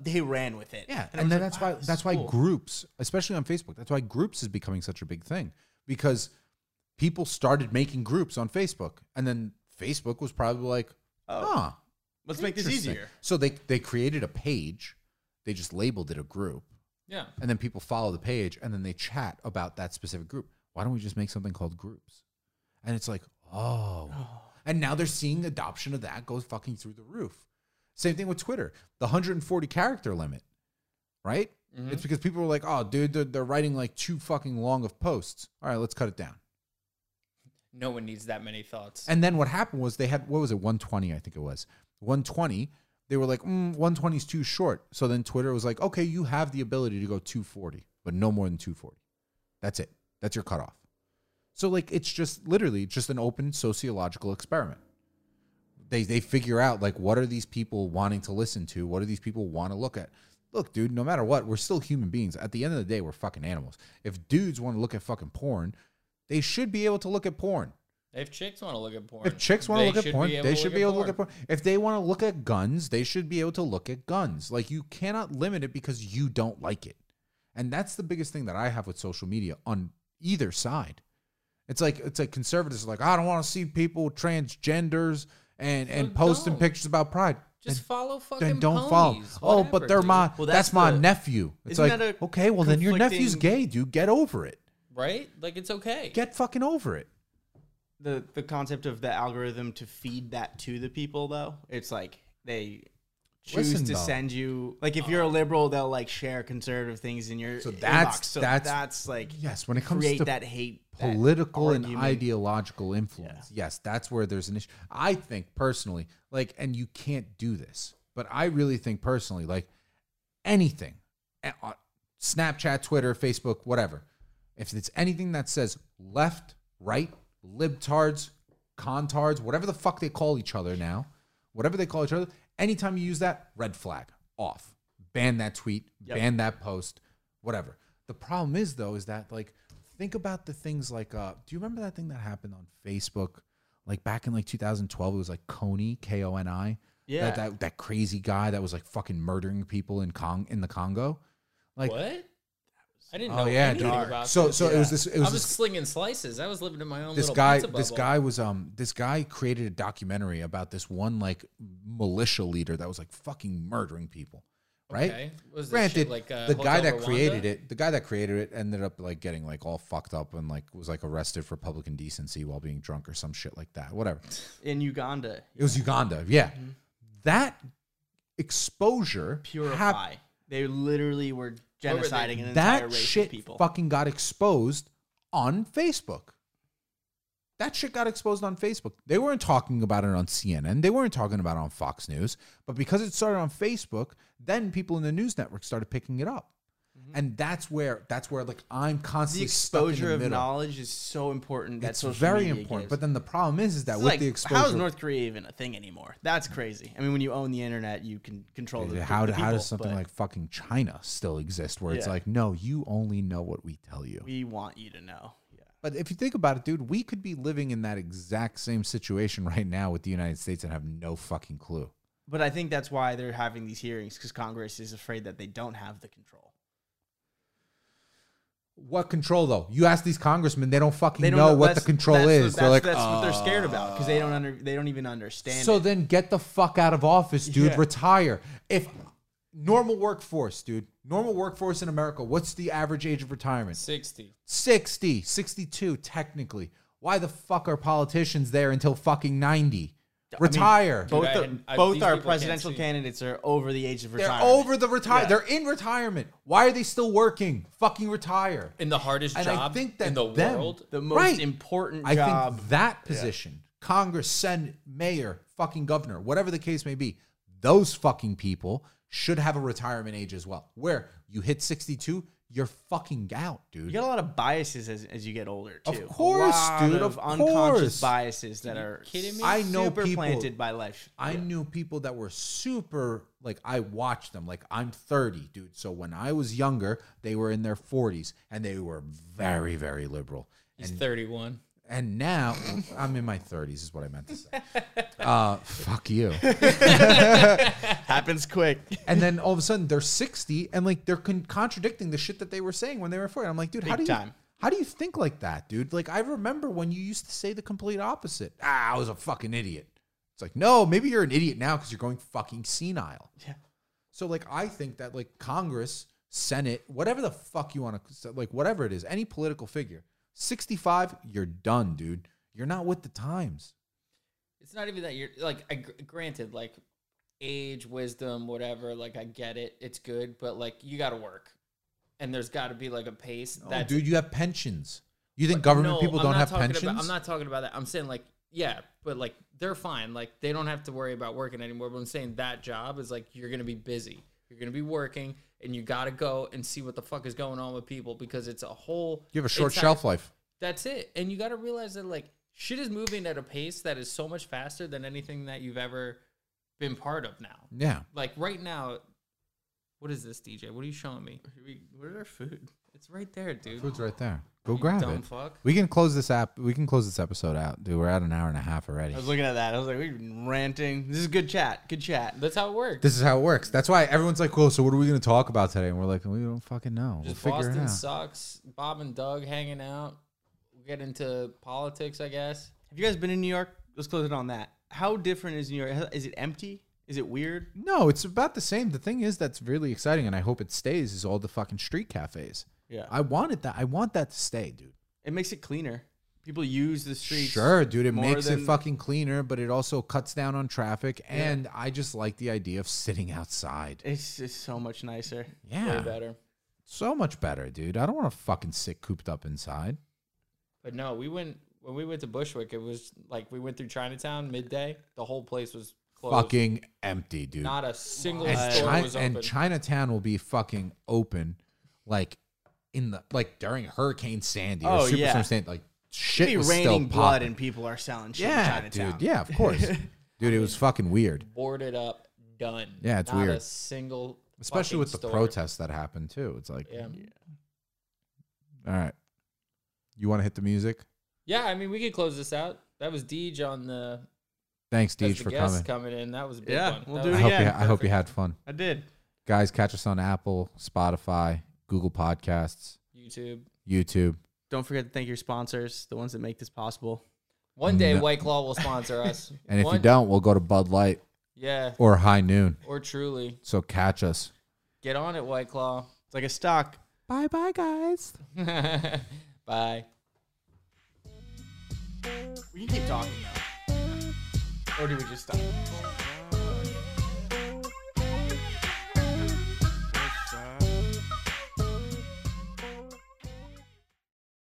Speaker 3: they ran with it.
Speaker 1: Yeah,
Speaker 3: I
Speaker 1: and,
Speaker 3: was
Speaker 1: then
Speaker 3: like,
Speaker 1: that's
Speaker 3: wow,
Speaker 1: why
Speaker 3: this is
Speaker 1: that's why
Speaker 3: cool.
Speaker 1: groups, especially on Facebook, that's why groups is becoming such a big thing because people started making groups on Facebook, and then Facebook was probably like,
Speaker 3: Oh,
Speaker 1: "Huh,
Speaker 3: let's make this
Speaker 1: interesting."
Speaker 3: easier.
Speaker 1: So they they created a page, they just labeled it a group,
Speaker 2: Yeah.
Speaker 1: and then people follow the page, and then they chat about that specific group. Why don't we just make something called groups? And it's like, oh, and now they're seeing adoption of that goes fucking through the roof. Same thing with Twitter, the 140 character limit, right? It's because people were like, oh, dude, they're, they're writing like too fucking long of posts. All right, let's cut it down.
Speaker 2: No one needs that many thoughts.
Speaker 1: And then what happened was they had, what was it, 120, I think it was. 120. They were like, mm, 120 is too short. So then Twitter was like, okay, you have the ability to go 240, but no more than 240. That's it. That's your cutoff. So like it's just literally just an open sociological experiment. They they figure out like what are these people wanting to listen to? What do these people want to look at? Look, dude, no matter what, we're still human beings. At the end of the day, we're fucking animals. If dudes want to look at fucking porn, they should be able to look at porn.
Speaker 2: if chicks want to look at porn,
Speaker 1: If chicks want to
Speaker 2: they
Speaker 1: look at
Speaker 2: should
Speaker 1: porn,
Speaker 2: be able
Speaker 1: they
Speaker 2: to
Speaker 1: should
Speaker 2: look
Speaker 1: be able to look at porn. If they want to look at guns, they should be able to look at guns. Like you cannot limit it because you don't like it. And that's the biggest thing that I have with social media on either side. It's like it's like conservatives are like I don't want to see people with transgenders and and
Speaker 2: So
Speaker 1: posting
Speaker 2: don't.
Speaker 1: pictures about pride.
Speaker 2: Just
Speaker 1: Then-
Speaker 2: follow fucking
Speaker 1: then don't
Speaker 2: ponies.
Speaker 1: follow.
Speaker 2: Whatever,
Speaker 1: oh, but they're
Speaker 2: dude.
Speaker 1: my
Speaker 3: Well,
Speaker 1: that's,
Speaker 3: that's
Speaker 1: my
Speaker 3: the-
Speaker 1: nephew. It's
Speaker 3: isn't
Speaker 1: like
Speaker 3: that a
Speaker 1: okay, well then your nephew's gay,
Speaker 3: conflicting-
Speaker 1: dude. Get over it.
Speaker 2: right. Like it's okay.
Speaker 1: Get fucking over it.
Speaker 3: The the concept of the algorithm to feed that to the people though, it's like they choose
Speaker 1: Listen,
Speaker 3: to
Speaker 1: though. Uh,
Speaker 3: send you like if you're a liberal, they'll like share conservative things in your
Speaker 1: So
Speaker 3: inbox.
Speaker 1: that's-
Speaker 3: so
Speaker 1: that's-
Speaker 3: that's like
Speaker 1: Yes, when it comes
Speaker 3: create
Speaker 1: to
Speaker 3: that hate that
Speaker 1: political and
Speaker 3: argument.
Speaker 1: ideological influence. Yes, that's where there's an issue. I think personally, like, and you can't do this, but I really think personally, like, anything, eh, on Snapchat, Twitter, Facebook, whatever, if it's anything that says left, right, libtards, contards, whatever the fuck they call each other now, whatever they call each other, anytime you use that, red flag off. Ban that tweet, ban that post, whatever. The problem is though, is that like think about the things like uh do you remember that thing that happened on Facebook? Like back in like 2012, it was like Coney, K O N I.
Speaker 3: Yeah.
Speaker 1: That, that that crazy guy that was like fucking murdering people in Cong in the Congo. Like,
Speaker 2: what? I didn't
Speaker 1: Oh,
Speaker 2: know
Speaker 1: yeah,
Speaker 2: anything
Speaker 1: dude.
Speaker 2: about
Speaker 1: so
Speaker 2: this.
Speaker 1: so it was
Speaker 3: Yeah.
Speaker 1: this it was
Speaker 2: I was
Speaker 1: this,
Speaker 2: just slinging slices. I was living in my own
Speaker 1: this
Speaker 2: little
Speaker 1: guy
Speaker 2: pizza
Speaker 1: this
Speaker 2: bubble.
Speaker 1: guy was um this guy created a documentary about this one like militia leader that was like fucking murdering people, right?
Speaker 2: Okay. What was this
Speaker 1: Granted,
Speaker 2: shit, like, uh,
Speaker 1: the guy
Speaker 2: Hotel
Speaker 1: that
Speaker 2: Rwanda?
Speaker 1: created it, the guy that created it, ended up like getting like all fucked up and like was like arrested for public indecency while being drunk or some shit like that. Whatever.
Speaker 3: in Uganda.
Speaker 1: It was Uganda. Yeah.
Speaker 2: Mm-hmm.
Speaker 1: That exposure
Speaker 3: Purify.
Speaker 1: hap-
Speaker 3: they literally were
Speaker 2: were they-
Speaker 3: genociding an entire
Speaker 1: that
Speaker 3: race
Speaker 1: shit
Speaker 3: of people.
Speaker 1: fucking got exposed on Facebook. That shit got exposed on Facebook. They weren't talking about it on CNN. They weren't talking about it on Fox News. But because it started on Facebook, then people in the news network started picking it up. And that's where that's where like I'm
Speaker 3: Mm-hmm. the
Speaker 1: constantly stuck in
Speaker 3: exposure
Speaker 1: the
Speaker 3: of
Speaker 1: middle.
Speaker 3: knowledge is so important. That's
Speaker 1: It's very important. But then the problem is, is that with
Speaker 3: like,
Speaker 1: the exposure,
Speaker 3: how is North Korea even a thing anymore? That's crazy. I mean, when you own the internet, you can control the,
Speaker 1: how,
Speaker 3: the
Speaker 1: how
Speaker 3: people,
Speaker 1: does something
Speaker 3: but
Speaker 1: like fucking China still exist? Where it's
Speaker 3: Yeah.
Speaker 1: like, no, you only know what we tell you.
Speaker 3: we want you to know? Yeah.
Speaker 1: But if you think about it, dude, we could be living in that exact same situation right now with the United States and have no fucking clue.
Speaker 3: But I think that's why they're having these hearings because Congress is afraid that they don't have the control.
Speaker 1: What control though? You ask these congressmen, they don't fucking
Speaker 3: They don't
Speaker 1: know, what the
Speaker 3: that's-
Speaker 1: control
Speaker 3: that's
Speaker 1: is.
Speaker 3: The,
Speaker 1: They're like,
Speaker 3: that's that's what they're scared about because they
Speaker 1: "Uh,
Speaker 3: don't under they don't even understand.
Speaker 1: So
Speaker 3: it.
Speaker 1: then get the fuck out of office, dude.
Speaker 3: Yeah.
Speaker 1: Retire. If normal workforce, dude, normal workforce in America, what's the average age of retirement?
Speaker 2: sixty.
Speaker 1: 60, 62 technically. Why the fuck are politicians there until fucking 90? Retire.
Speaker 3: both
Speaker 2: I
Speaker 3: our-
Speaker 2: hadn't- I-
Speaker 3: both
Speaker 2: these
Speaker 3: our
Speaker 2: people can't
Speaker 3: presidential
Speaker 2: see.
Speaker 3: candidates are over the age of
Speaker 1: they're
Speaker 3: retirement.
Speaker 1: over the retire.
Speaker 3: Yeah.
Speaker 1: They're in retirement. Why are they still working? Fucking retire.
Speaker 2: In the hardest
Speaker 1: And I
Speaker 2: job
Speaker 1: think that
Speaker 2: in the
Speaker 1: them-
Speaker 2: world.
Speaker 3: the most
Speaker 1: Right.
Speaker 3: important
Speaker 1: I
Speaker 3: job.
Speaker 1: think that position, Congress, Senate, Mayor, fucking governor, whatever the case may be, those fucking people should have a retirement age as well. Where you hit 62, you're fucking out, dude.
Speaker 3: you get a lot of biases as, as you get older too.
Speaker 1: Of course,
Speaker 3: a lot
Speaker 1: dude, of
Speaker 3: Of
Speaker 1: course.
Speaker 3: unconscious biases that are
Speaker 2: kidding me?
Speaker 1: I know
Speaker 3: super
Speaker 1: people-
Speaker 3: planted by life.
Speaker 1: I knew people that were super like I watched them like I'm 30, dude. So when I was younger, they were in their 40s and they were very very liberal.
Speaker 2: He's thirty-one.
Speaker 1: And now I'm in my 30s is what I meant to say. Uh fuck you.
Speaker 3: Happens quick.
Speaker 1: And then all of a sudden they're 60 and like they're con- contradicting the shit that they were saying when they were 40. I'm like, dude, how do
Speaker 3: Big
Speaker 1: you
Speaker 3: time.
Speaker 1: how do you think like that, dude? Like I remember when you used to say the complete opposite. Ah, I was a fucking idiot. It's like, no, maybe you're an idiot now because you're going fucking senile.
Speaker 3: Yeah.
Speaker 1: So like I think that like Congress, Senate, whatever the fuck you want to like whatever it is, any political figure, 65, you're done, dude. You're not with the times.
Speaker 2: It's not even that you're like. I, gr- granted, like age, wisdom, whatever. Like I get it. It's good, but like you got to work, and there's got to be like a pace.
Speaker 1: Oh,
Speaker 2: that's
Speaker 1: dude, you have pensions. You think government
Speaker 2: No,
Speaker 1: people
Speaker 2: I'm
Speaker 1: don't
Speaker 2: not
Speaker 1: have
Speaker 2: talking
Speaker 1: pensions?
Speaker 2: About, I'm not talking about that. I'm saying like, yeah, but like they're fine. Like they don't have to worry about working anymore. But I'm saying that job is like you're gonna be busy. You're gonna be working, and you gotta go and see what the fuck is going on with people because it's a whole.
Speaker 1: you have a short
Speaker 2: it's not-
Speaker 1: shelf life.
Speaker 2: That's it, and you gotta realize that like shit is moving at a pace that is so much faster than anything that you've ever been part of now.
Speaker 1: Yeah.
Speaker 2: Like right now, what is this, DJ? What are you showing me?
Speaker 3: Where's our food?
Speaker 2: It's right there, dude.
Speaker 1: Food's right there. Go
Speaker 2: You
Speaker 1: grab
Speaker 2: dumb
Speaker 1: it.
Speaker 2: fuck.
Speaker 1: We can close this app. We can close this episode out, dude. We're at an hour and a half already.
Speaker 3: I was looking at that. I was like, we've been ranting. This is good chat. Good chat.
Speaker 2: That's how it works.
Speaker 1: This is how it works. That's why everyone's like, "Cool, so what are we going to talk about today?" And we're like, "We don't fucking know.
Speaker 2: Just
Speaker 1: we'll figure
Speaker 2: Boston
Speaker 1: it out."
Speaker 2: sucks. Bob and Doug hanging out. We get into politics, I guess.
Speaker 3: Have you guys been in New York? Let's close it on that. How different is New York? Is it empty? Is it weird?
Speaker 1: No, it's about the same. The thing is that's really exciting, and I hope it stays. Is all the fucking street cafes.
Speaker 3: Yeah.
Speaker 1: I wanted that. I want that to stay, dude.
Speaker 3: It makes it cleaner. People use the streets.
Speaker 1: Sure, dude. It
Speaker 3: more
Speaker 1: makes it
Speaker 3: than-
Speaker 1: fucking cleaner, but it also cuts down on traffic. And I just like the idea of sitting outside.
Speaker 3: It's just so much nicer.
Speaker 2: Way
Speaker 1: Yeah,
Speaker 2: better.
Speaker 1: so much better, dude. I don't want to fucking sit cooped up inside.
Speaker 2: But no, we went when we went to Bushwick. It was like we went through Chinatown midday. The whole place was closed.
Speaker 1: Fucking empty, dude.
Speaker 2: Not a single
Speaker 1: and,
Speaker 2: store
Speaker 1: Chi-
Speaker 2: was open.
Speaker 1: and Chinatown will be fucking open, like in the like during Hurricane Sandy or
Speaker 3: Oh,
Speaker 1: Superstorm
Speaker 3: yeah.
Speaker 1: Sandy. Like shit
Speaker 3: It'd be
Speaker 1: was
Speaker 3: raining
Speaker 1: still
Speaker 3: blood
Speaker 1: popping.
Speaker 3: and people are selling shit
Speaker 1: yeah,
Speaker 3: in Chinatown.
Speaker 1: dude. Yeah, of course, dude. It was fucking weird,
Speaker 2: Boarded up, done.
Speaker 1: Yeah, it's
Speaker 2: Not A
Speaker 1: weird.
Speaker 2: single,
Speaker 1: especially with the
Speaker 2: fucking store.
Speaker 1: protests that happened too. It's like,
Speaker 2: Yeah.
Speaker 1: all right, you want to hit the music?
Speaker 2: yeah, I mean, we could close this out. That was Deej on the
Speaker 1: Thanks,
Speaker 2: as
Speaker 1: Deej,
Speaker 2: the
Speaker 1: for
Speaker 2: guest
Speaker 1: coming.
Speaker 2: coming in. That was a big
Speaker 3: Yeah,
Speaker 2: one.
Speaker 3: we'll
Speaker 2: That
Speaker 3: do
Speaker 1: I
Speaker 2: was-
Speaker 3: it
Speaker 1: hope, you,
Speaker 3: again.
Speaker 1: I hope you had fun,
Speaker 3: I did.
Speaker 1: guys. Catch us on Apple, Spotify, Google Podcasts,
Speaker 2: YouTube.
Speaker 1: YouTube.
Speaker 3: Don't forget to thank your sponsors, the ones that make this possible.
Speaker 2: One day,
Speaker 1: No.
Speaker 2: White Claw will sponsor us.
Speaker 1: And if
Speaker 2: One,
Speaker 1: you don't, we'll go to Bud Light
Speaker 2: yeah,
Speaker 1: or High Noon.
Speaker 2: or truly,
Speaker 1: So catch us.
Speaker 2: get on it, White Claw.
Speaker 3: It's like a stock.
Speaker 1: Bye bye, guys.
Speaker 2: Bye.
Speaker 3: We can keep talking though. Or do we just stop?